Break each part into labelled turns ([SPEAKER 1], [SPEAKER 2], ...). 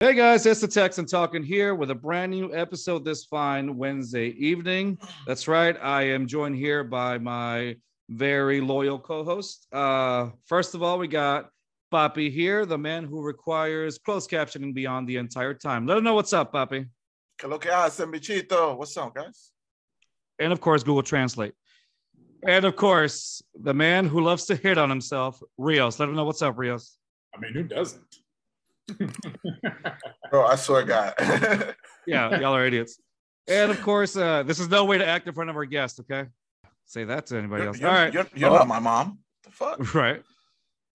[SPEAKER 1] Hey guys, it's the Texan talking here with a brand new episode this fine Wednesday evening. That's right. I am joined here by my very loyal co-host. Uh, first of all, we got Poppy here, the man who requires closed captioning beyond the entire time. Let him know what's up, Poppy.
[SPEAKER 2] "Ah, What's up, guys?
[SPEAKER 1] And of course, Google Translate. And of course, the man who loves to hit on himself, Rios. Let him know what's up, Rios.
[SPEAKER 3] I mean, who doesn't?
[SPEAKER 2] Bro, I swear to God.
[SPEAKER 1] Yeah, y'all are idiots. And of course, uh, this is no way to act in front of our guest, okay? Say that to anybody
[SPEAKER 2] you're
[SPEAKER 1] else. All right.
[SPEAKER 2] you're, you're not my mom. The fuck?
[SPEAKER 1] Right.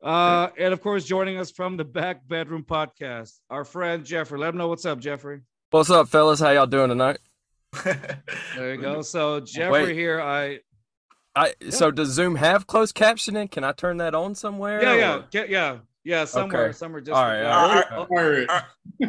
[SPEAKER 1] Uh, and of course, joining us from the Back Bedroom Podcast, our friend Jeffrey. Let him know what's up, Jeffrey.
[SPEAKER 4] What's up, fellas? How y'all doing tonight?
[SPEAKER 1] There you go. So Jeffrey
[SPEAKER 4] Wait.
[SPEAKER 1] here, I
[SPEAKER 4] I so does Zoom have closed captioning? Can I turn that on somewhere?
[SPEAKER 1] yeah
[SPEAKER 4] or-
[SPEAKER 1] yeah get, yeah yeah somewhere
[SPEAKER 4] Okay.
[SPEAKER 1] somewhere just
[SPEAKER 4] All right,
[SPEAKER 1] yeah.
[SPEAKER 2] all right.
[SPEAKER 1] I'll-
[SPEAKER 3] Or-
[SPEAKER 4] Uh,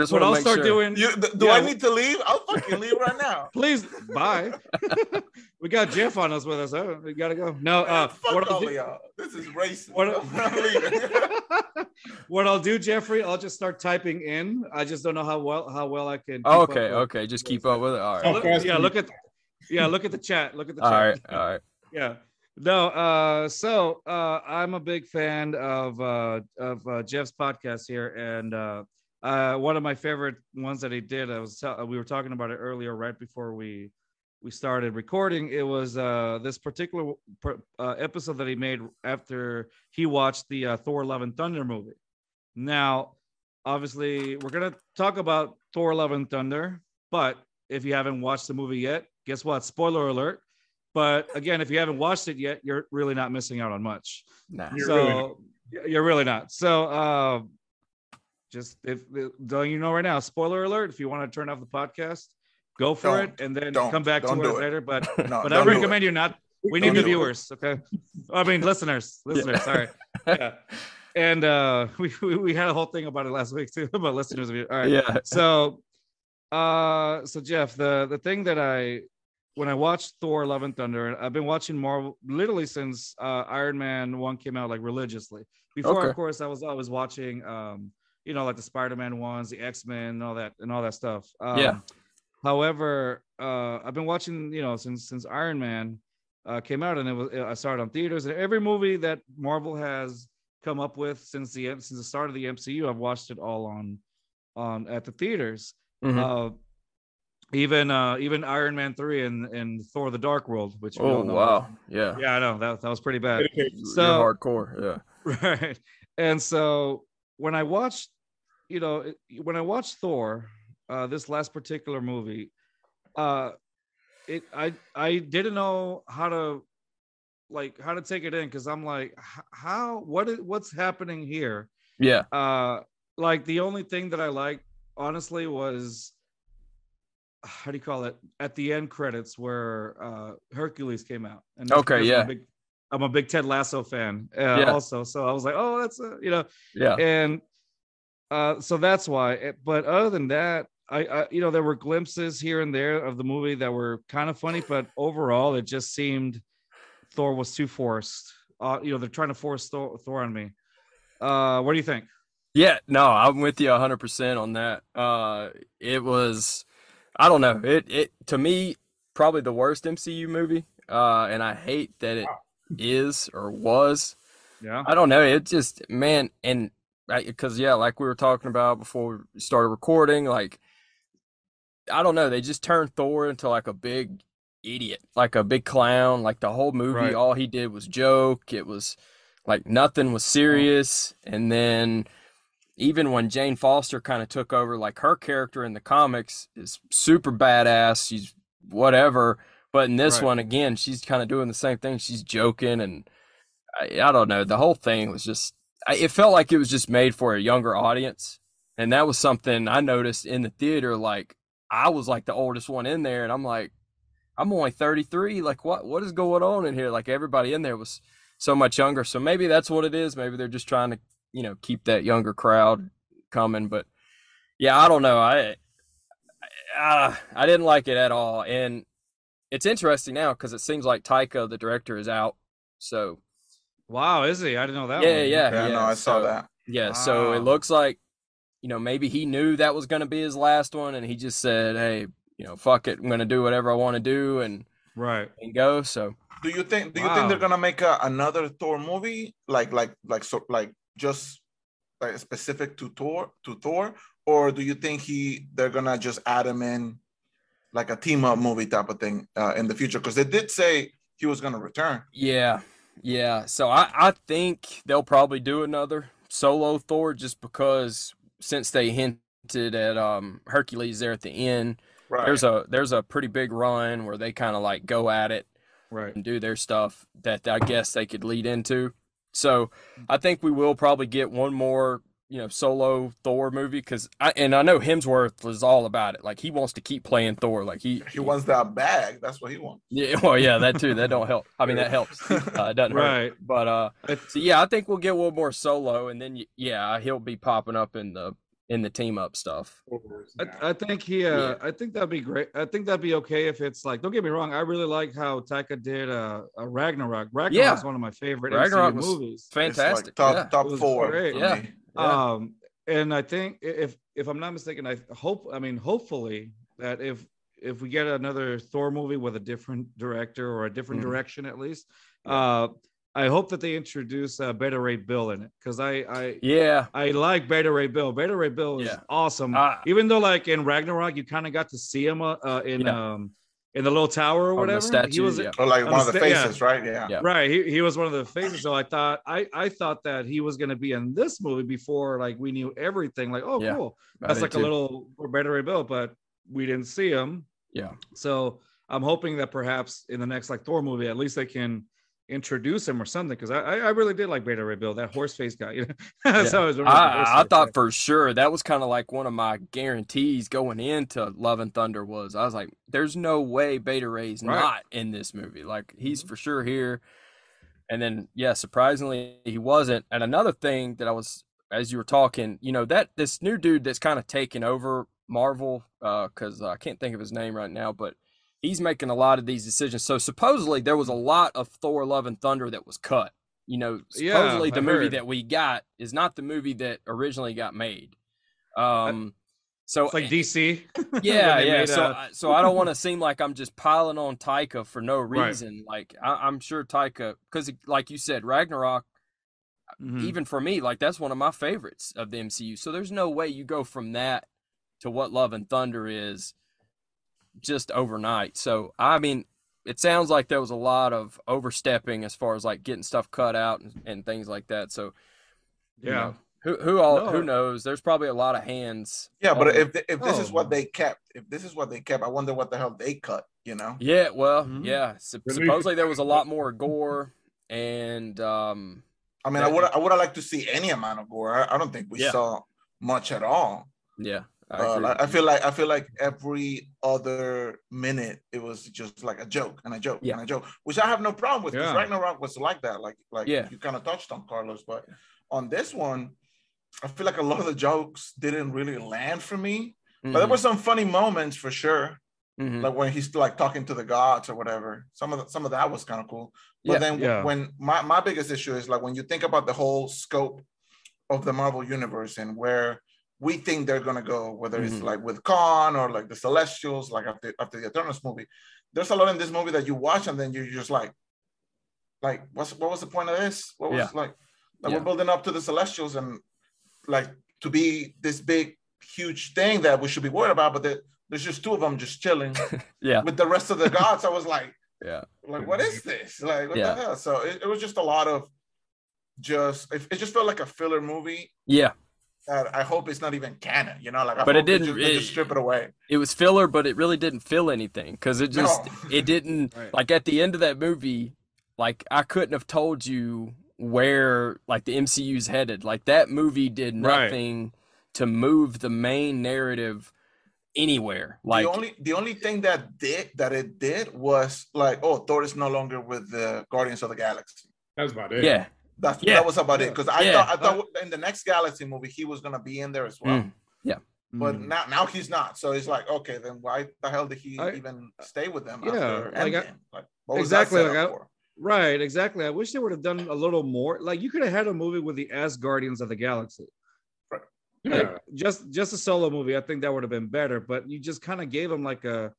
[SPEAKER 4] Just
[SPEAKER 1] what
[SPEAKER 4] wanna
[SPEAKER 1] I'll
[SPEAKER 4] make
[SPEAKER 1] start
[SPEAKER 4] sure.
[SPEAKER 1] doing.
[SPEAKER 2] You, th- do
[SPEAKER 1] Yeah.
[SPEAKER 2] I need to leave? I'll fucking leave right now.
[SPEAKER 1] Please bye. we got Jeff on us with us. Oh, we gotta go. No,
[SPEAKER 2] Man,
[SPEAKER 1] uh,
[SPEAKER 2] fuck
[SPEAKER 1] what I'll
[SPEAKER 2] all
[SPEAKER 1] do-
[SPEAKER 2] of y'all. This is racist.
[SPEAKER 1] What-
[SPEAKER 2] I'm leaving.
[SPEAKER 1] what I'll do, Jeffrey, I'll just start typing in. I just don't know how well how well I can. keep
[SPEAKER 4] Oh,
[SPEAKER 1] up
[SPEAKER 4] okay,
[SPEAKER 1] with-
[SPEAKER 4] okay. Just keep up with it. All right.
[SPEAKER 3] Oh,
[SPEAKER 1] Look-
[SPEAKER 3] fast
[SPEAKER 1] yeah,
[SPEAKER 3] can
[SPEAKER 1] look at yeah, look at the chat. Look at the
[SPEAKER 4] All
[SPEAKER 1] chat.
[SPEAKER 4] right. All right.
[SPEAKER 1] Yeah. No, uh, so uh, I'm a big fan of uh, of uh, Jeff's podcast here, and uh, uh, one of my favorite ones that he did. I was tell- we were talking about it earlier, right before we we started recording. It was uh, this particular per- uh, episode that he made after he watched the uh, Thor: Love and Thunder movie. Now, obviously, we're gonna talk about Thor: Love and Thunder, but if you haven't watched the movie yet, guess what? Spoiler alert. But again, if you haven't watched it yet, you're really not missing out on much.
[SPEAKER 4] Nah.
[SPEAKER 3] You're
[SPEAKER 1] so
[SPEAKER 3] really not.
[SPEAKER 1] y- you're really not. So uh, just if don't you know right now, spoiler alert, if you want to turn off the podcast, go for
[SPEAKER 2] Don't.
[SPEAKER 1] it and then
[SPEAKER 2] Don't.
[SPEAKER 1] come back to
[SPEAKER 2] Don't
[SPEAKER 1] it,
[SPEAKER 2] do it.
[SPEAKER 1] later. But
[SPEAKER 2] No,
[SPEAKER 1] but I
[SPEAKER 2] don't do it.
[SPEAKER 1] recommend you not we
[SPEAKER 2] Don't
[SPEAKER 1] need the
[SPEAKER 2] do it.
[SPEAKER 1] viewers, okay? I mean listeners, listeners, sorry. Yeah. And uh we, we we had a whole thing about it last week too, about listeners of you. All right
[SPEAKER 4] Yeah.
[SPEAKER 1] so uh so jeff the the thing that i when i watched thor love and thunder and i've been watching marvel literally since uh iron man one came out like religiously before
[SPEAKER 4] Okay.
[SPEAKER 1] of course i was always watching um you know like the spider-man ones the x-men and all that and all that stuff um,
[SPEAKER 4] Yeah.
[SPEAKER 1] however uh i've been watching you know since since iron man uh came out and it was i started on theaters and every movie that marvel has come up with since the since the start of the mcu i've watched it all on on at the theaters.
[SPEAKER 4] Mhm.
[SPEAKER 1] Uh, even uh, even Iron Man three and and Thor: The Dark World, which we
[SPEAKER 4] Oh
[SPEAKER 1] all know.
[SPEAKER 4] wow. Yeah.
[SPEAKER 1] yeah, I know that that was pretty bad,
[SPEAKER 3] Dedication.
[SPEAKER 4] You're
[SPEAKER 1] So-
[SPEAKER 4] hardcore. Yeah.
[SPEAKER 1] right? And so when I watched, you know, it- when I watched Thor, uh, this last particular movie, uh, it I I didn't know how to like how to take it in because I'm like, "H- how what is what's happening here?
[SPEAKER 4] Yeah.
[SPEAKER 1] uh like the only thing that i liked honestly was how do you call it at the end credits where uh hercules came out and that's
[SPEAKER 4] Okay,
[SPEAKER 1] because
[SPEAKER 4] yeah.
[SPEAKER 1] I'm a, big, I'm a big ted lasso fan uh,
[SPEAKER 4] Yeah.
[SPEAKER 1] also so i was like oh that's a, you know
[SPEAKER 4] Yeah.
[SPEAKER 1] and uh so that's why It- but other than that I, I you know there were glimpses here and there of the movie that were kind of funny but overall it just seemed thor was too forced uh you know they're trying to force thor, thor on me uh what do you think
[SPEAKER 4] Yeah, no, I'm with you 100% on that. Uh it was I don't know. It it to me probably the worst MCU movie. Uh and I hate that it is or was.
[SPEAKER 1] yeah
[SPEAKER 4] I don't know. It just man and because yeah, like we were talking about before we started recording, like I don't know, they just turned Thor into like a big idiot, like a big clown. Like the whole movie,
[SPEAKER 1] Right.
[SPEAKER 4] all he did was joke. It was like nothing was serious. And then even when Jane Foster kind of took over, like her character in the comics is super badass. She's whatever. But in this
[SPEAKER 1] Right.
[SPEAKER 4] one again, she's kind of doing the same thing. She's joking and I, I don't know. The whole thing was just, I, it felt like it was just made for a younger audience. And that was something I noticed in the theater. Like, I was like the oldest one in there, and I'm like, I'm only 33. Like, what what is going on in here? Like, everybody in there was so much younger. So maybe that's what it is. Maybe they're just trying to, you know, keep that younger crowd coming. But yeah, I don't know. I I, I didn't like it at all. And it's interesting now because it seems like Taika, the director, is out. So
[SPEAKER 1] Wow, is he? I didn't know that.
[SPEAKER 4] yeah,
[SPEAKER 1] one.
[SPEAKER 4] yeah,
[SPEAKER 2] Yeah,
[SPEAKER 4] yeah.
[SPEAKER 2] no, I saw
[SPEAKER 4] so,
[SPEAKER 2] that.
[SPEAKER 4] Yeah, so it
[SPEAKER 1] Wow.
[SPEAKER 4] looks like you know, maybe he knew that was going to be his last one, and he just said, "Hey, you know, fuck it, I'm going to do whatever I want to do and
[SPEAKER 1] Right.
[SPEAKER 4] and go." So
[SPEAKER 2] Do you think? Do you
[SPEAKER 1] Wow.
[SPEAKER 2] think they're gonna make a, another Thor movie, like like like so like just like specific to Thor to Thor, or do you think he they're gonna just add him in like a team up movie type of thing uh, in the future? Because they did say he was gonna return.
[SPEAKER 4] yeah, yeah. So I I think they'll probably do another solo Thor just because since they hinted at um Hercules there at the end,
[SPEAKER 2] Right.
[SPEAKER 4] there's a there's a pretty big run where they kind of like go at it
[SPEAKER 1] Right.
[SPEAKER 4] and do their stuff that I guess they could lead into. So I think we will probably get one more, you know, solo Thor movie because I and I know Hemsworth is all about it. Like he wants to keep playing Thor. Like he,
[SPEAKER 2] he wants that bag. That's what he wants.
[SPEAKER 4] yeah, well, yeah, that too. That don't help. I mean, that helps. Uh, it doesn't hurt.
[SPEAKER 1] Right.
[SPEAKER 4] But uh,
[SPEAKER 1] It's-
[SPEAKER 4] so yeah, I think we'll get one more solo, and then y- yeah, he'll be popping up in the in the team up stuff.
[SPEAKER 1] I, I think he. Uh, I think that'd be great. I think that'd be okay if it's like. Don't get me wrong. I really like how Taika did uh, a Ragnarok. Ragnarok
[SPEAKER 4] Yeah.
[SPEAKER 1] is one of my favorite
[SPEAKER 4] Ragnarok
[SPEAKER 1] MCU
[SPEAKER 4] was
[SPEAKER 1] movies.
[SPEAKER 2] It's like
[SPEAKER 4] Fantastic.
[SPEAKER 2] top
[SPEAKER 4] yeah.
[SPEAKER 1] It
[SPEAKER 2] top
[SPEAKER 1] was
[SPEAKER 2] four.
[SPEAKER 1] great.
[SPEAKER 2] for
[SPEAKER 4] Yeah.
[SPEAKER 2] me.
[SPEAKER 4] Yeah.
[SPEAKER 1] Um, and I think i- if if I'm not mistaken, I hope. I mean, hopefully that if if we get another Thor movie with a different director or a different
[SPEAKER 4] Mhm.
[SPEAKER 1] direction at least, uh, I hope that they introduce uh, Beta Ray Bill in it because I I
[SPEAKER 4] yeah.
[SPEAKER 1] I like Beta Ray Bill. Beta Ray Bill is
[SPEAKER 4] Yeah. Uh,
[SPEAKER 1] awesome.
[SPEAKER 4] I-
[SPEAKER 1] Even though, like in Ragnarok, you kind of got to see him uh, uh, in
[SPEAKER 4] Yeah.
[SPEAKER 1] um in the little tower or
[SPEAKER 4] On the
[SPEAKER 1] whatever. he
[SPEAKER 4] statue,
[SPEAKER 1] was
[SPEAKER 4] yeah.
[SPEAKER 2] Or like
[SPEAKER 1] I'm
[SPEAKER 2] one of the
[SPEAKER 1] sta- yeah.
[SPEAKER 2] faces, right? Yeah.
[SPEAKER 4] Yeah.
[SPEAKER 1] right. He, he was one of the faces. So I thought I I thought that he was going to be in this movie before like we knew everything. Like oh
[SPEAKER 4] Yeah.
[SPEAKER 1] cool,
[SPEAKER 4] I
[SPEAKER 1] that's
[SPEAKER 4] did,
[SPEAKER 1] like
[SPEAKER 4] too.
[SPEAKER 1] a little for Beta Ray Bill, but we didn't see him.
[SPEAKER 4] Yeah.
[SPEAKER 1] So I'm hoping that perhaps in the next like Thor movie, at least they can introduce him or something because I, I I really did like Beta Ray Bill, that horse face guy. You know? That's
[SPEAKER 4] Yeah.
[SPEAKER 1] how I, was remembering the horse
[SPEAKER 4] I, I
[SPEAKER 1] face guy.
[SPEAKER 4] thought for sure that was kind of like one of my guarantees going into Love and Thunder was I was like, there's no way Beta Ray's
[SPEAKER 1] Right. Mm-hmm.
[SPEAKER 4] not in this movie. Like he's for sure here. And then yeah, surprisingly he wasn't. And another thing that I was as you were talking, you know, that this new dude that's kind of taking over Marvel, uh, because I can't think of his name right now, but he's making a lot of these decisions. So supposedly there was a lot of Thor Love and Thunder that was cut. You know,
[SPEAKER 1] Yeah,
[SPEAKER 4] supposedly the
[SPEAKER 1] I
[SPEAKER 4] movie
[SPEAKER 1] heard.
[SPEAKER 4] that we got is not the movie that originally got made. Um so
[SPEAKER 1] It's like DC. when
[SPEAKER 4] yeah,
[SPEAKER 1] they
[SPEAKER 4] yeah.
[SPEAKER 1] made,
[SPEAKER 4] so,
[SPEAKER 1] uh,
[SPEAKER 4] I so I don't want to seem like I'm just piling on Taika for no
[SPEAKER 1] Right.
[SPEAKER 4] reason. Like I, I'm sure Taika, because like you said, Ragnarok,
[SPEAKER 2] Hmm.
[SPEAKER 1] Mhm.
[SPEAKER 4] even for me, like that's one of my favorites of the MCU. So there's no way you go from that to what Love and Thunder is just overnight. So I mean, it sounds like there was a lot of overstepping as far as like getting stuff cut out and, and things like that. So you
[SPEAKER 1] Yeah.
[SPEAKER 4] know, who who all
[SPEAKER 1] No.
[SPEAKER 4] who knows? There's probably a lot of hands.
[SPEAKER 2] Yeah, but
[SPEAKER 4] Oh.
[SPEAKER 2] if th- if this is
[SPEAKER 1] Oh.
[SPEAKER 2] what they kept, if this is what they kept, I wonder what the hell they cut. You know,
[SPEAKER 4] Yeah, well,
[SPEAKER 2] Hmm.
[SPEAKER 1] Mhm.
[SPEAKER 4] yeah. sup-
[SPEAKER 1] Really?
[SPEAKER 4] supposedly there was a lot more gore, and um,
[SPEAKER 2] I mean, I
[SPEAKER 4] That-
[SPEAKER 2] would I would have liked to see any amount of gore. I, I don't think we
[SPEAKER 4] Yeah.
[SPEAKER 2] saw much at all.
[SPEAKER 4] yeah, I,
[SPEAKER 2] Uh,
[SPEAKER 4] agree
[SPEAKER 2] like, I
[SPEAKER 4] with you.
[SPEAKER 2] feel like I feel like every other minute it was just like a joke and a joke
[SPEAKER 4] Yeah.
[SPEAKER 2] and a joke, which I have no problem with.
[SPEAKER 1] Yeah.
[SPEAKER 2] Because Ragnarok was like that, like like
[SPEAKER 4] Yeah.
[SPEAKER 2] you kind of touched on Carlos, but on this one, I feel like a lot of the jokes didn't really land for me. But there
[SPEAKER 4] Mhm,
[SPEAKER 2] were some funny moments for sure.
[SPEAKER 4] mhm.
[SPEAKER 2] like when he's like talking to the gods or whatever. Some of the, some of that was kind of cool. But
[SPEAKER 4] Yeah,
[SPEAKER 2] then
[SPEAKER 1] yeah.
[SPEAKER 2] when my my biggest issue is like when you think about the whole scope of the Marvel universe and where we think they're gonna go, whether it's
[SPEAKER 4] Mhm.
[SPEAKER 2] like with Khan or like the Celestials, like after after the Eternals movie. There's a lot in this movie that you watch and then you're just like, like what's what was the point of this? What was
[SPEAKER 4] Yeah.
[SPEAKER 2] like, like
[SPEAKER 4] Yeah.
[SPEAKER 2] we're building up to the Celestials and like to be this big huge thing that we should be worried about, but there- there's just two of them just chilling
[SPEAKER 4] yeah,
[SPEAKER 2] with the rest of the gods, I was like,
[SPEAKER 4] Yeah.
[SPEAKER 2] like what is this? Like, what
[SPEAKER 4] Yeah.
[SPEAKER 2] the hell? So it, it was just a lot of just, it, it just felt like a filler movie
[SPEAKER 4] yeah.
[SPEAKER 2] that I hope it's not even canon, you know? Like, I
[SPEAKER 4] But it
[SPEAKER 2] hope they
[SPEAKER 4] didn't-
[SPEAKER 2] just, they just
[SPEAKER 4] it-
[SPEAKER 2] strip it away.
[SPEAKER 4] It was filler, but it really didn't feel anything because it just
[SPEAKER 2] No.
[SPEAKER 4] it didn't
[SPEAKER 1] Right.
[SPEAKER 4] like at the end of that movie. Like I couldn't have told you where like the MCU's headed. Like that movie did
[SPEAKER 1] Right.
[SPEAKER 4] nothing to move the main narrative anywhere. Like
[SPEAKER 2] the only, the only thing that did that it did was like, oh, Thor is no longer with the Guardians of the Galaxy.
[SPEAKER 3] That's about it.
[SPEAKER 4] yeah,
[SPEAKER 2] That's
[SPEAKER 4] Yeah.
[SPEAKER 2] that was about it. Because I
[SPEAKER 4] Yeah. Uh,
[SPEAKER 2] thought, I thought in the next Galaxy movie he was gonna be in there as well,
[SPEAKER 4] Mm.
[SPEAKER 2] but
[SPEAKER 4] Mm-hmm.
[SPEAKER 1] Mhm.
[SPEAKER 2] now now he's not. So it's like, okay, then why the hell did he
[SPEAKER 1] I-
[SPEAKER 2] even stay with them?
[SPEAKER 1] Yeah,
[SPEAKER 2] after
[SPEAKER 1] like, I-
[SPEAKER 2] Endgame? like what was that
[SPEAKER 1] Exactly,
[SPEAKER 2] set
[SPEAKER 1] like,
[SPEAKER 2] up
[SPEAKER 1] I-
[SPEAKER 2] for?
[SPEAKER 1] Right, exactly. I wish they would have done a little more. Like you could have had a movie with the Asgardians of the Galaxy.
[SPEAKER 2] Right.
[SPEAKER 1] Like, just just a solo movie, I think that would have been better. But you just kind of gave him like a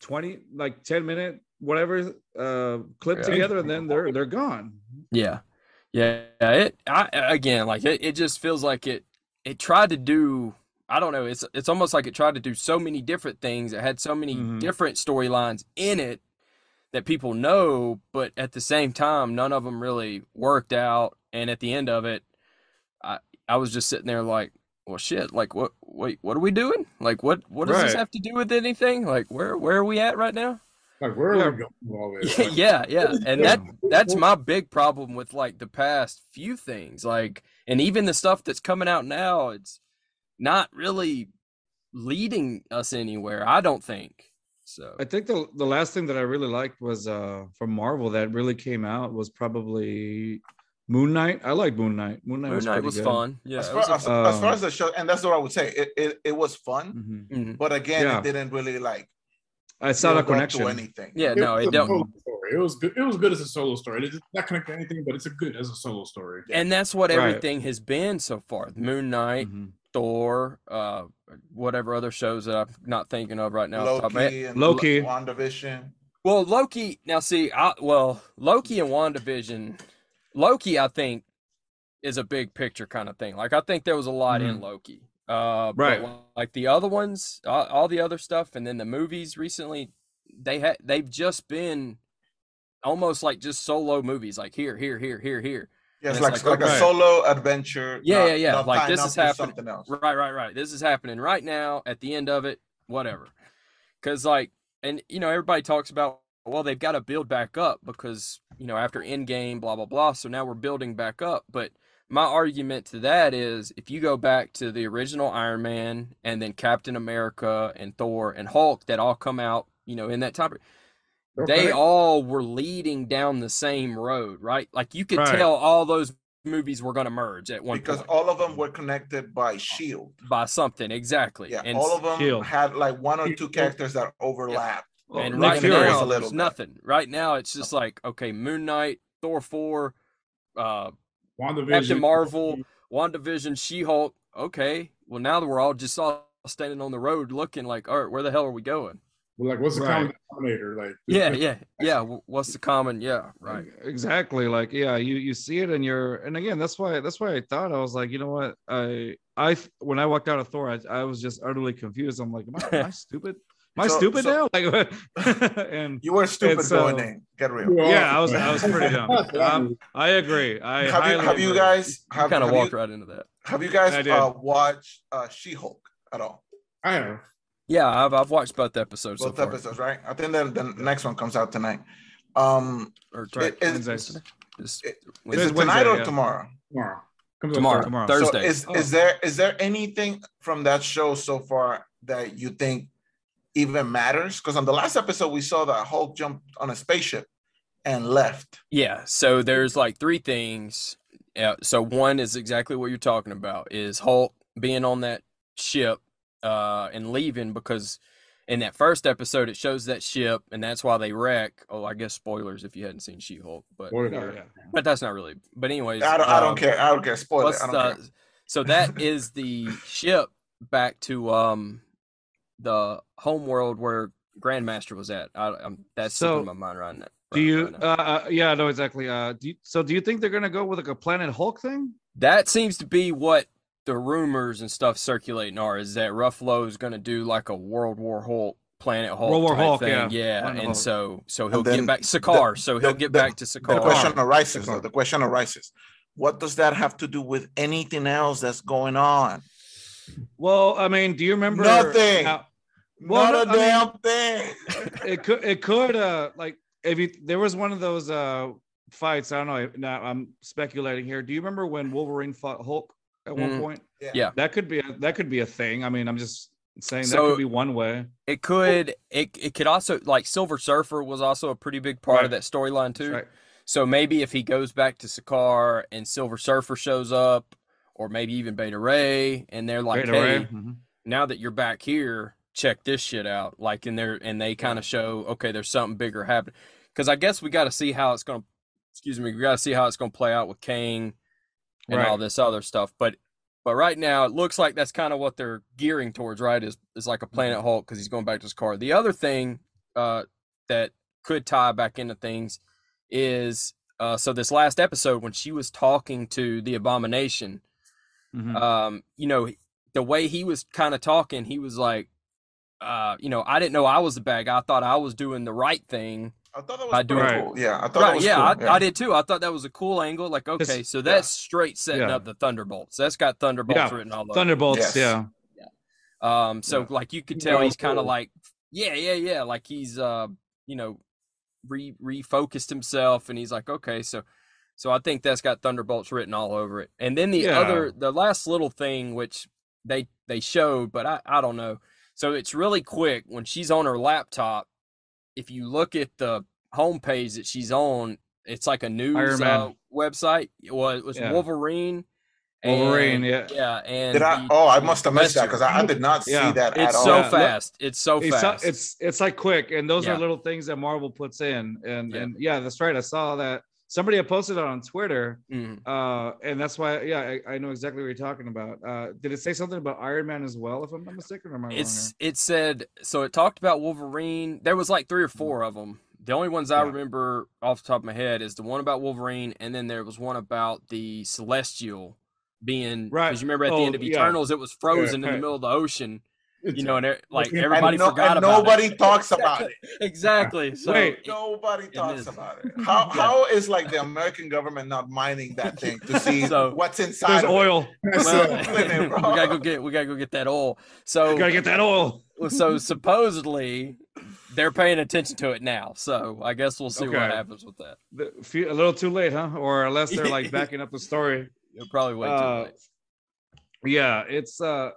[SPEAKER 1] twenty, like ten minute whatever uh clip
[SPEAKER 4] Yeah.
[SPEAKER 1] together, and then they're they're gone.
[SPEAKER 4] Yeah, yeah. It I, again, like it, it just feels like it. It tried to do. I don't know. It's it's almost like it tried to do so many different things. It had so many
[SPEAKER 1] Mhm.
[SPEAKER 4] different storylines in it that people know, but at the same time, none of them really worked out. And at the end of it, I I was just sitting there like, well, shit. Like, what? Wait, what are we doing? Like, what? What does this
[SPEAKER 1] Right.
[SPEAKER 4] have to do with anything? Like, where where are we at right now?
[SPEAKER 3] Like, where are
[SPEAKER 1] Yeah.
[SPEAKER 3] we going with all this? Like,
[SPEAKER 4] yeah, yeah. And
[SPEAKER 3] Yeah.
[SPEAKER 4] that that's my big problem with like the past few things. Like and even the stuff that's coming out now, it's not really leading us anywhere, I don't think. So
[SPEAKER 1] I think the the last thing that I really liked was uh from Marvel that really came out was probably Moon Knight. I like Moon Knight. Moon Knight
[SPEAKER 4] Moon
[SPEAKER 1] was,
[SPEAKER 4] Knight
[SPEAKER 1] pretty
[SPEAKER 4] was
[SPEAKER 1] good.
[SPEAKER 4] fun. Yeah.
[SPEAKER 2] as,
[SPEAKER 4] it
[SPEAKER 2] far,
[SPEAKER 4] was a-
[SPEAKER 2] as, as far
[SPEAKER 1] um,
[SPEAKER 2] as the show, and that's what I would say. It it, it was fun,
[SPEAKER 1] Mhm.
[SPEAKER 4] mhm.
[SPEAKER 2] but again,
[SPEAKER 1] Yeah.
[SPEAKER 2] it didn't really like
[SPEAKER 1] I saw
[SPEAKER 2] build
[SPEAKER 1] that
[SPEAKER 2] up to
[SPEAKER 1] connection.
[SPEAKER 2] anything.
[SPEAKER 4] Yeah, no,
[SPEAKER 3] was
[SPEAKER 4] it
[SPEAKER 3] a
[SPEAKER 4] don't
[SPEAKER 3] solo Story. It was good. It was good as a solo story. It's not connected to anything, but it's a good as a solo story.
[SPEAKER 4] and that's what
[SPEAKER 1] Right.
[SPEAKER 4] everything has been so far. Moon Knight,
[SPEAKER 1] Mhm.
[SPEAKER 4] Thor, uh whatever other shows that I'm not thinking of right now. off the top of my head.
[SPEAKER 2] Loki
[SPEAKER 1] Loki.
[SPEAKER 2] and WandaVision.
[SPEAKER 4] Well, Loki. Now, see, I, well, Loki and WandaVision. Loki, I think, is a big picture kind of thing. Like, I think there was a lot in Loki. Uh, but,
[SPEAKER 1] Right.
[SPEAKER 4] like the other ones, all, all the other stuff, and then the movies recently, they had they've just been almost like just solo movies. Like here, here, here, here, here.
[SPEAKER 2] Yes,
[SPEAKER 4] it's
[SPEAKER 2] like
[SPEAKER 4] like,
[SPEAKER 2] like, a
[SPEAKER 1] okay.
[SPEAKER 2] solo adventure.
[SPEAKER 4] Yeah,
[SPEAKER 2] not-
[SPEAKER 4] yeah, yeah,
[SPEAKER 2] not
[SPEAKER 4] like,
[SPEAKER 2] tying
[SPEAKER 4] this
[SPEAKER 2] up
[SPEAKER 4] is
[SPEAKER 2] to
[SPEAKER 4] happening.
[SPEAKER 2] Something else.
[SPEAKER 4] Right, right, right. This is happening right now. At the end of it, whatever. Because like, and you know, everybody talks about well, they've got to build back up because you know after Endgame, blah blah blah. So now we're building back up. But my argument to that is, if you go back to the original Iron Man and then Captain America and Thor and Hulk, that all come out, you know, in that time they
[SPEAKER 3] Okay.
[SPEAKER 4] all were leading down the same road, right? Like you could
[SPEAKER 1] Right.
[SPEAKER 4] tell all those movies were going to merge at one
[SPEAKER 2] Because
[SPEAKER 4] point
[SPEAKER 2] all of them were connected by Shield.
[SPEAKER 4] by something exactly.
[SPEAKER 2] E Yeah,
[SPEAKER 4] and
[SPEAKER 2] all of them
[SPEAKER 1] Shield.
[SPEAKER 2] had like one or two characters that overlapped.
[SPEAKER 1] Well,
[SPEAKER 4] and
[SPEAKER 1] Nick
[SPEAKER 4] right
[SPEAKER 1] Fury.
[SPEAKER 4] now
[SPEAKER 2] a little
[SPEAKER 4] there's
[SPEAKER 2] bit.
[SPEAKER 4] nothing. Right now it's just like okay, Moon Knight, Thor four, uh,
[SPEAKER 3] WandaVision,
[SPEAKER 4] Captain Marvel, WandaVision, She Hulk. Okay, well now that we're all just all standing on the road looking like, all right, where the hell are we going?
[SPEAKER 3] Well, Like, what's the
[SPEAKER 1] Right.
[SPEAKER 3] common denominator? Like,
[SPEAKER 4] Yeah, yeah, yeah. w- What's the common? Yeah, right.
[SPEAKER 1] exactly like yeah you you see it and you're and again that's why that's why i thought i was like you know what i i when i walked out of thor i, I was just utterly confused i'm like am i, am I stupid am i
[SPEAKER 2] So-
[SPEAKER 1] stupid now
[SPEAKER 2] so-
[SPEAKER 1] like and
[SPEAKER 2] You were stupid
[SPEAKER 1] so-
[SPEAKER 2] going in. Get real.
[SPEAKER 1] Yeah, I was- I was pretty dumb. Um, i agree i
[SPEAKER 2] have you
[SPEAKER 1] highly
[SPEAKER 2] have you
[SPEAKER 1] agree.
[SPEAKER 2] guys have,
[SPEAKER 4] Kind of
[SPEAKER 2] have,
[SPEAKER 4] walked
[SPEAKER 2] you,
[SPEAKER 4] right into that.
[SPEAKER 2] have you guys
[SPEAKER 1] I did.
[SPEAKER 2] uh, watched uh, She-Hulk at all?
[SPEAKER 3] I have.
[SPEAKER 4] Yeah, I've I've watched both episodes.
[SPEAKER 2] Both
[SPEAKER 4] so far.
[SPEAKER 2] episodes, right? I think then the next one comes out tonight. Um,
[SPEAKER 4] Or
[SPEAKER 1] Right,
[SPEAKER 2] It- it-
[SPEAKER 1] Wednesdays.
[SPEAKER 4] this-
[SPEAKER 2] it-
[SPEAKER 4] when-
[SPEAKER 2] is
[SPEAKER 1] It's
[SPEAKER 2] it tonight
[SPEAKER 1] Wednesday,
[SPEAKER 2] or
[SPEAKER 1] yeah.
[SPEAKER 2] tomorrow?
[SPEAKER 3] Tomorrow. Comes out
[SPEAKER 4] tomorrow,
[SPEAKER 1] tomorrow. So
[SPEAKER 4] Thursday.
[SPEAKER 2] So is
[SPEAKER 1] Oh.
[SPEAKER 2] is there is there anything from that show so far that you think even matters? Because on the last episode we saw that Hulk jumped on a spaceship and left.
[SPEAKER 4] Yeah, so there's like three things. Yeah, so one is exactly what you're talking about is Hulk being on that ship uh and leaving because in that first episode it shows that ship and that's why they wreck. Oh, I guess spoilers if you hadn't seen She-Hulk, but
[SPEAKER 3] Thursday.
[SPEAKER 1] yeah,
[SPEAKER 3] Spoiler.
[SPEAKER 1] yeah.
[SPEAKER 4] but that's not really. But anyways,
[SPEAKER 2] I don't, I
[SPEAKER 4] um,
[SPEAKER 2] don't care. I don't care. Spoil it.
[SPEAKER 4] what's
[SPEAKER 2] I don't
[SPEAKER 4] the-
[SPEAKER 2] care.
[SPEAKER 4] so that is the ship back to um the home world where Grandmaster was at. I, I'm that's slipping
[SPEAKER 1] So,
[SPEAKER 4] my mind right now.
[SPEAKER 1] do
[SPEAKER 4] right-
[SPEAKER 1] you
[SPEAKER 4] right now.
[SPEAKER 1] uh, uh yeah no exactly uh do you, so do you think they're gonna go with like a planet hulk thing
[SPEAKER 4] That seems to be what the rumors and stuff circulating are is that Ruffalo is going to do like a World War Hulk, Planet Hulk,
[SPEAKER 1] War
[SPEAKER 4] type
[SPEAKER 1] Hulk,
[SPEAKER 4] thing.
[SPEAKER 1] yeah.
[SPEAKER 4] and
[SPEAKER 1] Planet Hulk.
[SPEAKER 4] so so he'll
[SPEAKER 2] then
[SPEAKER 4] get back Sakaar, so he'll
[SPEAKER 2] the-
[SPEAKER 4] get
[SPEAKER 2] the-
[SPEAKER 4] back to
[SPEAKER 2] The
[SPEAKER 4] Sakaar.
[SPEAKER 2] question arises.
[SPEAKER 1] Car.
[SPEAKER 2] though. The question arises. What does that have to do with anything else that's going on?
[SPEAKER 1] well i mean do you remember
[SPEAKER 2] Nothing.
[SPEAKER 1] how- Well,
[SPEAKER 2] Not
[SPEAKER 1] no,
[SPEAKER 2] a
[SPEAKER 1] I mean-
[SPEAKER 2] damn thing.
[SPEAKER 1] it could it could uh like if you there was one of those uh fights i don't know now i'm speculating here do you remember when wolverine fought hulk at one
[SPEAKER 4] Mm.
[SPEAKER 1] point
[SPEAKER 2] Yeah.
[SPEAKER 4] Yeah.
[SPEAKER 1] that could be a, that could be a thing i mean i'm just saying that
[SPEAKER 4] So-
[SPEAKER 1] could be one way
[SPEAKER 4] It could it it could also like Silver Surfer was also a pretty big part of
[SPEAKER 1] Right.
[SPEAKER 4] that storyline too.
[SPEAKER 1] right
[SPEAKER 4] So maybe if he goes back to Sakaar and Silver Surfer shows up, or maybe even Beta Ray, and they're like,
[SPEAKER 1] Beta
[SPEAKER 4] hey,
[SPEAKER 1] Ray. Mhm.
[SPEAKER 4] now that you're back here, check this shit out. Like, and they're and they kind of show, okay, there's something bigger happening. Because I guess we got to see how it's gonna. Excuse me, we got to see how it's gonna play out with Kang and all
[SPEAKER 1] Right.
[SPEAKER 4] this other stuff. But But right now, it looks like that's kind of what they're gearing towards, right? Is is like a Planet Hulk because he's going back to his car. The other thing uh, that could tie back into things is uh, so this last episode when she was talking to the Abomination,
[SPEAKER 1] Mhm.
[SPEAKER 4] um, you know, the way he was kind of talking, he was like, uh, you know, I didn't know I was the bad guy. I thought I was doing the right thing.
[SPEAKER 2] I thought that
[SPEAKER 4] I
[SPEAKER 2] was
[SPEAKER 4] do-
[SPEAKER 2] pretty
[SPEAKER 1] Right.
[SPEAKER 2] cool. Yeah, I thought that
[SPEAKER 4] Right.
[SPEAKER 2] was
[SPEAKER 4] Yeah,
[SPEAKER 2] cool.
[SPEAKER 4] I, I did too. I thought that was a cool angle. Like, okay, so that's straight setting
[SPEAKER 1] yeah.
[SPEAKER 4] up the Thunderbolts. That's got Thunderbolts
[SPEAKER 1] Yeah,
[SPEAKER 4] written all over it.
[SPEAKER 1] Thunderbolts,
[SPEAKER 2] Yes.
[SPEAKER 1] yeah.
[SPEAKER 4] Um, so
[SPEAKER 1] Yeah.
[SPEAKER 4] like you could
[SPEAKER 3] Yeah,
[SPEAKER 4] tell he's kind of
[SPEAKER 3] cool.
[SPEAKER 4] like, yeah, yeah, yeah, like he's uh, you know, re refocused himself, and he's like, okay, so, so I think that's got thunderbolts written all over it. And then the
[SPEAKER 1] Yeah.
[SPEAKER 4] other, the last little thing which they they showed, but I I don't know. So it's really quick when she's on her laptop. If you look at the homepage that she's on, it's like a news
[SPEAKER 1] Man.
[SPEAKER 4] uh, website. Well, it was
[SPEAKER 1] Yeah.
[SPEAKER 4] Wolverine. and-
[SPEAKER 1] Wolverine, yeah.
[SPEAKER 4] Yeah, and
[SPEAKER 2] Did I?
[SPEAKER 4] the-
[SPEAKER 2] Oh, I must have missed that
[SPEAKER 4] Lester.
[SPEAKER 2] because I, I did not see
[SPEAKER 1] Yeah.
[SPEAKER 2] that at
[SPEAKER 4] It's
[SPEAKER 2] all.
[SPEAKER 4] so
[SPEAKER 1] Yeah, look-
[SPEAKER 4] fast. It's so
[SPEAKER 1] It's,
[SPEAKER 4] fast.
[SPEAKER 1] it's it's like quick, and those
[SPEAKER 4] Yeah.
[SPEAKER 1] are little things that Marvel puts in, and
[SPEAKER 4] Yeah.
[SPEAKER 1] and yeah, that's right. I saw that somebody had posted it on Twitter,
[SPEAKER 2] Mm-hmm.
[SPEAKER 4] Mhm.
[SPEAKER 1] uh, and that's why yeah, I, I know exactly what you're talking about. Uh, did it say something about Iron Man as well? If I'm not mistaken, or am I wrong
[SPEAKER 4] It's it said so. It talked about Wolverine. There was like three or four of them. The only ones I
[SPEAKER 1] Yeah.
[SPEAKER 4] remember off the top of my head is the one about Wolverine, and then there was one about the Celestial being
[SPEAKER 1] Right.
[SPEAKER 4] Because you remember at
[SPEAKER 1] Oh,
[SPEAKER 4] the end of
[SPEAKER 1] yeah.
[SPEAKER 4] Eternals, it was frozen in
[SPEAKER 1] right.
[SPEAKER 4] the middle of the ocean.
[SPEAKER 3] It's,
[SPEAKER 4] You know, and it, like
[SPEAKER 3] And no-
[SPEAKER 4] everybody
[SPEAKER 2] and, no-
[SPEAKER 4] forgot
[SPEAKER 2] and
[SPEAKER 4] about it.
[SPEAKER 2] nobody talks about it.
[SPEAKER 4] Exactly. So
[SPEAKER 1] Wait.
[SPEAKER 4] it-
[SPEAKER 2] Nobody talks
[SPEAKER 4] is.
[SPEAKER 2] about it. How
[SPEAKER 4] Yeah.
[SPEAKER 2] how is like the American government not mining that thing to see
[SPEAKER 4] So-
[SPEAKER 2] what's
[SPEAKER 1] There's
[SPEAKER 2] inside? of it?
[SPEAKER 1] oil.
[SPEAKER 3] that's,
[SPEAKER 4] well,
[SPEAKER 2] Wait
[SPEAKER 3] uh,
[SPEAKER 2] a minute, bro.
[SPEAKER 4] we gotta go get we gotta go get that oil. So
[SPEAKER 1] You gotta get that oil.
[SPEAKER 4] Well, so supposedly they're paying attention to it now. So I guess we'll see what
[SPEAKER 1] Okay.
[SPEAKER 4] happens with that.
[SPEAKER 1] The- few- a little too late, huh? Or unless they're like backing up the story.
[SPEAKER 4] It'll probably wait
[SPEAKER 1] Uh,
[SPEAKER 4] too late.
[SPEAKER 1] yeah it's uh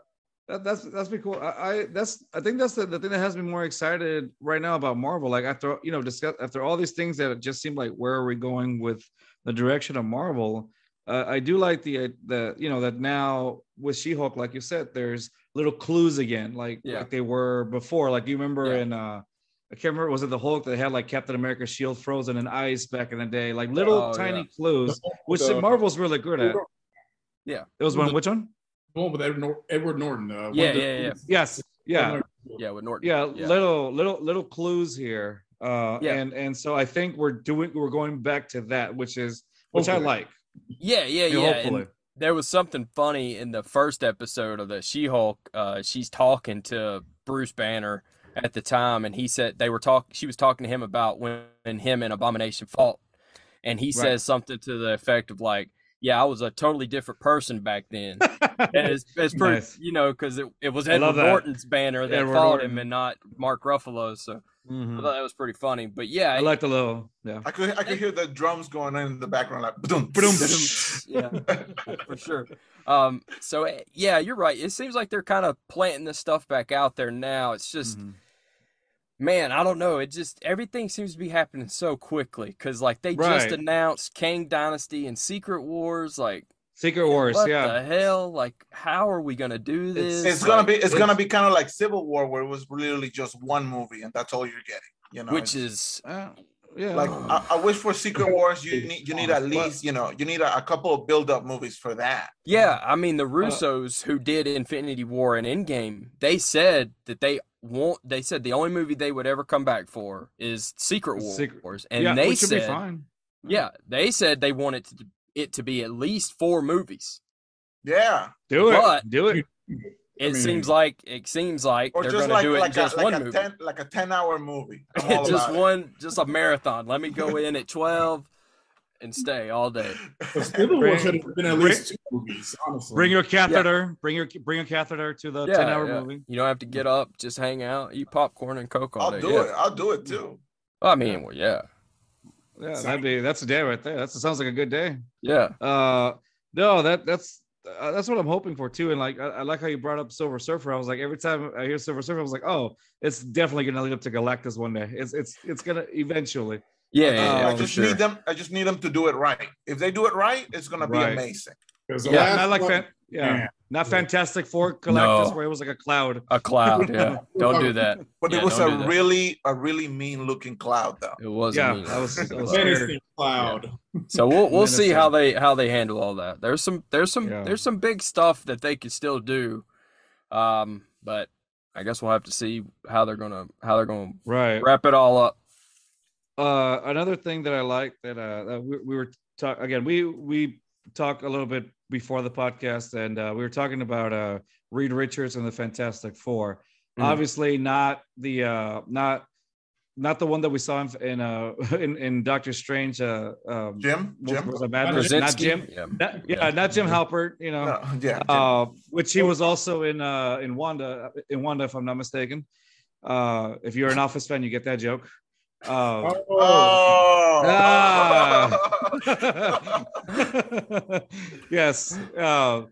[SPEAKER 1] that, that's that's pretty cool I, I that's i think that's the, the thing that has me more excited right now about marvel like after you know discuss after all these things that just seem like where are we going with the direction of marvel uh, i do like the the you know that now with she-hulk like you said there's little clues again like
[SPEAKER 4] Yeah.
[SPEAKER 1] like they were before like you remember
[SPEAKER 4] Yeah.
[SPEAKER 1] in uh I can't remember. Was it the Hulk that had like Captain America's shield frozen in ice back in the day? Like little
[SPEAKER 4] Oh,
[SPEAKER 1] tiny
[SPEAKER 4] yeah.
[SPEAKER 1] clues, which
[SPEAKER 3] the-
[SPEAKER 1] Marvel's really good at. It was one. Which one?
[SPEAKER 3] The one with Edward, Nor- Edward Norton. Uh, one
[SPEAKER 4] Yeah,
[SPEAKER 3] of the-
[SPEAKER 4] yeah, yeah.
[SPEAKER 1] Yes. Yeah.
[SPEAKER 4] Yeah, with Norton.
[SPEAKER 1] yeah,
[SPEAKER 4] Yeah.
[SPEAKER 1] little little little clues here uh
[SPEAKER 4] Yeah.
[SPEAKER 1] and and so i think we're doing we're going back to that which is which i
[SPEAKER 3] Hopefully.
[SPEAKER 1] like
[SPEAKER 4] Yeah,
[SPEAKER 1] Yeah,
[SPEAKER 4] yeah, yeah. and
[SPEAKER 1] hopefully
[SPEAKER 4] there was something funny in the first episode of the She-Hulk. Uh, she's talking to Bruce Banner at the time, and he said they were talk. She was talking to him about when, when him and Abomination fought, and he
[SPEAKER 1] Right.
[SPEAKER 4] says something to the effect of like, "Yeah, I was a totally different person back then." And it's, it's pretty,
[SPEAKER 1] Nice.
[SPEAKER 4] you know, because it, it was
[SPEAKER 1] I love
[SPEAKER 4] Edward
[SPEAKER 1] that.
[SPEAKER 4] Norton's banner that
[SPEAKER 1] Edward
[SPEAKER 4] followed
[SPEAKER 1] Norton.
[SPEAKER 4] him and not Mark Ruffalo's. So I
[SPEAKER 1] Mhm.
[SPEAKER 4] thought that was pretty funny. But yeah,
[SPEAKER 1] i
[SPEAKER 4] it-
[SPEAKER 1] like the little yeah
[SPEAKER 2] I could I could hear the drums going on in the background like boom
[SPEAKER 1] Ba-dum,
[SPEAKER 4] yeah, for sure. Um, so eh, yeah, you're right. It seems like they're kind of planting this stuff back out there now. It's just,
[SPEAKER 1] Mhm. Mm-hmm.
[SPEAKER 4] man, I don't know. It just everything seems to be happening so quickly because like they
[SPEAKER 1] Right.
[SPEAKER 4] just announced Kang Dynasty and Secret Wars. Like,
[SPEAKER 1] secret wars
[SPEAKER 4] what
[SPEAKER 1] yeah
[SPEAKER 4] the hell? Like, how are we gonna do
[SPEAKER 1] It's-
[SPEAKER 4] this?
[SPEAKER 2] It's gonna
[SPEAKER 4] Like,
[SPEAKER 2] be it's gonna be kind of like Civil War where it was literally just one movie and that's all you're getting. You know,
[SPEAKER 4] which
[SPEAKER 2] It's-
[SPEAKER 4] is
[SPEAKER 1] Uh, yeah
[SPEAKER 2] like
[SPEAKER 4] Oh.
[SPEAKER 2] I, I wish for Secret Wars you need you need at
[SPEAKER 1] But-
[SPEAKER 2] least you know you need a, a couple of build up movies for that.
[SPEAKER 1] Um,
[SPEAKER 4] Yeah, I mean
[SPEAKER 1] uh,
[SPEAKER 4] the Russos who did Infinity War and Endgame, they said that they want. They said the only movie they would ever come back for is Secret
[SPEAKER 1] Is
[SPEAKER 4] War-
[SPEAKER 1] Secret-
[SPEAKER 4] Wars, and
[SPEAKER 1] yeah,
[SPEAKER 4] they
[SPEAKER 1] which should
[SPEAKER 4] said,
[SPEAKER 1] be fine
[SPEAKER 4] yeah, they said they wanted to, it to be at least four movies.
[SPEAKER 2] Yeah,
[SPEAKER 1] do it
[SPEAKER 4] But-
[SPEAKER 1] do it
[SPEAKER 4] It
[SPEAKER 1] Hmm.
[SPEAKER 3] mean-
[SPEAKER 4] seems like it seems like
[SPEAKER 2] or
[SPEAKER 4] they're
[SPEAKER 2] just
[SPEAKER 4] going
[SPEAKER 2] like
[SPEAKER 4] to do it in
[SPEAKER 2] like a,
[SPEAKER 4] just
[SPEAKER 2] like
[SPEAKER 4] one
[SPEAKER 2] a
[SPEAKER 4] movie,
[SPEAKER 2] ten like a ten hour movie. I'm all
[SPEAKER 4] just
[SPEAKER 2] about it.
[SPEAKER 4] one, just a marathon. Let me go in at twelve and stay all day.
[SPEAKER 3] The Civil War
[SPEAKER 1] Bring-
[SPEAKER 3] should have been at
[SPEAKER 1] bring-
[SPEAKER 3] least two movies, honestly.
[SPEAKER 1] bring your catheter bring your bring your catheter to the
[SPEAKER 4] Yeah,
[SPEAKER 1] 10 hour
[SPEAKER 4] yeah.
[SPEAKER 1] movie
[SPEAKER 4] You don't have to get up, just hang out, eat popcorn and coke all
[SPEAKER 2] I'll
[SPEAKER 4] day.
[SPEAKER 2] do
[SPEAKER 4] yeah.
[SPEAKER 2] it. I'll do it too.
[SPEAKER 4] I mean, well, yeah,
[SPEAKER 1] yeah that'd be that's a day right there that sounds like a good day
[SPEAKER 4] yeah,
[SPEAKER 1] Uh, no, that that's uh, that's what I'm hoping for too. And like, I, I like how you brought up Silver Surfer. I was like, every time I hear Silver Surfer, I was like, oh, it's definitely gonna lead up to Galactus one day. It's it's it's gonna eventually.
[SPEAKER 4] yeah, yeah.
[SPEAKER 1] Uh,
[SPEAKER 4] yeah,
[SPEAKER 2] Um, I
[SPEAKER 4] for
[SPEAKER 2] just
[SPEAKER 4] sure.
[SPEAKER 2] need them. I just need them to do it right. If they do it right, it's gonna be
[SPEAKER 1] Right.
[SPEAKER 2] amazing.
[SPEAKER 3] 'Cause the
[SPEAKER 1] Yeah,
[SPEAKER 3] last
[SPEAKER 1] and I like
[SPEAKER 3] one-
[SPEAKER 1] fan. Yeah,
[SPEAKER 3] Man,
[SPEAKER 1] Not Fantastic Four Galactus, where it was like a cloud.
[SPEAKER 4] A cloud, yeah. Don't do that.
[SPEAKER 2] But
[SPEAKER 4] Yeah,
[SPEAKER 2] it was
[SPEAKER 4] don't
[SPEAKER 2] a
[SPEAKER 4] do that.
[SPEAKER 2] really a really mean looking cloud though.
[SPEAKER 4] It was. a
[SPEAKER 1] Yeah,
[SPEAKER 4] mean-
[SPEAKER 1] that was- that was
[SPEAKER 4] Cloud.
[SPEAKER 1] scary.
[SPEAKER 3] Menacing cloud.
[SPEAKER 4] so we'll we'll see
[SPEAKER 1] Menacing.
[SPEAKER 4] how they how they handle all that. There's some there's some
[SPEAKER 1] Yeah.
[SPEAKER 4] there's some big stuff that they can still do, um, but I guess we'll have to see how they're gonna how they're gonna
[SPEAKER 1] Right.
[SPEAKER 4] wrap it all up.
[SPEAKER 1] Uh, another thing that I like that uh, that we, we were talking again. We we talk a little bit before the podcast, and uh, we were talking about uh, Reed Richards and the Fantastic 4
[SPEAKER 4] Mhm.
[SPEAKER 1] Obviously, not the uh, not not the one that we saw in in uh, in, in Doctor Strange. Uh, um,
[SPEAKER 2] Jim? Jim?
[SPEAKER 1] Multiverse of Madness. not
[SPEAKER 4] Krasinski?
[SPEAKER 1] Jim.
[SPEAKER 4] Yeah.
[SPEAKER 1] Not, yeah, not Jim Halpert. You know,
[SPEAKER 2] No, yeah. Jim.
[SPEAKER 1] uh, which he was also in uh, in Wanda in Wanda, if I'm not mistaken. Uh, if you're an Office fan, you get that joke. Uh,
[SPEAKER 3] Oh.
[SPEAKER 2] Oh.
[SPEAKER 1] Ah. yes. Uh,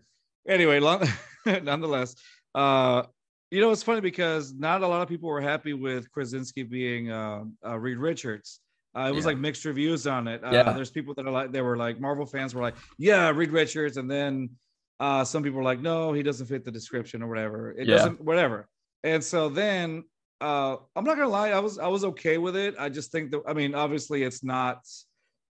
[SPEAKER 1] anyway, long, nonetheless, uh, you know it's funny because not a lot of people were happy with Krasinski being uh, uh, Reed Richards. Uh, it was
[SPEAKER 4] Yeah.
[SPEAKER 1] like mixed reviews on it. Uh,
[SPEAKER 4] Yeah.
[SPEAKER 1] There's people that are like, they were like Marvel fans were like, yeah, Reed Richards, and then uh, some people were like, no, he doesn't fit the description or whatever. It
[SPEAKER 4] Yeah.
[SPEAKER 1] doesn't, whatever. And so then uh, I'm not gonna lie, I was I was okay with it. I just think that I mean, obviously, it's not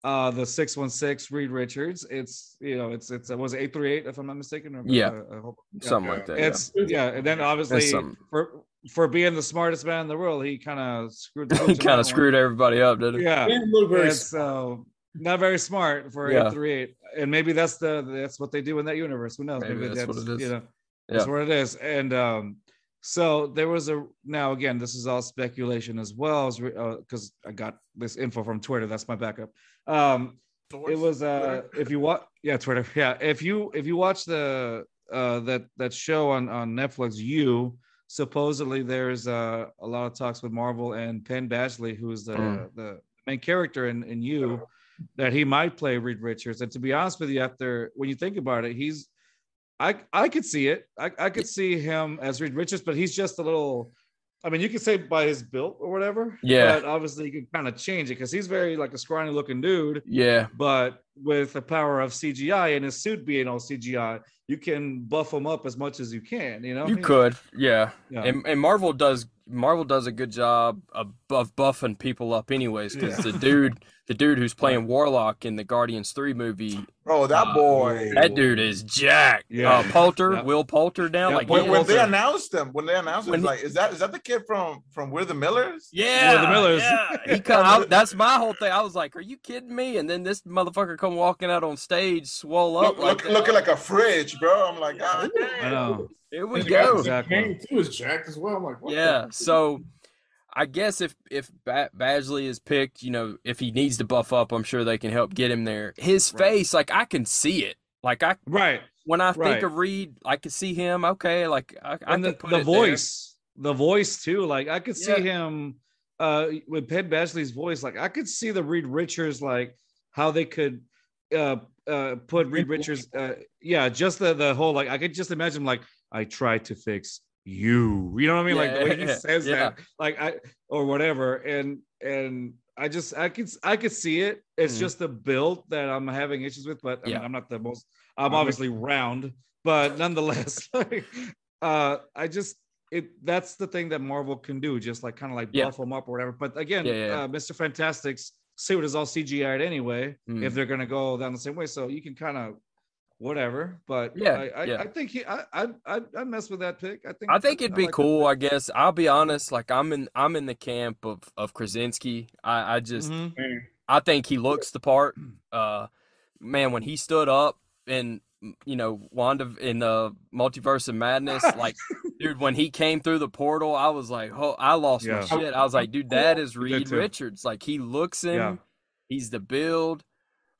[SPEAKER 1] uh the 616 Reed Richards. It's you know, it's it's it was 838 if I'm not mistaken. or-
[SPEAKER 4] Yeah.
[SPEAKER 1] uh, I hope, yeah.
[SPEAKER 4] something like that. yeah.
[SPEAKER 1] It's yeah, and then obviously
[SPEAKER 4] That's something.
[SPEAKER 1] for for being the smartest man in the world, he kind of screwed. the
[SPEAKER 4] he
[SPEAKER 1] pooch on that
[SPEAKER 4] kind
[SPEAKER 1] one.
[SPEAKER 4] of screwed everybody up, didn't he?
[SPEAKER 1] Yeah,
[SPEAKER 3] They look very
[SPEAKER 1] and so not very smart for
[SPEAKER 4] Yeah.
[SPEAKER 1] eight three eight, and maybe that's the that's what they do in that universe. Who knows?
[SPEAKER 4] Maybe that's what it is.
[SPEAKER 1] You know, that's
[SPEAKER 4] Yeah.
[SPEAKER 1] what it is. And um, so there was a now again, this is all speculation as well, because I got this info from Twitter. That's my backup. Um, it was uh if you watch yeah twitter yeah if you if you watch the uh that that show on on netflix you supposedly there's uh a lot of talks with marvel and penn badgley who's the
[SPEAKER 4] Mm.
[SPEAKER 1] the main character in in you that he might play reed richards and to be honest with you after when you think about it he's i i could see it i, I could see him as reed richards but he's just a little I mean, you could say by his build or whatever.
[SPEAKER 4] Yeah.
[SPEAKER 1] But obviously, you can kind of change it because he's very like a scrawny looking dude
[SPEAKER 4] Yeah.
[SPEAKER 1] but with the power of CGI and his suit being all CGI, you can buff him up as much as you can. You know,
[SPEAKER 4] You could, yeah.
[SPEAKER 1] Yeah.
[SPEAKER 4] And, and Marvel does Marvel does a good job of, of buffing people up, anyways. Because the dude, the dude who's playing Warlock in the Guardians Three movie,
[SPEAKER 2] oh, that boy.
[SPEAKER 4] that dude is Jack.
[SPEAKER 1] Yeah.
[SPEAKER 4] Uh, Poulter,
[SPEAKER 1] Yeah.
[SPEAKER 4] Will Poulter now,
[SPEAKER 1] Yeah,
[SPEAKER 4] like
[SPEAKER 1] Will
[SPEAKER 2] when, when they
[SPEAKER 1] Walter.
[SPEAKER 2] announced him, when they announced him,
[SPEAKER 4] When he-
[SPEAKER 2] like, is that is that the kid from from We're the Millers?
[SPEAKER 4] yeah,
[SPEAKER 1] Will the Millers.
[SPEAKER 4] yeah. He come out. That's my whole thing. I was like, "Are you kidding me?" And then this motherfucker come walking out on stage, swole up,
[SPEAKER 2] Look,
[SPEAKER 4] like
[SPEAKER 2] look,
[SPEAKER 4] that.
[SPEAKER 2] looking like a fridge, bro. I'm like,
[SPEAKER 4] Yeah.
[SPEAKER 2] ah,
[SPEAKER 1] I know.
[SPEAKER 4] Here we
[SPEAKER 3] And the guy
[SPEAKER 4] go.
[SPEAKER 3] who's in
[SPEAKER 1] Exactly.
[SPEAKER 3] Kang, too is jacked as well. I'm like, what the-
[SPEAKER 4] Yeah. So I guess if if ba- Badgley is picked, you know, if he needs to buff up, I'm sure they can help get him there. His
[SPEAKER 1] Right.
[SPEAKER 4] face, like I can see it. Like I
[SPEAKER 1] right?
[SPEAKER 4] when I
[SPEAKER 1] Right.
[SPEAKER 4] think of Reed, I can see him. Okay, like I, I
[SPEAKER 1] And
[SPEAKER 4] can
[SPEAKER 1] the,
[SPEAKER 4] put
[SPEAKER 1] the
[SPEAKER 4] it there.
[SPEAKER 1] voice, the voice too. Like I could see
[SPEAKER 4] Yeah.
[SPEAKER 1] him uh, with Penn Badgley's voice. Like I could see the Reed Richards, like how they could uh, uh, put Reed Richards. Uh, yeah, just the the whole like I could just imagine like I try to fix you. You know what I mean? Like the way he
[SPEAKER 4] Yeah.
[SPEAKER 1] says
[SPEAKER 4] Yeah.
[SPEAKER 1] that, like I or whatever. And and I just I could I could see it. It's
[SPEAKER 4] Mhm.
[SPEAKER 1] just the build that I'm having issues with. But I
[SPEAKER 4] Yeah. Mm-hmm.
[SPEAKER 1] mean, I'm not the most. I'm
[SPEAKER 3] Mhm.
[SPEAKER 1] obviously round, but nonetheless, like, uh, I just it that's the thing that Marvel can do, just like kind of like
[SPEAKER 4] Yeah.
[SPEAKER 1] buff them up or whatever. But again,
[SPEAKER 4] Yeah, yeah, yeah.
[SPEAKER 1] Uh, Mr. Fantastic's suit is all CGI'd anyway,
[SPEAKER 4] Mm.
[SPEAKER 1] if they're gonna go down the same way. So you can kind of whatever. But
[SPEAKER 4] Yeah,
[SPEAKER 1] I, I,
[SPEAKER 4] yeah.
[SPEAKER 1] I think he I I I I'd mess with that pick. I think
[SPEAKER 4] I think it'd be
[SPEAKER 1] like that
[SPEAKER 4] cool. I guess I'll be honest. Like I'm in, I'm in the camp of of Krasinski. I, I
[SPEAKER 1] pick.
[SPEAKER 4] just,
[SPEAKER 1] Mhm.
[SPEAKER 3] Man,
[SPEAKER 4] I think he looks the part.
[SPEAKER 1] Mm.
[SPEAKER 4] Uh, man, when he stood up and you know Wanda in the Multiverse of Madness, like dude, when he came through the portal, I was like, oh, I lost my
[SPEAKER 1] Yeah.
[SPEAKER 4] shit. I was like, dude, that is Reed
[SPEAKER 1] too.
[SPEAKER 4] Richards. Like he looks him.
[SPEAKER 1] Yeah.
[SPEAKER 4] He's the build.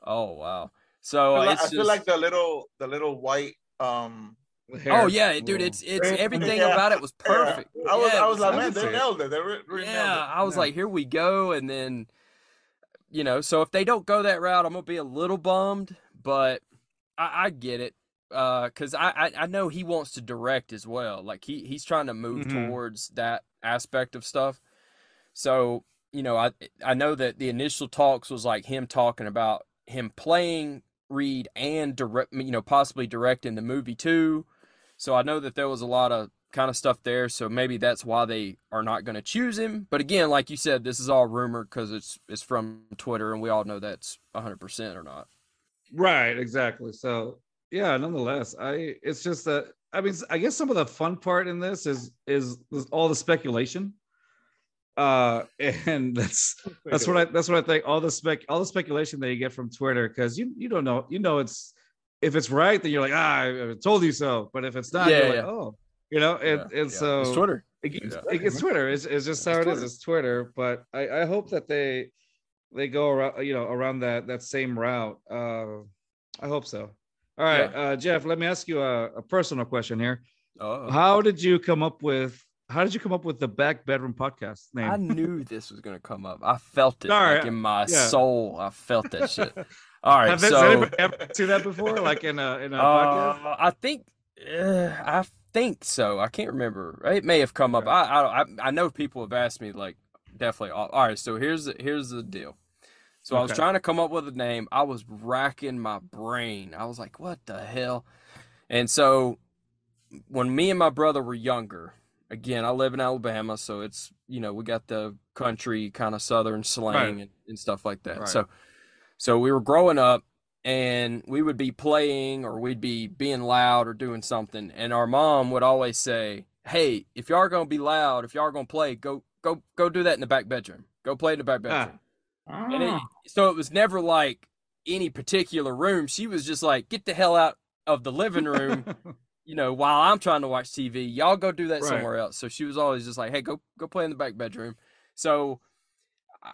[SPEAKER 4] Oh wow. So
[SPEAKER 2] I feel
[SPEAKER 4] uh,
[SPEAKER 2] like-
[SPEAKER 4] it's
[SPEAKER 2] I feel
[SPEAKER 4] just.
[SPEAKER 2] like the little the little white um
[SPEAKER 4] Oh
[SPEAKER 1] Hair.
[SPEAKER 4] yeah, dude!
[SPEAKER 1] Ooh.
[SPEAKER 4] It's it's
[SPEAKER 3] Right?
[SPEAKER 4] everything
[SPEAKER 2] Yeah.
[SPEAKER 4] about it was
[SPEAKER 2] Yeah.
[SPEAKER 4] perfect.
[SPEAKER 2] I was
[SPEAKER 4] Yeah,
[SPEAKER 2] I was
[SPEAKER 4] it's-
[SPEAKER 2] like,
[SPEAKER 1] I could
[SPEAKER 2] man,
[SPEAKER 1] see
[SPEAKER 2] they
[SPEAKER 1] it.
[SPEAKER 2] nailed it. They re- really
[SPEAKER 4] yeah, I was
[SPEAKER 1] Yeah.
[SPEAKER 4] like, here we go, and then, you know, so if they don't go that route, I'm gonna be a little bummed, but I, I get it, Uh 'cause because I, I I know he wants to direct as well, like he he's trying to move
[SPEAKER 1] Mhm.
[SPEAKER 4] towards that aspect of stuff. So you know, I I know that the initial talks was like him talking about him playing Reed and direct, you know, possibly directing the movie too. So I know that there was a lot of kind of stuff there. So maybe that's why they are not going to choose him. But again, like you said, this is all rumor because it's it's from Twitter, and we all know that's 100 percent or not.
[SPEAKER 1] Right, exactly. So yeah, nonetheless, I it's just that I mean I guess some of the fun part in this is is, is all the speculation. Uh and that's that's what I that's what I think. All the spec all the speculation that you get from Twitter, because you you don't know, you know it's if it's right, then you're like, ah, I told you so. But if it's not,
[SPEAKER 4] Yeah,
[SPEAKER 1] you're
[SPEAKER 4] yeah.
[SPEAKER 1] like, oh, you know, and,
[SPEAKER 4] Yeah,
[SPEAKER 1] and
[SPEAKER 4] yeah.
[SPEAKER 1] so
[SPEAKER 4] It's Twitter.
[SPEAKER 1] it gets,
[SPEAKER 4] Yeah.
[SPEAKER 1] it gets Twitter. It's, it's just how
[SPEAKER 4] It's
[SPEAKER 1] it is.
[SPEAKER 4] Twitter.
[SPEAKER 1] It's Twitter. But I, I hope that they they go around you know around that that same route. Uh, I hope so. All right, uh, Jeff. Let me ask you a, a personal question here.
[SPEAKER 4] Oh,
[SPEAKER 1] How did you come up with How did you come up with the Back Bedroom Podcast
[SPEAKER 4] I
[SPEAKER 1] name?
[SPEAKER 4] knew this was going to come up. I felt it
[SPEAKER 1] Sorry,
[SPEAKER 4] like in my
[SPEAKER 1] yeah.
[SPEAKER 4] soul. I felt that shit. All right,
[SPEAKER 1] Have
[SPEAKER 4] so.
[SPEAKER 1] has anybody ever seen that before? Like in a in a podcast?
[SPEAKER 4] Uh, I think uh, I think so. I can't remember. It may have come up.
[SPEAKER 1] Okay.
[SPEAKER 4] I, I I- I know people have asked me like definitely. All, all right, so here's the- here's the deal. So I was
[SPEAKER 1] Okay.
[SPEAKER 4] trying to come up with a name. I was racking my brain. I was like, what the hell? And so when me and my brother were younger, again, I live in Alabama, so it's you know we got the country kind of southern slang and, and stuff like that.
[SPEAKER 1] Right.
[SPEAKER 4] So so we were growing up and we would be playing or we'd be being loud or doing something and our mom would always say hey if y'all are gonna be loud if y'all are gonna play go go go do that in the back bedroom go play in the back
[SPEAKER 1] Ah.
[SPEAKER 4] bedroom and it,
[SPEAKER 3] Ah,
[SPEAKER 4] so it was never like any particular room she was just like get the hell out of the living room you know while i'm trying to watch tv y'all go do that
[SPEAKER 1] Right.
[SPEAKER 4] somewhere else so she was always just like hey go go play in the back bedroom so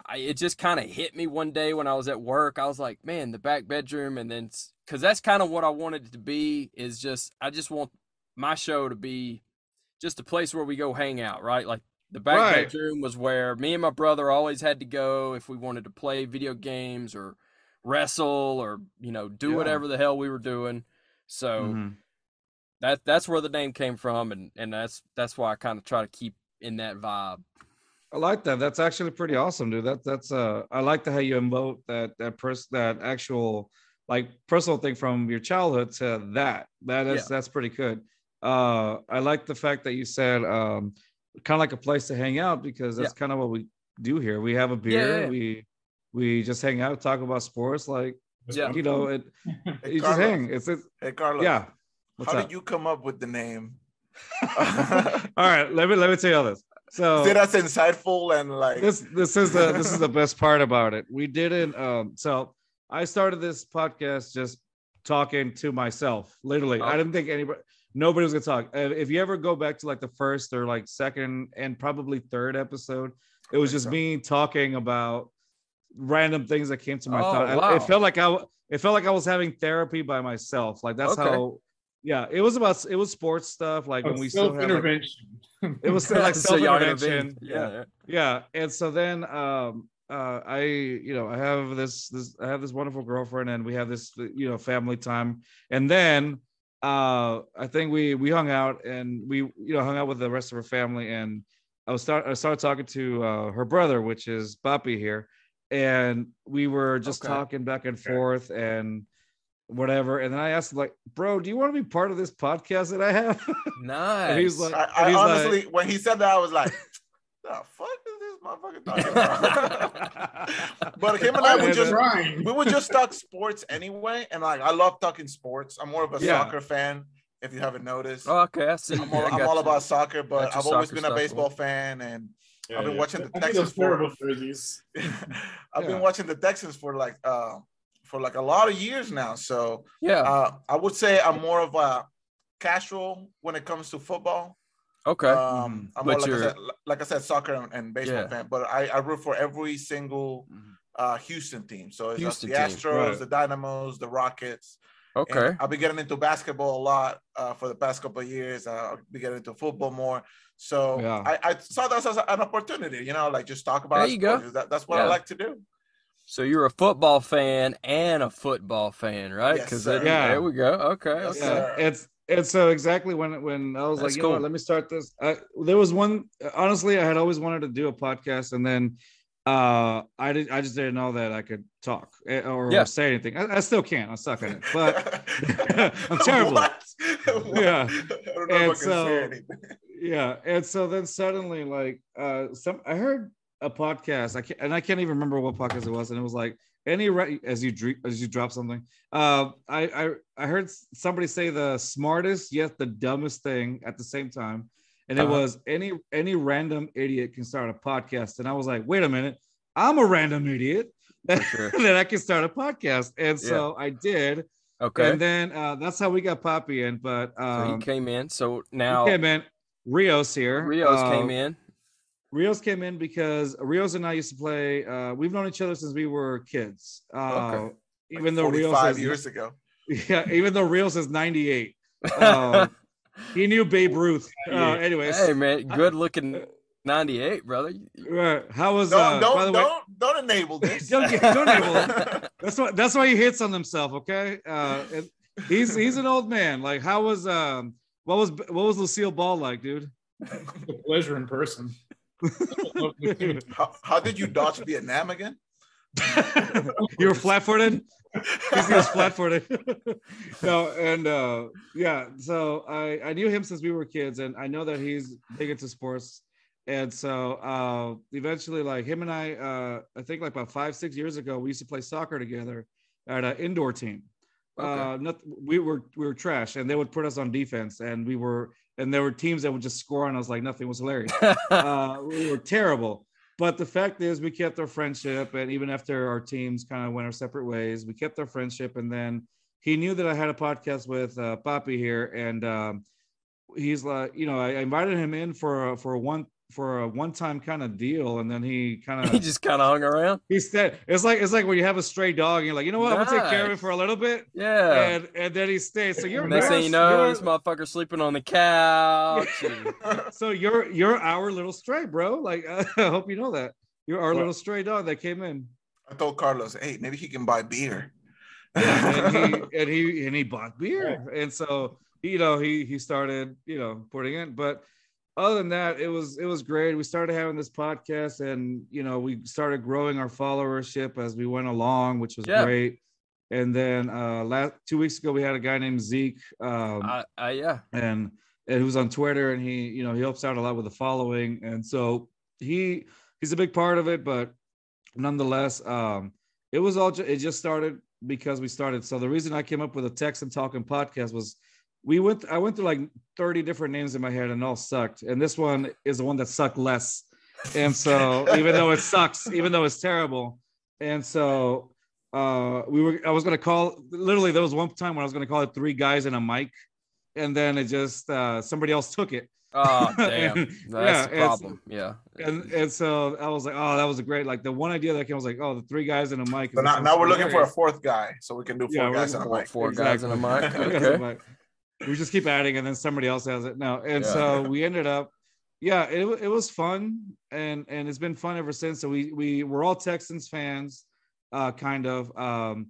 [SPEAKER 4] I, it just kind of hit me one day when I was at work. I was like, man, the back bedroom. And then, because that's kind of what I wanted it to be is just, I just want my show to be just a place where we go hang out, right? Like the back
[SPEAKER 1] Right.
[SPEAKER 4] bedroom was where me and my brother always had to go if we wanted to play video games or wrestle or, you know, do
[SPEAKER 1] Yeah.
[SPEAKER 4] whatever the hell we were doing. So,
[SPEAKER 1] Mhm.
[SPEAKER 4] that that's where the name came from and and that's that's why I kind of try to keep in that vibe.
[SPEAKER 1] I like that. That's actually pretty awesome, dude. That that's uh I like the how you emote that that person that actual like personal thing from your childhood to that. That is
[SPEAKER 4] Yeah.
[SPEAKER 1] that's pretty good. Uh I like the fact that you said um kind of like a place to hang out because that's kind of what we do here. We have a beer,
[SPEAKER 4] yeah.
[SPEAKER 1] we we just hang out, talk about sports, like
[SPEAKER 3] that's
[SPEAKER 4] yeah,
[SPEAKER 3] fun.
[SPEAKER 1] you know, it
[SPEAKER 2] Hey,
[SPEAKER 1] you just
[SPEAKER 2] Carlos.
[SPEAKER 1] hang. It's it's
[SPEAKER 2] Hey, Carlos.
[SPEAKER 1] yeah. What's
[SPEAKER 2] how
[SPEAKER 1] up?
[SPEAKER 2] did you come up with the name?
[SPEAKER 1] All right, let me let me tell you all this. So
[SPEAKER 2] See, that's insightful and like
[SPEAKER 1] this this is the this is the best part about it. We didn't um so I started this podcast just talking to myself. Literally, I
[SPEAKER 4] Oh.
[SPEAKER 1] didn't think anybody nobody was gonna talk. Uh, If you ever go back to like the first or like second and probably third episode, it was
[SPEAKER 2] think
[SPEAKER 1] just
[SPEAKER 2] so.
[SPEAKER 1] me talking about random things that came to my
[SPEAKER 4] Oh,
[SPEAKER 1] thought. I-
[SPEAKER 4] wow.
[SPEAKER 1] It felt like I w- it felt like I was having therapy by myself. Like that's
[SPEAKER 4] Okay.
[SPEAKER 1] how yeah, it was about it was sports stuff. Like when we still had like,
[SPEAKER 3] self-intervention.
[SPEAKER 1] it was still like
[SPEAKER 4] So
[SPEAKER 1] self
[SPEAKER 4] y'all
[SPEAKER 1] intervention.
[SPEAKER 4] intervened.
[SPEAKER 1] Yeah, yeah and so then um uh i you know i have this this i have this wonderful girlfriend and we have this you know family time and then uh i think we we hung out and we you know hung out with the rest of her family and i was start i started talking to uh her brother which is Papi here and we were just
[SPEAKER 4] Okay.
[SPEAKER 1] talking back and
[SPEAKER 3] Okay.
[SPEAKER 1] forth and whatever and then i asked him like bro do you want to be part of this podcast that i have
[SPEAKER 4] Nice.
[SPEAKER 1] And he's like-
[SPEAKER 2] I, I
[SPEAKER 1] he's like-
[SPEAKER 2] honestly, when he said that, I was like, "The fuck is this motherfucker talking about?" but him and I
[SPEAKER 3] I
[SPEAKER 2] were
[SPEAKER 1] And,
[SPEAKER 3] was
[SPEAKER 2] just
[SPEAKER 3] trying.
[SPEAKER 2] we would just talk sports anyway, and like I love talking sports. I'm more of a
[SPEAKER 1] Yeah.
[SPEAKER 2] soccer fan, if you haven't noticed.
[SPEAKER 4] Oh, okay, I see.
[SPEAKER 2] I'm all,
[SPEAKER 4] Yeah, I
[SPEAKER 2] I'm
[SPEAKER 4] got
[SPEAKER 2] all
[SPEAKER 4] you.
[SPEAKER 2] about soccer, but
[SPEAKER 4] Got your
[SPEAKER 2] I've always
[SPEAKER 4] soccer
[SPEAKER 2] been a
[SPEAKER 4] stuff,
[SPEAKER 2] baseball
[SPEAKER 4] boy.
[SPEAKER 2] fan, and
[SPEAKER 3] Yeah,
[SPEAKER 2] I've been
[SPEAKER 3] yeah.
[SPEAKER 2] watching the
[SPEAKER 3] I think
[SPEAKER 2] Texans
[SPEAKER 3] those
[SPEAKER 2] for-
[SPEAKER 3] terrible jerseys.
[SPEAKER 2] I've
[SPEAKER 1] Yeah.
[SPEAKER 2] been watching the Texans for like uh for like a lot of years now. So
[SPEAKER 4] Yeah.
[SPEAKER 2] uh, I would say I'm more of a casual when it comes to football.
[SPEAKER 4] Okay. Mm-hmm.
[SPEAKER 2] Um, I'm more,
[SPEAKER 4] But
[SPEAKER 2] like, I
[SPEAKER 4] you're-
[SPEAKER 2] said, like I said, soccer and, and baseball
[SPEAKER 4] Yeah. Mm-hmm.
[SPEAKER 2] fan, but I, I root for every single
[SPEAKER 1] Mhm.
[SPEAKER 2] uh, Houston team. So it's
[SPEAKER 4] Houston
[SPEAKER 2] the
[SPEAKER 4] team,
[SPEAKER 2] Astros,
[SPEAKER 1] right.
[SPEAKER 2] the Dynamos, the Rockets. And
[SPEAKER 4] okay.
[SPEAKER 2] I've been getting into basketball a lot uh, for the past couple of years. Uh, I'll be getting into football more. So
[SPEAKER 1] Yeah.
[SPEAKER 2] I, I saw that as an opportunity, you know, like just talk about
[SPEAKER 4] There you go.
[SPEAKER 2] sports. That, that's what I
[SPEAKER 4] Yeah.
[SPEAKER 2] like to do.
[SPEAKER 4] So you're a football fan and a football fan, right?
[SPEAKER 2] Yes,
[SPEAKER 4] Because
[SPEAKER 2] sir.
[SPEAKER 1] Yeah.
[SPEAKER 4] there we go. Okay.
[SPEAKER 2] Yes,
[SPEAKER 4] okay.
[SPEAKER 1] yeah, it's and so exactly when when I was
[SPEAKER 4] That's
[SPEAKER 1] like, you know, what,
[SPEAKER 4] cool.
[SPEAKER 1] let me start this. I, there was one honestly, I had always wanted to do a podcast, and then uh, I did I just didn't know that I could talk eh, or
[SPEAKER 4] Yeah.
[SPEAKER 1] say anything. I, I still can't. I suck at it, but I'm terrible.
[SPEAKER 2] What?
[SPEAKER 1] Yeah.
[SPEAKER 2] don't know if I
[SPEAKER 1] And
[SPEAKER 2] can
[SPEAKER 1] so-
[SPEAKER 2] say anything.
[SPEAKER 1] yeah and so then suddenly like uh some i heard a podcast i can't and i can't even remember what podcast it was and it was like any right as you dre- as you drop something uh I, I i heard s- somebody say the smartest yet the dumbest thing at the same time and it
[SPEAKER 4] Uh-huh.
[SPEAKER 1] was any any random idiot can start a podcast and i was like wait a minute i'm a random idiot
[SPEAKER 4] For sure.
[SPEAKER 1] that i can start a podcast and so i did
[SPEAKER 4] Okay.
[SPEAKER 1] and then uh that's how we got poppy in but
[SPEAKER 4] so
[SPEAKER 1] um
[SPEAKER 4] he came in. So now
[SPEAKER 1] Okay, man. Rios here.
[SPEAKER 4] Rios
[SPEAKER 1] Uh,
[SPEAKER 4] came in.
[SPEAKER 1] Rios came in because Rios and I used to play. Uh, we've known each other since we were kids. Uh,
[SPEAKER 4] Okay.
[SPEAKER 2] Like
[SPEAKER 1] Even though Rios
[SPEAKER 2] 45
[SPEAKER 1] is,
[SPEAKER 2] years ago.
[SPEAKER 1] yeah, even though Rios is ninety eight, um, he knew Babe Ruth. Uh,
[SPEAKER 3] 98.
[SPEAKER 1] anyways,
[SPEAKER 4] hey man, good looking
[SPEAKER 1] Uh,
[SPEAKER 4] 98, brother.
[SPEAKER 1] uh, how was?
[SPEAKER 2] Don't
[SPEAKER 1] uh, by the
[SPEAKER 2] don't don't, don't enable this.
[SPEAKER 1] Don't get- don't enable it. That's why. That's why he hits on himself. Okay. Uh, and he's he's an old man. Like, how was um, what was what was Lucille Ball like, dude?
[SPEAKER 3] It's a pleasure in person. Lovely dude.
[SPEAKER 2] how, how did you dodge Vietnam again?
[SPEAKER 1] you were flat footed. he was flat footed. no, and uh, yeah, so I, I knew him since we were kids, and I know that he's big into sports. And so uh, eventually, like him and I, uh, I think like about five, six years ago, we used to play soccer together at an indoor team.
[SPEAKER 4] Okay.
[SPEAKER 1] Uh, not, we were we were trash, and they would put us on defense, and we were, and there were teams that would just score on us like nothing was hilarious uh, we were terrible. But the fact is, we kept our friendship, and even after our teams kind of went our separate ways, we kept our friendship. And then he knew that I had a podcast with uh, Poppy here, and um, he's like, you know, I, I invited him in for a, for a one for a one time kind of deal, and then he kind
[SPEAKER 4] he
[SPEAKER 1] of
[SPEAKER 4] just kind of hung around.
[SPEAKER 1] he said it's like it's like when you have a stray dog, and you're like, you know what, I'm gonna take care of it
[SPEAKER 4] Nice.
[SPEAKER 1] for a little bit,
[SPEAKER 4] Yeah.
[SPEAKER 1] and and then he stays. So you're
[SPEAKER 4] Next
[SPEAKER 1] you're-
[SPEAKER 4] thing you know,
[SPEAKER 1] you're-
[SPEAKER 4] this motherfucker sleeping on the couch. and-
[SPEAKER 1] so you're you're our little stray, bro. Like I hope you know that you're our
[SPEAKER 3] Well-
[SPEAKER 1] little stray dog that came in,
[SPEAKER 2] I told Carlos, hey, maybe he can buy beer.
[SPEAKER 1] and he and he and he bought beer, and so you know he he started you know putting in. But other than that, it was it was great. We started having this podcast, and you know we started growing our followership as we went along, which was
[SPEAKER 4] Yeah.
[SPEAKER 1] great. And then uh last two weeks ago, we had a guy named Zeke. Um,
[SPEAKER 4] I, I, yeah.
[SPEAKER 1] and and who's on Twitter, and he you know he helps out a lot with the following, and so he he's a big part of it. But nonetheless, um, it was all ju- it just started because we started. So the reason I came up with a text and talking podcast was we went I went through like thirty different names in my head, and all sucked, and this one is the one that sucked less. And so even though it sucks, even though it's terrible, and so uh we were i was gonna call literally there was one time when i was gonna call it three guys and a mic and then it just uh somebody else took it
[SPEAKER 4] Oh damn.
[SPEAKER 1] And- yeah,
[SPEAKER 4] That's the
[SPEAKER 1] it's-
[SPEAKER 4] problem. Yeah.
[SPEAKER 1] and and so i was like oh that was a great like the one idea that came was like oh the three guys and a mic
[SPEAKER 2] So now, now we're looking for a fourth guy, so we can do four
[SPEAKER 1] Yeah, we're
[SPEAKER 2] guys
[SPEAKER 1] looking
[SPEAKER 2] on a
[SPEAKER 4] Four,
[SPEAKER 2] mic.
[SPEAKER 4] four guys in a mic.
[SPEAKER 1] Three guys and
[SPEAKER 4] Okay.
[SPEAKER 1] a mic. we just keep adding and then somebody else has it now and
[SPEAKER 4] Yeah.
[SPEAKER 1] so we ended up yeah it, wa- it was fun and and it's been fun ever since so we we we're all texans fans uh kind of um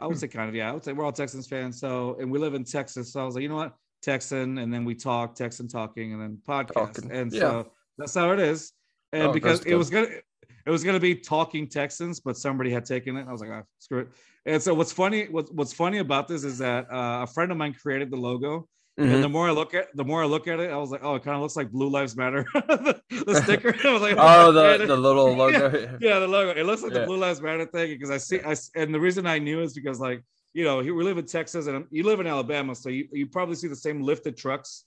[SPEAKER 1] I would say kind of, yeah. I would say we're all Texans fans. So, and we live in Texas. So I was like, you know what? Texan. And then we talk, Texan talking, and then podcast.
[SPEAKER 4] Talking,
[SPEAKER 1] And
[SPEAKER 4] yeah.
[SPEAKER 1] so that's how it is. And
[SPEAKER 4] Oh,
[SPEAKER 1] because
[SPEAKER 4] that's
[SPEAKER 1] it
[SPEAKER 4] good.
[SPEAKER 1] was going to, it was going to be talking Texans, but somebody had taken it. I was like, ah, screw it. And so what's funny, what's, what's funny about this is that uh, a friend of mine created the logo. And
[SPEAKER 4] Mhm.
[SPEAKER 1] the more I look at, the more I look at it, I was like, oh, it kind of looks like Blue Lives Matter, the, the sticker. I was like,
[SPEAKER 4] Oh,
[SPEAKER 1] man,
[SPEAKER 4] the, the little logo. Oh,
[SPEAKER 1] yeah, the logo. It looks like the
[SPEAKER 4] Yeah.
[SPEAKER 1] Blue Lives Matter thing because I see. I s- and the reason I knew is because like you know he- we live in Texas and you live in Alabama, so you, you probably see the same lifted trucks.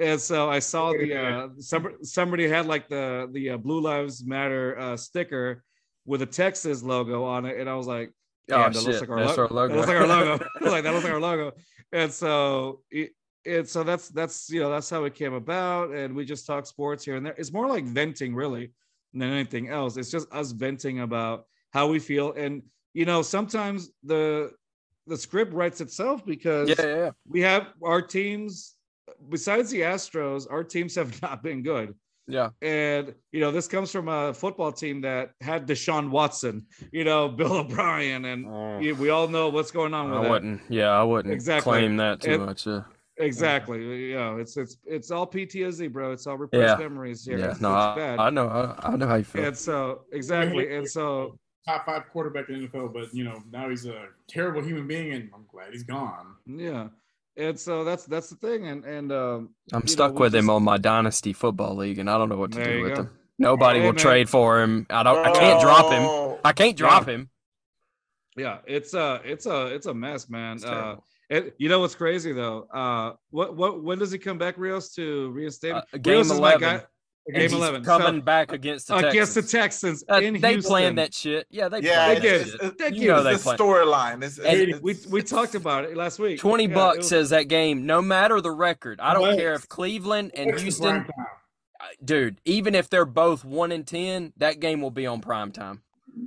[SPEAKER 1] And so I saw the uh, somebody somebody had like the the uh, Blue Lives Matter uh, sticker with a Texas logo on it, and I was like,
[SPEAKER 4] Oh
[SPEAKER 1] Damn, that looks
[SPEAKER 4] shit.
[SPEAKER 1] like our
[SPEAKER 4] That's
[SPEAKER 1] lo-
[SPEAKER 4] our logo.
[SPEAKER 1] that looks like our logo. I was like that looks like our logo. And so it, and so that's that's you know that's how it came about. And we just talk sports here and there. It's more like venting really than anything else. It's just us venting about how we feel. And you know, sometimes the the script writes itself because
[SPEAKER 4] yeah, yeah.
[SPEAKER 1] we have our teams besides the Astros, our teams have not been good.
[SPEAKER 4] Yeah.
[SPEAKER 1] And you know, this comes from a football team that had Deshaun Watson, you know, Bill O'Brien, and yeah, we all know what's going on with
[SPEAKER 4] Oh. I
[SPEAKER 1] that.
[SPEAKER 4] wouldn't. Yeah, I wouldn't
[SPEAKER 1] Exactly.
[SPEAKER 4] claim that too
[SPEAKER 1] It-
[SPEAKER 4] much. uh, Yeah.
[SPEAKER 1] Exactly. You know, it's it's it's all PTSD, bro. It's all repressed memories here.
[SPEAKER 4] yeah.
[SPEAKER 1] It's,
[SPEAKER 4] no,
[SPEAKER 1] it's
[SPEAKER 4] I,
[SPEAKER 1] bad.
[SPEAKER 4] I know. I, I know how you feel.
[SPEAKER 1] and so exactly, and so
[SPEAKER 3] Top five quarterback in the NFL, but you know now he's a terrible human being, and I'm glad he's gone.
[SPEAKER 1] yeah. and so that's that's the thing and and um
[SPEAKER 4] I'm
[SPEAKER 1] you
[SPEAKER 4] stuck
[SPEAKER 1] know, we
[SPEAKER 4] with him
[SPEAKER 1] just-
[SPEAKER 4] on my dynasty football league, and I don't know what to
[SPEAKER 1] There
[SPEAKER 4] do
[SPEAKER 1] you
[SPEAKER 4] with
[SPEAKER 1] go.
[SPEAKER 4] him. Nobody
[SPEAKER 1] Hey,
[SPEAKER 4] will
[SPEAKER 1] man.
[SPEAKER 4] trade for him. I don't. I can't drop him.
[SPEAKER 2] Bro.
[SPEAKER 4] I can't drop him.
[SPEAKER 1] yeah it's a it's a it's a mess man
[SPEAKER 4] It's
[SPEAKER 1] uh
[SPEAKER 4] terrible.
[SPEAKER 1] it, you know what's crazy though uh what what when does he come back rios to reinstate him?
[SPEAKER 4] Uh, game
[SPEAKER 1] Rios is my
[SPEAKER 4] eleven.
[SPEAKER 1] guy-
[SPEAKER 4] and
[SPEAKER 1] game
[SPEAKER 4] he's
[SPEAKER 1] 11 so- uh,
[SPEAKER 4] coming back against the
[SPEAKER 1] against the
[SPEAKER 4] Texans.
[SPEAKER 1] texans
[SPEAKER 4] Uh,
[SPEAKER 1] in
[SPEAKER 4] they
[SPEAKER 1] Houston.
[SPEAKER 4] planned that shit. Yeah, they
[SPEAKER 2] yeah,
[SPEAKER 4] planned
[SPEAKER 1] they
[SPEAKER 4] that
[SPEAKER 1] did.
[SPEAKER 4] shit.
[SPEAKER 2] It's,
[SPEAKER 1] Thank
[SPEAKER 2] it's,
[SPEAKER 1] you know
[SPEAKER 2] it's
[SPEAKER 4] they
[SPEAKER 2] the
[SPEAKER 4] play-
[SPEAKER 2] storyline. It's,
[SPEAKER 4] Hey,
[SPEAKER 2] it's,
[SPEAKER 1] we we talked about it last week
[SPEAKER 4] 20
[SPEAKER 1] Yeah,
[SPEAKER 4] bucks
[SPEAKER 1] it was-
[SPEAKER 4] says that game, no matter the record. I don't
[SPEAKER 3] Right.
[SPEAKER 4] care if Cleveland and
[SPEAKER 3] Texas
[SPEAKER 4] Houston,
[SPEAKER 3] prime time.
[SPEAKER 4] dude, even if they're both 1 and 10, that game will be on prime time.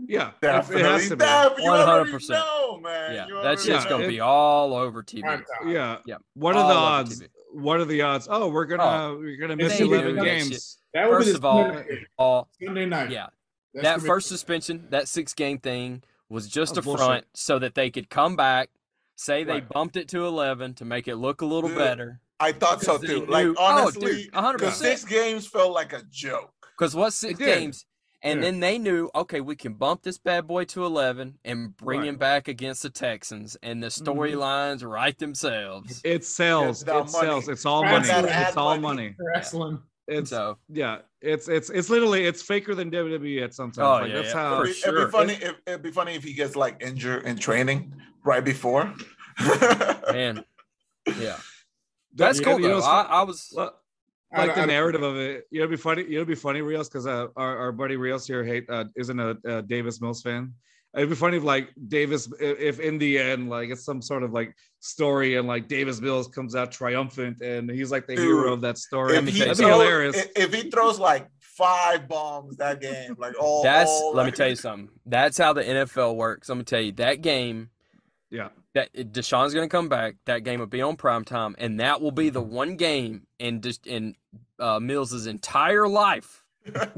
[SPEAKER 1] yeah it-
[SPEAKER 2] definitely.
[SPEAKER 1] it has to be.
[SPEAKER 2] Def- you already
[SPEAKER 4] 100%.
[SPEAKER 2] know, man.
[SPEAKER 4] Yeah,
[SPEAKER 2] You
[SPEAKER 4] that's
[SPEAKER 2] already
[SPEAKER 4] just
[SPEAKER 1] yeah,
[SPEAKER 4] going to
[SPEAKER 1] it-
[SPEAKER 4] be all over TV.
[SPEAKER 3] Prime time.
[SPEAKER 1] yeah
[SPEAKER 4] Yeah.
[SPEAKER 1] what are the
[SPEAKER 4] All over
[SPEAKER 1] odds
[SPEAKER 4] TV.
[SPEAKER 1] what are the odds oh we're gonna we're gonna miss
[SPEAKER 3] they do
[SPEAKER 1] 11
[SPEAKER 3] that
[SPEAKER 1] games
[SPEAKER 3] That would be
[SPEAKER 4] First
[SPEAKER 3] the
[SPEAKER 4] of all,
[SPEAKER 3] Sunday night.
[SPEAKER 4] All,
[SPEAKER 3] Sunday night.
[SPEAKER 4] yeah,
[SPEAKER 3] That's
[SPEAKER 4] that
[SPEAKER 3] gonna be-
[SPEAKER 4] first suspension, that six game thing was just
[SPEAKER 1] That's
[SPEAKER 4] a front
[SPEAKER 1] bullshit.
[SPEAKER 4] so that they could come back, say they
[SPEAKER 1] Right.
[SPEAKER 4] bumped it to 11 to make it look a little
[SPEAKER 2] Dude,
[SPEAKER 4] better.
[SPEAKER 2] I thought so
[SPEAKER 4] because
[SPEAKER 2] too.
[SPEAKER 4] they
[SPEAKER 2] Like
[SPEAKER 4] knew- oh, dude,
[SPEAKER 2] honestly,
[SPEAKER 4] 100%.
[SPEAKER 2] the six games felt like a joke.
[SPEAKER 4] Because what six
[SPEAKER 1] did.
[SPEAKER 4] games? And
[SPEAKER 1] Yeah.
[SPEAKER 4] then they knew, okay, we can bump this bad boy to eleven and bring
[SPEAKER 1] Right.
[SPEAKER 4] him back against the Texans, and the
[SPEAKER 2] Mm-hmm.
[SPEAKER 1] Mhm.
[SPEAKER 4] storylines write themselves.
[SPEAKER 1] it sells it
[SPEAKER 2] It's about money.
[SPEAKER 1] sells it's all
[SPEAKER 3] Right,
[SPEAKER 1] money
[SPEAKER 3] that
[SPEAKER 1] it's
[SPEAKER 2] ad
[SPEAKER 1] all
[SPEAKER 2] money.
[SPEAKER 1] money
[SPEAKER 3] wrestling.
[SPEAKER 1] it's
[SPEAKER 4] so
[SPEAKER 1] yeah it's it's it's literally it's faker than wwe at sometimes
[SPEAKER 4] Oh,
[SPEAKER 1] like
[SPEAKER 4] yeah,
[SPEAKER 1] that's
[SPEAKER 4] yeah.
[SPEAKER 1] how
[SPEAKER 4] For
[SPEAKER 2] it'd, be, it'd be
[SPEAKER 4] sure.
[SPEAKER 2] funny. If, it'd be funny if he gets like injured in training right before.
[SPEAKER 4] man, yeah,
[SPEAKER 1] That-
[SPEAKER 4] that's
[SPEAKER 1] you
[SPEAKER 4] cool
[SPEAKER 1] know,
[SPEAKER 4] though.
[SPEAKER 1] it's-
[SPEAKER 4] I, I was
[SPEAKER 1] E well,
[SPEAKER 3] I
[SPEAKER 1] like
[SPEAKER 3] don't-
[SPEAKER 1] the
[SPEAKER 3] I don't-
[SPEAKER 1] narrative of it. You know, it'd be funny. You know, it'd be funny, Rios, because uh, our our buddy Rios here hate uh, isn't a, uh Davis Mills fan. It'd be funny if like Davis, i- if in the end like it's some sort of like story and like Davis Mills comes out triumphant and he's like the
[SPEAKER 2] Dude,
[SPEAKER 1] hero of that story.
[SPEAKER 2] if,
[SPEAKER 4] me
[SPEAKER 2] he
[SPEAKER 4] tell you
[SPEAKER 1] That'd
[SPEAKER 2] throws,
[SPEAKER 1] be hilarious.
[SPEAKER 2] if- if he throws like five bombs that game, like all
[SPEAKER 4] that's.
[SPEAKER 2] all,
[SPEAKER 4] let me
[SPEAKER 2] like-
[SPEAKER 4] tell you something. That's how the NFL works. I'm gonna tell you that game.
[SPEAKER 1] yeah,
[SPEAKER 4] That eh, Deshaun's gonna come back. That game will be on prime time, and that will be the one game in just in uh, Mills's entire life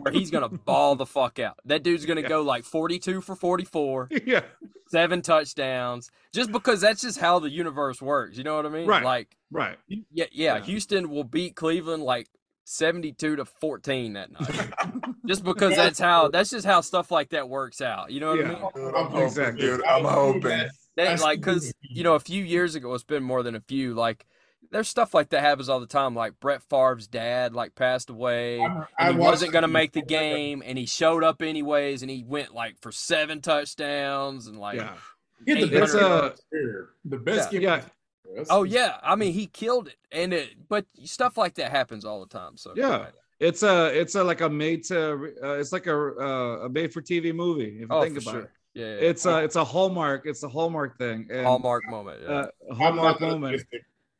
[SPEAKER 4] where he's gonna ball the fuck out. That dude's gonna
[SPEAKER 1] Yeah.
[SPEAKER 4] go like 42 for 44.
[SPEAKER 1] yeah,
[SPEAKER 4] seven touchdowns just because that's just how the universe works. You know what I mean?
[SPEAKER 1] Right.
[SPEAKER 4] Like,
[SPEAKER 1] right.
[SPEAKER 4] yeah, yeah,
[SPEAKER 1] Yeah.
[SPEAKER 4] Houston will beat Cleveland like 72 to 14 that night. just because
[SPEAKER 3] Yeah.
[SPEAKER 4] that's how that's just how stuff like that works out. You know what I
[SPEAKER 1] Yeah.
[SPEAKER 4] mean?
[SPEAKER 2] Dude, I'm hoping,
[SPEAKER 1] Exactly.
[SPEAKER 2] dude. I'm hoping.
[SPEAKER 4] That,
[SPEAKER 3] That's
[SPEAKER 4] like
[SPEAKER 3] the
[SPEAKER 4] cuz
[SPEAKER 3] movie.
[SPEAKER 4] you know a few years ago it's been more than a few like there's stuff like that happens all the time like Brett Favre's dad like passed away.
[SPEAKER 3] I'm-
[SPEAKER 4] and
[SPEAKER 3] I
[SPEAKER 4] he
[SPEAKER 3] watched
[SPEAKER 4] wasn't going to make the
[SPEAKER 3] that video.
[SPEAKER 4] game, and he showed up anyways, and he went like for seven touchdowns, and like,
[SPEAKER 1] yeah,
[SPEAKER 3] He had the
[SPEAKER 4] It's,
[SPEAKER 3] best game of
[SPEAKER 1] uh,
[SPEAKER 3] his career. The best
[SPEAKER 1] yeah,
[SPEAKER 3] game. of
[SPEAKER 1] yeah,
[SPEAKER 3] his career. That's-
[SPEAKER 4] Oh yeah, I mean he killed it, and it but stuff like that happens all the time. So
[SPEAKER 1] Yeah. It's a it's a like a made to uh, it's like a uh, a made for TV movie. If you
[SPEAKER 4] oh
[SPEAKER 1] think
[SPEAKER 4] for
[SPEAKER 1] about
[SPEAKER 4] sure,
[SPEAKER 1] it,
[SPEAKER 4] yeah, yeah,
[SPEAKER 1] it's a it's a hallmark. It's a hallmark thing. And,
[SPEAKER 4] hallmark moment. Yeah.
[SPEAKER 1] Uh,
[SPEAKER 3] I'm
[SPEAKER 1] hallmark
[SPEAKER 3] not gonna-
[SPEAKER 1] moment.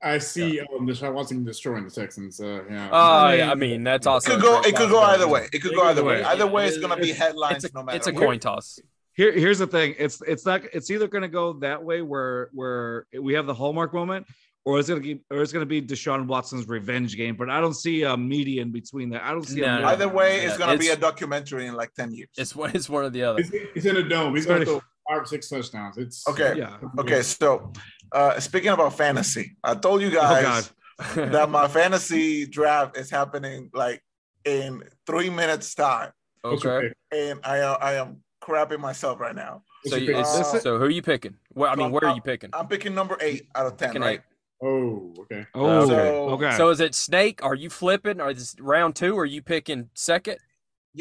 [SPEAKER 3] I see um, Deshaun Watson destroying the Texans. Uh, yeah.
[SPEAKER 4] oh I
[SPEAKER 1] mean-
[SPEAKER 4] yeah, I mean that's
[SPEAKER 2] It
[SPEAKER 4] also
[SPEAKER 2] could
[SPEAKER 4] a
[SPEAKER 2] go.
[SPEAKER 4] great
[SPEAKER 2] It could go
[SPEAKER 4] possibility.
[SPEAKER 2] either way. It could go
[SPEAKER 1] Either
[SPEAKER 2] either
[SPEAKER 1] way.
[SPEAKER 2] way. Either
[SPEAKER 4] Yeah.
[SPEAKER 2] way, it's gonna be
[SPEAKER 4] It's-
[SPEAKER 2] headlines
[SPEAKER 4] It's a,
[SPEAKER 2] no matter.
[SPEAKER 4] it's a
[SPEAKER 2] what.
[SPEAKER 4] coin toss.
[SPEAKER 1] here here's the thing it's it's not it's either going to go that way where where we have the hallmark moment or it's going to be or it's going to be deshaun watson's revenge game but i don't see a median between that i don't see
[SPEAKER 4] No,
[SPEAKER 1] a
[SPEAKER 4] no,
[SPEAKER 1] middle.
[SPEAKER 2] Either way, it's
[SPEAKER 4] Yeah,
[SPEAKER 2] gonna be a
[SPEAKER 4] it's-
[SPEAKER 2] documentary in like ten years.
[SPEAKER 4] It's one. It's one or the other.
[SPEAKER 3] He's, he's in a dome. He's
[SPEAKER 1] Sorry.
[SPEAKER 3] going to throw five or six touchdowns. It's
[SPEAKER 2] Okay.
[SPEAKER 1] yeah
[SPEAKER 2] Okay, so uh, speaking about fantasy, I told
[SPEAKER 4] Oh,
[SPEAKER 2] you
[SPEAKER 1] God.
[SPEAKER 2] guys that my fantasy draft is happening like in three minutes time,
[SPEAKER 3] What's
[SPEAKER 4] okay.
[SPEAKER 3] your pick?
[SPEAKER 2] and I I am crapping myself right now.
[SPEAKER 4] So
[SPEAKER 3] What's your
[SPEAKER 4] you,
[SPEAKER 3] pick?
[SPEAKER 4] it's-
[SPEAKER 2] Uh,
[SPEAKER 4] so who you picking? Well, I mean,
[SPEAKER 2] so
[SPEAKER 4] where are
[SPEAKER 2] I'm-
[SPEAKER 4] you picking?
[SPEAKER 2] I'm picking number eight out of ten,
[SPEAKER 4] Picking
[SPEAKER 2] right?
[SPEAKER 3] oh, okay.
[SPEAKER 1] oh
[SPEAKER 4] So-
[SPEAKER 1] okay
[SPEAKER 4] So is it snake? Are you flipping? Or is round two? Are you picking second?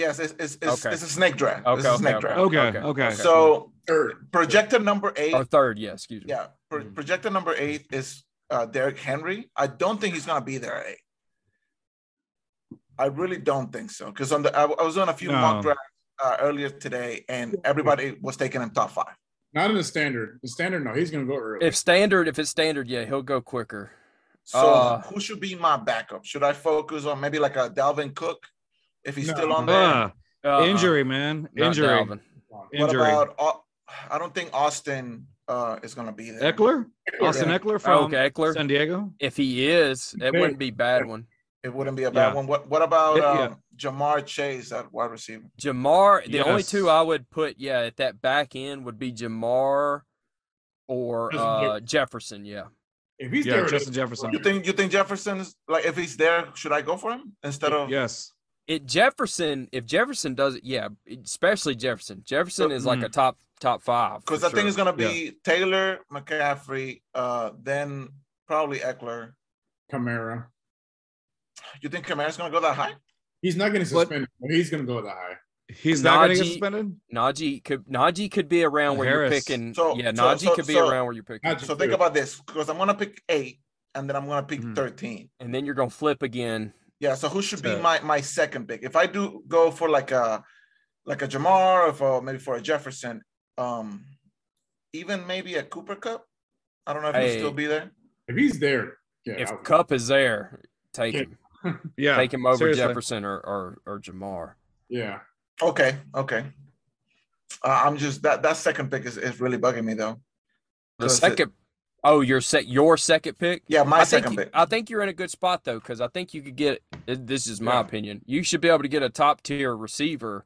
[SPEAKER 2] Yes, it's it's it's,
[SPEAKER 4] Okay.
[SPEAKER 2] it's a snake draft.
[SPEAKER 4] Okay,
[SPEAKER 2] it's a
[SPEAKER 4] okay,
[SPEAKER 2] snake
[SPEAKER 4] okay.
[SPEAKER 2] draft.
[SPEAKER 1] okay okay,
[SPEAKER 4] Okay.
[SPEAKER 2] So
[SPEAKER 3] Third.
[SPEAKER 2] projected number eight.
[SPEAKER 4] Or third? Yeah, excuse me.
[SPEAKER 2] Yeah, pro-
[SPEAKER 1] Hmm.
[SPEAKER 3] Mhm.
[SPEAKER 2] projected number eight is uh, Derrick Henry. I don't think he's gonna be there at eight. I really don't think so because on the I, I was on a few
[SPEAKER 1] No.
[SPEAKER 2] mock drafts uh, earlier today, and everybody was taking him top five.
[SPEAKER 3] Not in the standard. The standard, no. He's going to go early.
[SPEAKER 4] If standard, if it's standard, yeah, he'll go quicker.
[SPEAKER 2] So
[SPEAKER 4] Uh.
[SPEAKER 2] who should be my backup? Should I focus on maybe like a Dalvin Cook if he's
[SPEAKER 3] No.
[SPEAKER 2] still on there?
[SPEAKER 1] Ah,
[SPEAKER 4] Uh-uh.
[SPEAKER 1] injury man
[SPEAKER 4] Not
[SPEAKER 1] injury
[SPEAKER 4] Dalvin.
[SPEAKER 2] Uh, what
[SPEAKER 1] injury
[SPEAKER 2] about? Au- I don't think Austin uh, is gonna be there.
[SPEAKER 1] eckler austin
[SPEAKER 2] Yeah.
[SPEAKER 1] eckler from
[SPEAKER 4] Oh, okay, Eckler.
[SPEAKER 1] san diego
[SPEAKER 4] If he is, it
[SPEAKER 3] Okay.
[SPEAKER 4] wouldn't be bad one.
[SPEAKER 2] It wouldn't be a bad
[SPEAKER 1] Yeah.
[SPEAKER 2] one. What What about
[SPEAKER 1] Yeah.
[SPEAKER 2] um, Jamar Chase at wide receiver?
[SPEAKER 4] Jamar, the only
[SPEAKER 1] Yes.
[SPEAKER 4] two I would put, yeah, at that back end would be Jamar or
[SPEAKER 3] Justin
[SPEAKER 4] uh, Jefferson. Yeah,
[SPEAKER 3] If he's
[SPEAKER 1] yeah
[SPEAKER 3] there,
[SPEAKER 1] justin
[SPEAKER 2] You
[SPEAKER 1] jefferson
[SPEAKER 2] think you think Jefferson's like if he's there, should I go for him instead of
[SPEAKER 1] yes
[SPEAKER 4] it Jefferson. If Jefferson does it, yeah, especially Jefferson. Jefferson is
[SPEAKER 1] mm.
[SPEAKER 4] like a top top five
[SPEAKER 2] because
[SPEAKER 4] for
[SPEAKER 2] I think
[SPEAKER 4] sure.
[SPEAKER 2] it's gonna be Taylor, McCaffrey, uh then probably Eckler.
[SPEAKER 3] Camara.
[SPEAKER 2] You think Kamara's gonna go that high?
[SPEAKER 3] He's not going to
[SPEAKER 1] What-
[SPEAKER 3] suspend. him, but He's going to go that high.
[SPEAKER 1] He's not going to get
[SPEAKER 4] Najee-
[SPEAKER 1] suspended.
[SPEAKER 4] Najee could Najee could be around where you're
[SPEAKER 1] Harris.
[SPEAKER 4] picking.
[SPEAKER 2] So-
[SPEAKER 4] yeah,
[SPEAKER 2] so-
[SPEAKER 4] Najee
[SPEAKER 2] so-
[SPEAKER 4] could be
[SPEAKER 2] so-
[SPEAKER 4] around where you're picking,
[SPEAKER 3] Najee-
[SPEAKER 2] So think
[SPEAKER 3] Dude.
[SPEAKER 2] about this, because I'm gonna pick eight, and then I'm gonna pick
[SPEAKER 1] Mhm.
[SPEAKER 4] Mm-hmm.
[SPEAKER 2] thirteen.
[SPEAKER 4] and then you're gonna flip again.
[SPEAKER 2] Yeah. So who should be
[SPEAKER 1] So-
[SPEAKER 2] my my second pick? If I do go for like a like a Jamar, or for maybe for a Jefferson, um, even maybe a Cooper Cup. I don't know if he'll
[SPEAKER 4] Hey.
[SPEAKER 2] still be there.
[SPEAKER 3] If he's there, yeah.
[SPEAKER 4] If Cup is there, take
[SPEAKER 3] Yeah,
[SPEAKER 4] him,
[SPEAKER 1] Yeah,
[SPEAKER 4] take him over
[SPEAKER 1] seriously.
[SPEAKER 4] Jefferson or, or or Jamar.
[SPEAKER 3] yeah.
[SPEAKER 2] Okay. Okay. Uh, I'm just that that second pick is, is really bugging me though.
[SPEAKER 4] The
[SPEAKER 2] Because it-
[SPEAKER 4] second, oh, your set, your second pick.
[SPEAKER 2] Yeah, my
[SPEAKER 4] I
[SPEAKER 2] second
[SPEAKER 4] think you-
[SPEAKER 2] pick.
[SPEAKER 4] I think you're in a good spot though, because I think you could get. it- This is my
[SPEAKER 3] Yeah.
[SPEAKER 4] opinion. You should be able to get a top tier receiver,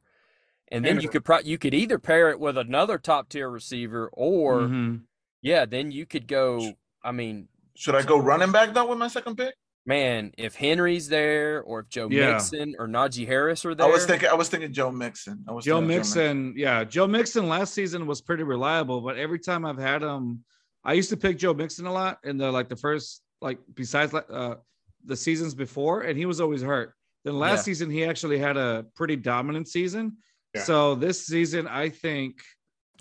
[SPEAKER 4] and then
[SPEAKER 3] And
[SPEAKER 4] you
[SPEAKER 3] a-
[SPEAKER 4] could pro- you could either pair it with another top tier receiver, or
[SPEAKER 3] Mm-hmm.
[SPEAKER 1] Mhm.
[SPEAKER 4] yeah, then you could go. I mean,
[SPEAKER 2] Should I go running back though with my second pick?
[SPEAKER 4] man, if Henry's there, or if Joe
[SPEAKER 1] Yeah.
[SPEAKER 4] Mixon or Najee Harris are there,
[SPEAKER 2] I was thinking I was thinking Joe Mixon. I was
[SPEAKER 1] Joe
[SPEAKER 2] thinking of
[SPEAKER 1] Mixon, yeah, Joe Mixon last season was pretty reliable, but every time I've had him, I used to pick Joe Mixon a lot in the like the first like besides uh, the seasons before, and he was always hurt. Then last
[SPEAKER 4] Yeah.
[SPEAKER 1] season he actually had a pretty dominant season.
[SPEAKER 3] Yeah.
[SPEAKER 1] So this season I think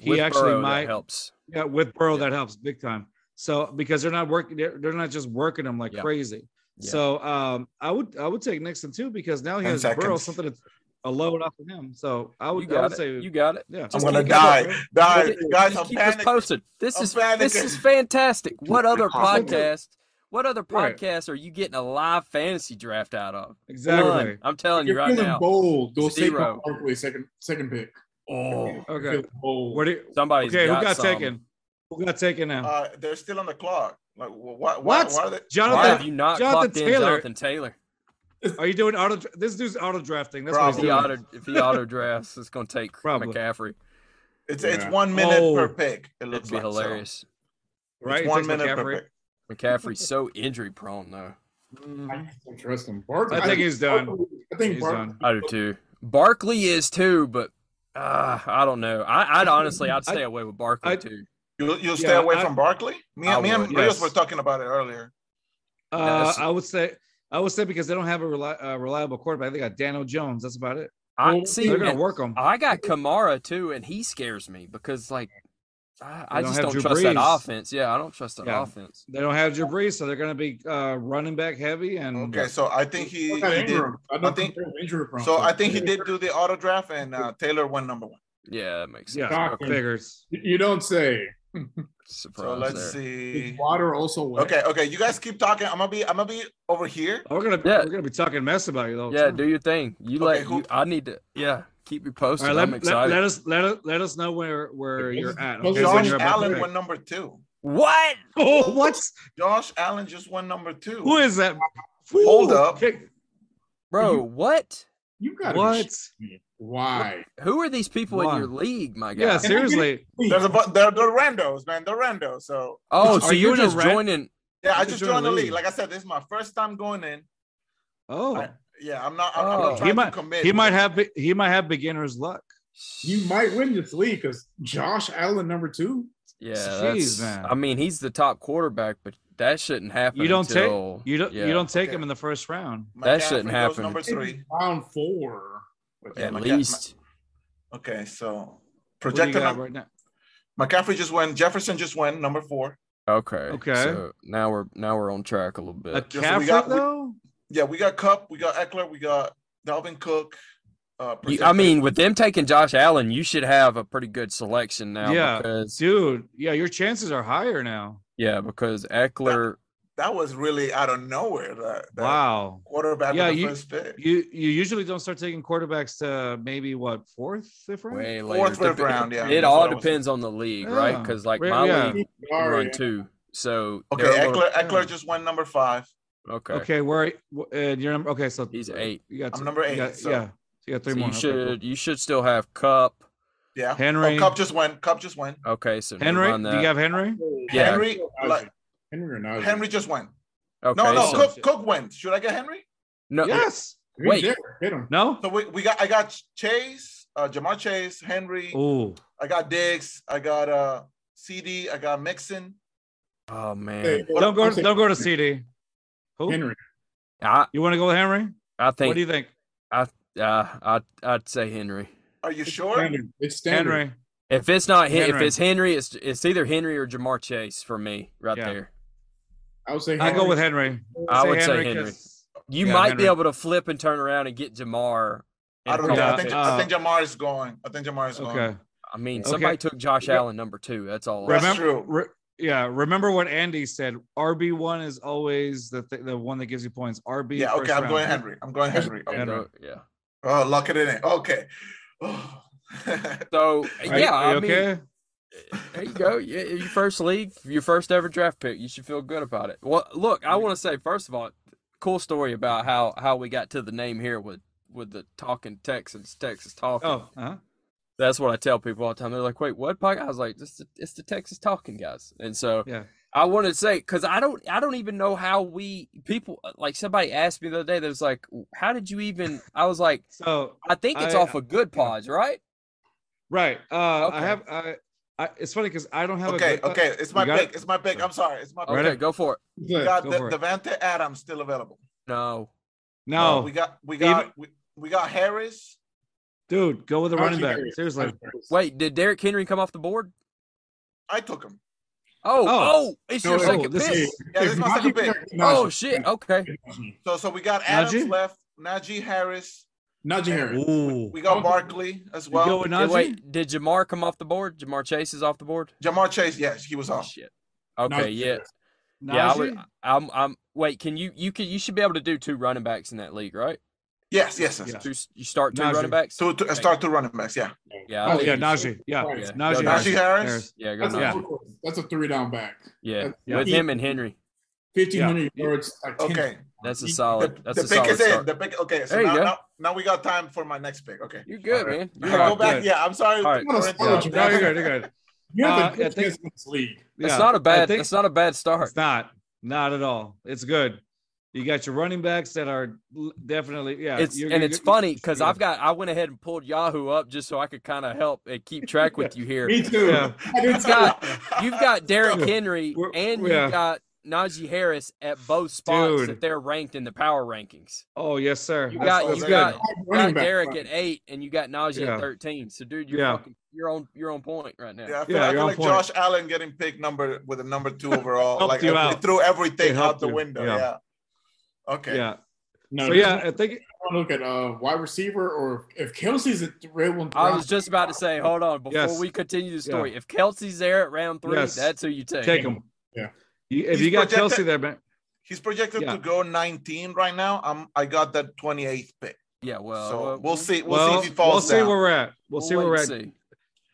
[SPEAKER 1] he
[SPEAKER 4] with
[SPEAKER 1] actually
[SPEAKER 4] Burrow, that
[SPEAKER 1] might
[SPEAKER 4] helps.
[SPEAKER 1] Yeah, with Burrow that helps big time. So because they're not working, they're, they're not just working him like
[SPEAKER 4] Yeah.
[SPEAKER 1] crazy.
[SPEAKER 4] Yeah.
[SPEAKER 1] So um, I would I would take Nixon too because now he
[SPEAKER 2] Ten
[SPEAKER 1] has Burrow
[SPEAKER 2] seconds.
[SPEAKER 1] something that's a load off of him. So I
[SPEAKER 4] You
[SPEAKER 1] would, I
[SPEAKER 4] got
[SPEAKER 1] would
[SPEAKER 4] it.
[SPEAKER 1] say
[SPEAKER 4] you got it.
[SPEAKER 1] yeah.
[SPEAKER 2] I'm
[SPEAKER 4] Just
[SPEAKER 2] gonna
[SPEAKER 4] keep it up,
[SPEAKER 2] die, die,
[SPEAKER 4] Just
[SPEAKER 2] guys. I'm
[SPEAKER 4] keep us
[SPEAKER 2] panicking.
[SPEAKER 4] posted. This
[SPEAKER 2] I'm
[SPEAKER 4] is this
[SPEAKER 2] panicking.
[SPEAKER 4] is fantastic. What other
[SPEAKER 2] Awesome.
[SPEAKER 4] podcast? What other
[SPEAKER 1] Right.
[SPEAKER 4] podcast are you getting a live fantasy draft out of?
[SPEAKER 1] Exactly.
[SPEAKER 4] None. I'm telling you
[SPEAKER 3] You're
[SPEAKER 4] right
[SPEAKER 3] feeling
[SPEAKER 4] now.
[SPEAKER 3] bold. Go
[SPEAKER 4] Zero.
[SPEAKER 3] Saquon Barkley second second pick.
[SPEAKER 4] Oh,
[SPEAKER 1] Okay.
[SPEAKER 3] Feeling bold.
[SPEAKER 1] Where do you,
[SPEAKER 4] somebody.
[SPEAKER 1] okay? Who
[SPEAKER 4] got,
[SPEAKER 1] got
[SPEAKER 4] some.
[SPEAKER 1] taken? Who got taken now?
[SPEAKER 2] Uh, they're still on the clock. Like what?
[SPEAKER 1] What?
[SPEAKER 2] What? Why are they?
[SPEAKER 4] Why have
[SPEAKER 1] Jonathan,
[SPEAKER 4] you not
[SPEAKER 1] Jonathan
[SPEAKER 4] clocked in
[SPEAKER 1] Taylor.
[SPEAKER 4] Jonathan Taylor?
[SPEAKER 1] are you doing auto? This dude's auto drafting. That's
[SPEAKER 4] If
[SPEAKER 2] Probably.
[SPEAKER 1] what
[SPEAKER 4] he
[SPEAKER 1] he's
[SPEAKER 4] auto,
[SPEAKER 1] doing.
[SPEAKER 4] if he auto drafts, it's going to take
[SPEAKER 1] Probably.
[SPEAKER 4] McCaffrey.
[SPEAKER 2] It's it's
[SPEAKER 3] Yeah.
[SPEAKER 2] one minute per
[SPEAKER 1] Oh.
[SPEAKER 2] pick. It
[SPEAKER 4] It'd
[SPEAKER 2] looks
[SPEAKER 4] be
[SPEAKER 2] like, so.
[SPEAKER 4] hilarious.
[SPEAKER 2] It's
[SPEAKER 1] Right, it
[SPEAKER 2] one
[SPEAKER 1] takes
[SPEAKER 2] minute per
[SPEAKER 1] McCaffrey.
[SPEAKER 2] pick.
[SPEAKER 4] McCaffrey's so injury prone though. Mm-hmm.
[SPEAKER 3] I just don't trust him. Barkley.
[SPEAKER 1] I think he's done.
[SPEAKER 3] Barkley- I think
[SPEAKER 1] He's
[SPEAKER 3] Barkley-
[SPEAKER 1] done.
[SPEAKER 4] I do too. Barkley is too, but uh, I don't know. I, I'd honestly, I'd stay away with Barkley
[SPEAKER 1] I-
[SPEAKER 4] too.
[SPEAKER 2] You you stay
[SPEAKER 1] Yeah,
[SPEAKER 2] away
[SPEAKER 1] I-
[SPEAKER 2] from Barkley. Me,
[SPEAKER 4] I
[SPEAKER 2] me and
[SPEAKER 4] would,
[SPEAKER 2] Rios
[SPEAKER 1] yes.
[SPEAKER 2] were talking about it earlier.
[SPEAKER 1] Uh,
[SPEAKER 4] that's-
[SPEAKER 1] I would say I would say because they don't have a reli- uh, reliable quarterback. They got Daniel Jones. That's about it.
[SPEAKER 4] I
[SPEAKER 3] Well,
[SPEAKER 4] see.
[SPEAKER 1] They're gonna
[SPEAKER 4] and-
[SPEAKER 1] work him.
[SPEAKER 4] I got Kamara too, and he scares me because like I, I
[SPEAKER 1] don't
[SPEAKER 4] just
[SPEAKER 1] have
[SPEAKER 4] don't
[SPEAKER 1] Drew
[SPEAKER 4] trust that
[SPEAKER 1] Brees.
[SPEAKER 4] offense. Yeah, I don't trust that
[SPEAKER 1] Yeah.
[SPEAKER 4] offense.
[SPEAKER 1] They don't have Jabri, so they're going to be uh, running back heavy.
[SPEAKER 4] Mm,
[SPEAKER 1] And
[SPEAKER 2] Okay, so I think he,
[SPEAKER 3] What kind
[SPEAKER 2] he
[SPEAKER 3] of
[SPEAKER 2] did.
[SPEAKER 3] Ingram? I
[SPEAKER 2] I
[SPEAKER 3] don't
[SPEAKER 2] think-
[SPEAKER 3] think injury prone.
[SPEAKER 2] So I think he did do the auto draft, and uh, Taylor went number one.
[SPEAKER 4] Yeah, that makes sense.
[SPEAKER 1] yeah,
[SPEAKER 3] Doctor.
[SPEAKER 1] figures.
[SPEAKER 3] You don't say.
[SPEAKER 4] Surprise
[SPEAKER 2] So let's
[SPEAKER 4] there.
[SPEAKER 2] see.
[SPEAKER 3] Is water also wet?
[SPEAKER 2] Okay, okay. You guys keep talking. I'm gonna be I'm gonna be over here.
[SPEAKER 1] Oh, we're gonna
[SPEAKER 4] Yeah.
[SPEAKER 1] we're gonna be talking mess about you though.
[SPEAKER 4] Yeah, do your thing. You
[SPEAKER 2] Okay,
[SPEAKER 4] like
[SPEAKER 2] who-
[SPEAKER 4] you, I need to. Yeah, keep me
[SPEAKER 1] All
[SPEAKER 4] posted.
[SPEAKER 1] right,
[SPEAKER 4] I'm
[SPEAKER 1] let, let,
[SPEAKER 4] excited.
[SPEAKER 1] let us let us let us know where where
[SPEAKER 3] Yeah,
[SPEAKER 1] you're
[SPEAKER 3] this-
[SPEAKER 1] at.
[SPEAKER 3] this
[SPEAKER 1] Okay,
[SPEAKER 3] is
[SPEAKER 1] when
[SPEAKER 2] Josh
[SPEAKER 1] you're about to
[SPEAKER 2] Allen
[SPEAKER 1] pick.
[SPEAKER 2] went number two.
[SPEAKER 4] what?
[SPEAKER 1] Oh, what?
[SPEAKER 2] Josh Allen just went number two.
[SPEAKER 1] Who is that?
[SPEAKER 2] Hold
[SPEAKER 1] Ooh,
[SPEAKER 2] up.
[SPEAKER 1] kick-
[SPEAKER 4] Bro,
[SPEAKER 3] You-
[SPEAKER 4] what?
[SPEAKER 3] You got
[SPEAKER 1] What?
[SPEAKER 3] Why?
[SPEAKER 4] Who are these people
[SPEAKER 1] Why?
[SPEAKER 4] in your league, my guy?
[SPEAKER 1] Yeah, seriously.
[SPEAKER 2] There's a bu- they're, they're randos, man. They're randos. So
[SPEAKER 4] Oh, so
[SPEAKER 1] Are you
[SPEAKER 4] you're
[SPEAKER 1] in a
[SPEAKER 4] just
[SPEAKER 1] ran-
[SPEAKER 4] joining.
[SPEAKER 2] yeah, I
[SPEAKER 1] You
[SPEAKER 2] just
[SPEAKER 1] could join
[SPEAKER 2] joined
[SPEAKER 1] the
[SPEAKER 2] the league.
[SPEAKER 1] league.
[SPEAKER 2] Like I said, this is my first time going in.
[SPEAKER 1] Oh,
[SPEAKER 2] Yeah, I'm not. I'm, I'm
[SPEAKER 4] Oh.
[SPEAKER 2] not
[SPEAKER 4] He
[SPEAKER 2] trying
[SPEAKER 1] might-
[SPEAKER 2] to commit.
[SPEAKER 1] he might have be- he might have beginner's luck.
[SPEAKER 3] You might win this league because Josh Allen number two.
[SPEAKER 4] Yeah,
[SPEAKER 1] Jeez,
[SPEAKER 4] that's,
[SPEAKER 1] man.
[SPEAKER 4] I mean, he's the top quarterback, but that shouldn't happen.
[SPEAKER 1] You don't take-
[SPEAKER 4] until-
[SPEAKER 1] You don't
[SPEAKER 4] yeah.
[SPEAKER 1] you don't take
[SPEAKER 2] Okay.
[SPEAKER 1] him in the first round.
[SPEAKER 4] that
[SPEAKER 2] McCaffrey
[SPEAKER 4] shouldn't
[SPEAKER 2] goes
[SPEAKER 4] happen.
[SPEAKER 2] Number three.
[SPEAKER 3] Round four.
[SPEAKER 2] Yeah,
[SPEAKER 4] at
[SPEAKER 2] McCa-
[SPEAKER 4] least.
[SPEAKER 2] Okay, so
[SPEAKER 1] What do you
[SPEAKER 2] projected.
[SPEAKER 1] got
[SPEAKER 2] num-
[SPEAKER 1] right now?
[SPEAKER 2] McCaffrey just went. Jefferson just went number four.
[SPEAKER 4] Okay.
[SPEAKER 1] Okay.
[SPEAKER 4] So now we're now we're on track a little bit.
[SPEAKER 2] so we
[SPEAKER 1] McCaffrey
[SPEAKER 2] got- we-
[SPEAKER 1] though.
[SPEAKER 2] Yeah, we got Cup. We got Eckler. We got Dalvin Cook. Uh,
[SPEAKER 4] You- I
[SPEAKER 2] projected-
[SPEAKER 4] mean, with them taking Josh Allen, you should have a pretty good selection now.
[SPEAKER 1] Yeah.
[SPEAKER 4] Because,
[SPEAKER 1] Dude, yeah, your chances are higher now.
[SPEAKER 4] yeah, because Eckler.
[SPEAKER 2] that was really out of nowhere. That, that
[SPEAKER 1] Wow.
[SPEAKER 2] quarterback
[SPEAKER 1] Yeah,
[SPEAKER 2] with the
[SPEAKER 1] you-
[SPEAKER 2] first pick.
[SPEAKER 1] You you usually don't start taking quarterbacks to maybe what fourth fifth round?
[SPEAKER 4] Way later.
[SPEAKER 2] Fourth, fifth
[SPEAKER 4] Dep-
[SPEAKER 2] round, yeah.
[SPEAKER 4] It
[SPEAKER 2] That's
[SPEAKER 4] all
[SPEAKER 2] what I was-
[SPEAKER 4] depends on the league, right?
[SPEAKER 1] Yeah.
[SPEAKER 4] Because like
[SPEAKER 1] Re-
[SPEAKER 4] my
[SPEAKER 1] yeah.
[SPEAKER 4] league you
[SPEAKER 3] Sorry.
[SPEAKER 4] run two, so
[SPEAKER 2] Okay,
[SPEAKER 4] they're a little-
[SPEAKER 2] Eckler. Eckler just went number five.
[SPEAKER 4] okay.
[SPEAKER 1] Okay, where wh- and you're number okay, so uh,
[SPEAKER 4] He's eight.
[SPEAKER 1] You got
[SPEAKER 2] I'm number
[SPEAKER 1] you
[SPEAKER 2] eight,
[SPEAKER 1] got-
[SPEAKER 2] so-
[SPEAKER 1] Yeah, so you got three
[SPEAKER 4] So
[SPEAKER 1] more.
[SPEAKER 4] you
[SPEAKER 1] Okay,
[SPEAKER 4] should
[SPEAKER 1] cool.
[SPEAKER 4] you should still have Cup.
[SPEAKER 2] Yeah.
[SPEAKER 1] Henry.
[SPEAKER 2] Oh, Cup just went. Cup just went.
[SPEAKER 4] Okay, so never
[SPEAKER 1] Henry,
[SPEAKER 4] mind
[SPEAKER 1] do you
[SPEAKER 4] that.
[SPEAKER 1] have Henry?
[SPEAKER 4] Yeah.
[SPEAKER 2] Henry, like-
[SPEAKER 3] Henry or not?
[SPEAKER 2] Henry just went.
[SPEAKER 4] okay,
[SPEAKER 2] no, no.
[SPEAKER 4] so-
[SPEAKER 2] Cook. Cook went. Should I get Henry?
[SPEAKER 4] no,
[SPEAKER 1] Yes.
[SPEAKER 4] Wait.
[SPEAKER 3] There. Hit him.
[SPEAKER 1] No.
[SPEAKER 2] So we, we got. I got Chase. Uh, Jamar Chase. Henry.
[SPEAKER 1] Oh,
[SPEAKER 2] I got Diggs. I got uh CD. I got Mixon.
[SPEAKER 4] Oh man,
[SPEAKER 3] Hey, what-
[SPEAKER 1] Don't go.
[SPEAKER 3] okay,
[SPEAKER 1] Don't go to CD. Who?
[SPEAKER 3] Henry.
[SPEAKER 4] I
[SPEAKER 1] You want to go with Henry?
[SPEAKER 4] I
[SPEAKER 1] What
[SPEAKER 4] think
[SPEAKER 1] do you think,
[SPEAKER 4] uh, I I'd say Henry.
[SPEAKER 2] Are you sure?
[SPEAKER 3] Standard. It's standard.
[SPEAKER 1] Henry?
[SPEAKER 4] If it's not Hen- if
[SPEAKER 1] Henry.
[SPEAKER 4] it's Henry, it's it's either Henry or Jamar Chase for me right
[SPEAKER 1] Yeah.
[SPEAKER 4] there.
[SPEAKER 3] I would say
[SPEAKER 1] I go
[SPEAKER 3] Henry.
[SPEAKER 1] with Henry.
[SPEAKER 4] I would say Henry.
[SPEAKER 1] 'cause-
[SPEAKER 4] You
[SPEAKER 1] Yeah,
[SPEAKER 4] might
[SPEAKER 1] Henry.
[SPEAKER 4] be able to flip and turn around and get Jamar. in
[SPEAKER 2] I
[SPEAKER 4] a
[SPEAKER 2] don't know.
[SPEAKER 4] couple
[SPEAKER 1] Yeah,
[SPEAKER 2] I think
[SPEAKER 4] picks.
[SPEAKER 1] uh,
[SPEAKER 2] I think Jamar is going. I think Jamar is going.
[SPEAKER 1] Okay.
[SPEAKER 4] I mean,
[SPEAKER 1] okay.
[SPEAKER 4] somebody took Josh
[SPEAKER 1] Re-
[SPEAKER 4] Allen number two. That's all. I-
[SPEAKER 2] That's
[SPEAKER 1] Remember-
[SPEAKER 2] true.
[SPEAKER 1] Re- yeah. Remember what Andy said. RB one is always the th- the one that gives you points. RB.
[SPEAKER 2] Yeah,
[SPEAKER 1] first
[SPEAKER 2] okay. I'm
[SPEAKER 1] round.
[SPEAKER 2] going Henry. I'm going Henry. Okay.
[SPEAKER 1] Henry.
[SPEAKER 4] Yeah.
[SPEAKER 2] Oh, lock it in. Okay. Oh.
[SPEAKER 1] Are
[SPEAKER 4] So
[SPEAKER 1] you-
[SPEAKER 4] yeah,
[SPEAKER 1] are you
[SPEAKER 4] I mean,
[SPEAKER 1] okay.
[SPEAKER 4] there you go. Yeah, your first league, your first ever draft pick. You should feel good about it. Well, look, I want to say first of all, cool story about how how we got to the name here with with the talking Texans, Texas talking.
[SPEAKER 1] Oh, uh-huh.
[SPEAKER 4] That's what I tell people all the time. They're like, "Wait, what podcast?" I was like, "It's the, it's the Texas Talking guys." And so
[SPEAKER 1] Yeah.
[SPEAKER 4] I wanted to say because I don't I don't even know how we people like somebody asked me the other day. That was like, "How did you even?" I was like,
[SPEAKER 1] So
[SPEAKER 4] "I think it's
[SPEAKER 1] I-
[SPEAKER 4] off of Good Pods, right?"
[SPEAKER 1] right. Uh,
[SPEAKER 4] Okay.
[SPEAKER 1] I have. I, I, it's funny because I don't have. a
[SPEAKER 2] okay.
[SPEAKER 1] good- uh,
[SPEAKER 2] Okay. It's my
[SPEAKER 1] You got
[SPEAKER 2] pick. It's my pick. I'm sorry. It's my pick.
[SPEAKER 1] Ready?
[SPEAKER 4] Okay, go for it.
[SPEAKER 2] We
[SPEAKER 3] Yeah.
[SPEAKER 2] got
[SPEAKER 1] Go
[SPEAKER 2] De-
[SPEAKER 1] for it.
[SPEAKER 2] Devante Adams still available.
[SPEAKER 4] No,
[SPEAKER 1] No,
[SPEAKER 2] Uh, we got we got we, we got Harris.
[SPEAKER 1] dude, go with the
[SPEAKER 3] I
[SPEAKER 1] running
[SPEAKER 3] was
[SPEAKER 1] back.
[SPEAKER 3] curious.
[SPEAKER 1] Seriously.
[SPEAKER 4] wait, did Derrick Henry come off the board?
[SPEAKER 2] I took him.
[SPEAKER 4] Oh,
[SPEAKER 1] Oh.
[SPEAKER 4] oh, it's
[SPEAKER 3] No,
[SPEAKER 4] your
[SPEAKER 3] no,
[SPEAKER 4] second
[SPEAKER 1] this
[SPEAKER 4] pick.
[SPEAKER 1] is-
[SPEAKER 2] Yeah, this is my second pick.
[SPEAKER 4] oh shit. Okay,
[SPEAKER 2] So so we got Adams
[SPEAKER 1] Najee?
[SPEAKER 2] left. Najee Harris.
[SPEAKER 3] Najee
[SPEAKER 2] Oh,
[SPEAKER 3] Harris.
[SPEAKER 1] Ooh.
[SPEAKER 2] We got
[SPEAKER 3] Okay.
[SPEAKER 2] Barkley as
[SPEAKER 1] Oh. You go
[SPEAKER 2] well.
[SPEAKER 1] with
[SPEAKER 4] Did-
[SPEAKER 1] Najee?
[SPEAKER 4] wait, did Jamar come off the board? Jamar Chase is off the board.
[SPEAKER 2] Jamar Chase. Yes, he was
[SPEAKER 4] Oh,
[SPEAKER 2] off.
[SPEAKER 4] shit. Okay,
[SPEAKER 3] Najee
[SPEAKER 4] yeah,
[SPEAKER 3] Harris.
[SPEAKER 4] yeah. I
[SPEAKER 1] Najee?
[SPEAKER 4] would, I'm, I'm. Wait, can you, you can, you should be able to do two running backs in that league, right?
[SPEAKER 2] Yes, yes, yes.
[SPEAKER 1] Yeah.
[SPEAKER 4] Two, you start two
[SPEAKER 1] Najee.
[SPEAKER 4] running backs.
[SPEAKER 2] So to
[SPEAKER 4] Okay.
[SPEAKER 2] start two running backs. Yeah.
[SPEAKER 4] Yeah, I
[SPEAKER 1] Oh
[SPEAKER 4] think
[SPEAKER 1] yeah,
[SPEAKER 4] you should.
[SPEAKER 1] Najee. Yeah,
[SPEAKER 3] Right.
[SPEAKER 4] Yeah.
[SPEAKER 1] Najee.
[SPEAKER 4] Go
[SPEAKER 2] Najee Harris.
[SPEAKER 4] Yeah, go
[SPEAKER 3] That's,
[SPEAKER 4] Najee.
[SPEAKER 1] Yeah.
[SPEAKER 3] a low course. That's a three down back.
[SPEAKER 4] Yeah,
[SPEAKER 3] That's-
[SPEAKER 4] with
[SPEAKER 3] yeah.
[SPEAKER 4] him and Henry,
[SPEAKER 3] Fifteen hundred yards. like 10
[SPEAKER 2] Okay.
[SPEAKER 4] that's a
[SPEAKER 3] The-
[SPEAKER 4] solid.
[SPEAKER 2] the,
[SPEAKER 4] That's
[SPEAKER 2] the
[SPEAKER 4] a
[SPEAKER 2] pick
[SPEAKER 4] solid
[SPEAKER 2] is in.
[SPEAKER 4] start.
[SPEAKER 2] The pick. Okay. So
[SPEAKER 4] There you
[SPEAKER 2] now,
[SPEAKER 4] go.
[SPEAKER 2] now now we got time for my next pick. Okay.
[SPEAKER 4] You're good,
[SPEAKER 1] Alright.
[SPEAKER 4] man.
[SPEAKER 2] Yeah,
[SPEAKER 4] You're
[SPEAKER 2] go
[SPEAKER 4] all
[SPEAKER 2] back.
[SPEAKER 4] good.
[SPEAKER 2] Yeah, I'm sorry.
[SPEAKER 4] All right.
[SPEAKER 2] We're in-
[SPEAKER 3] Yeah.
[SPEAKER 1] No, you're good. You're good.
[SPEAKER 3] You have
[SPEAKER 1] Uh,
[SPEAKER 3] a
[SPEAKER 1] I
[SPEAKER 3] good
[SPEAKER 1] think-
[SPEAKER 3] chance in this league.
[SPEAKER 1] Yeah.
[SPEAKER 4] It's not a
[SPEAKER 1] I
[SPEAKER 4] bad.
[SPEAKER 1] think-
[SPEAKER 4] It's not a bad start.
[SPEAKER 1] It's not. Not at all. It's good. You got your running backs that are l- definitely yeah.
[SPEAKER 4] It's
[SPEAKER 1] you're-
[SPEAKER 4] and
[SPEAKER 1] you're-
[SPEAKER 4] it's funny because
[SPEAKER 1] yeah.
[SPEAKER 4] I've got I went ahead and pulled Yahoo up just so I could kind of help and keep track with you here.
[SPEAKER 3] Me too.
[SPEAKER 1] Yeah.
[SPEAKER 3] I didn't
[SPEAKER 4] It's got-
[SPEAKER 2] Yeah.
[SPEAKER 4] You've got Derrick Henry
[SPEAKER 1] We're-
[SPEAKER 4] and
[SPEAKER 1] yeah.
[SPEAKER 4] you've got Najee Harris at both spots
[SPEAKER 1] Dude.
[SPEAKER 4] that they're ranked in the power rankings.
[SPEAKER 1] Oh yes, sir.
[SPEAKER 4] You
[SPEAKER 1] That's
[SPEAKER 4] got
[SPEAKER 1] what's
[SPEAKER 4] you
[SPEAKER 1] good.
[SPEAKER 4] got,
[SPEAKER 3] Five
[SPEAKER 4] you got
[SPEAKER 3] running back.
[SPEAKER 4] Derrick at eight and you got Najee
[SPEAKER 1] Yeah.
[SPEAKER 4] at thirteen. So dude, you're
[SPEAKER 1] Yeah.
[SPEAKER 4] fucking, you're on you're on point right now.
[SPEAKER 2] Yeah, I feel,
[SPEAKER 1] Yeah,
[SPEAKER 2] I
[SPEAKER 1] you're
[SPEAKER 2] feel
[SPEAKER 1] on
[SPEAKER 2] like
[SPEAKER 1] point.
[SPEAKER 2] Josh Allen getting picked number with a number two overall.
[SPEAKER 1] Helped
[SPEAKER 2] like
[SPEAKER 1] you
[SPEAKER 2] every-
[SPEAKER 1] out.
[SPEAKER 2] threw
[SPEAKER 1] It
[SPEAKER 2] everything out
[SPEAKER 1] helped
[SPEAKER 2] the
[SPEAKER 1] you.
[SPEAKER 2] window.
[SPEAKER 1] Yeah.
[SPEAKER 2] Yeah. Okay.
[SPEAKER 1] Yeah.
[SPEAKER 3] No,
[SPEAKER 1] So
[SPEAKER 3] this
[SPEAKER 1] yeah,
[SPEAKER 3] is-
[SPEAKER 1] I think
[SPEAKER 3] I want to look at uh, wide receiver or if Kelsey's at the red one.
[SPEAKER 4] I was just about to say, hold on, before
[SPEAKER 1] Yes.
[SPEAKER 4] we continue the
[SPEAKER 1] Yeah.
[SPEAKER 4] story, if Kelsey's there at round three,
[SPEAKER 1] Yes.
[SPEAKER 4] that's who you take.
[SPEAKER 1] take him.
[SPEAKER 3] Yeah.
[SPEAKER 1] You, if
[SPEAKER 2] He's
[SPEAKER 1] you got
[SPEAKER 2] projected-
[SPEAKER 1] Kelsey there, man.
[SPEAKER 2] He's projected
[SPEAKER 1] Yeah.
[SPEAKER 2] to go 19 right now. I'm I got that 28th pick.
[SPEAKER 4] Yeah, well,
[SPEAKER 2] so
[SPEAKER 4] well,
[SPEAKER 2] we'll, see. We'll,
[SPEAKER 1] Well,
[SPEAKER 2] see if he falls
[SPEAKER 1] we'll see
[SPEAKER 2] down.
[SPEAKER 1] where we're at. We'll, see where we're
[SPEAKER 4] wait
[SPEAKER 1] at.
[SPEAKER 4] and see.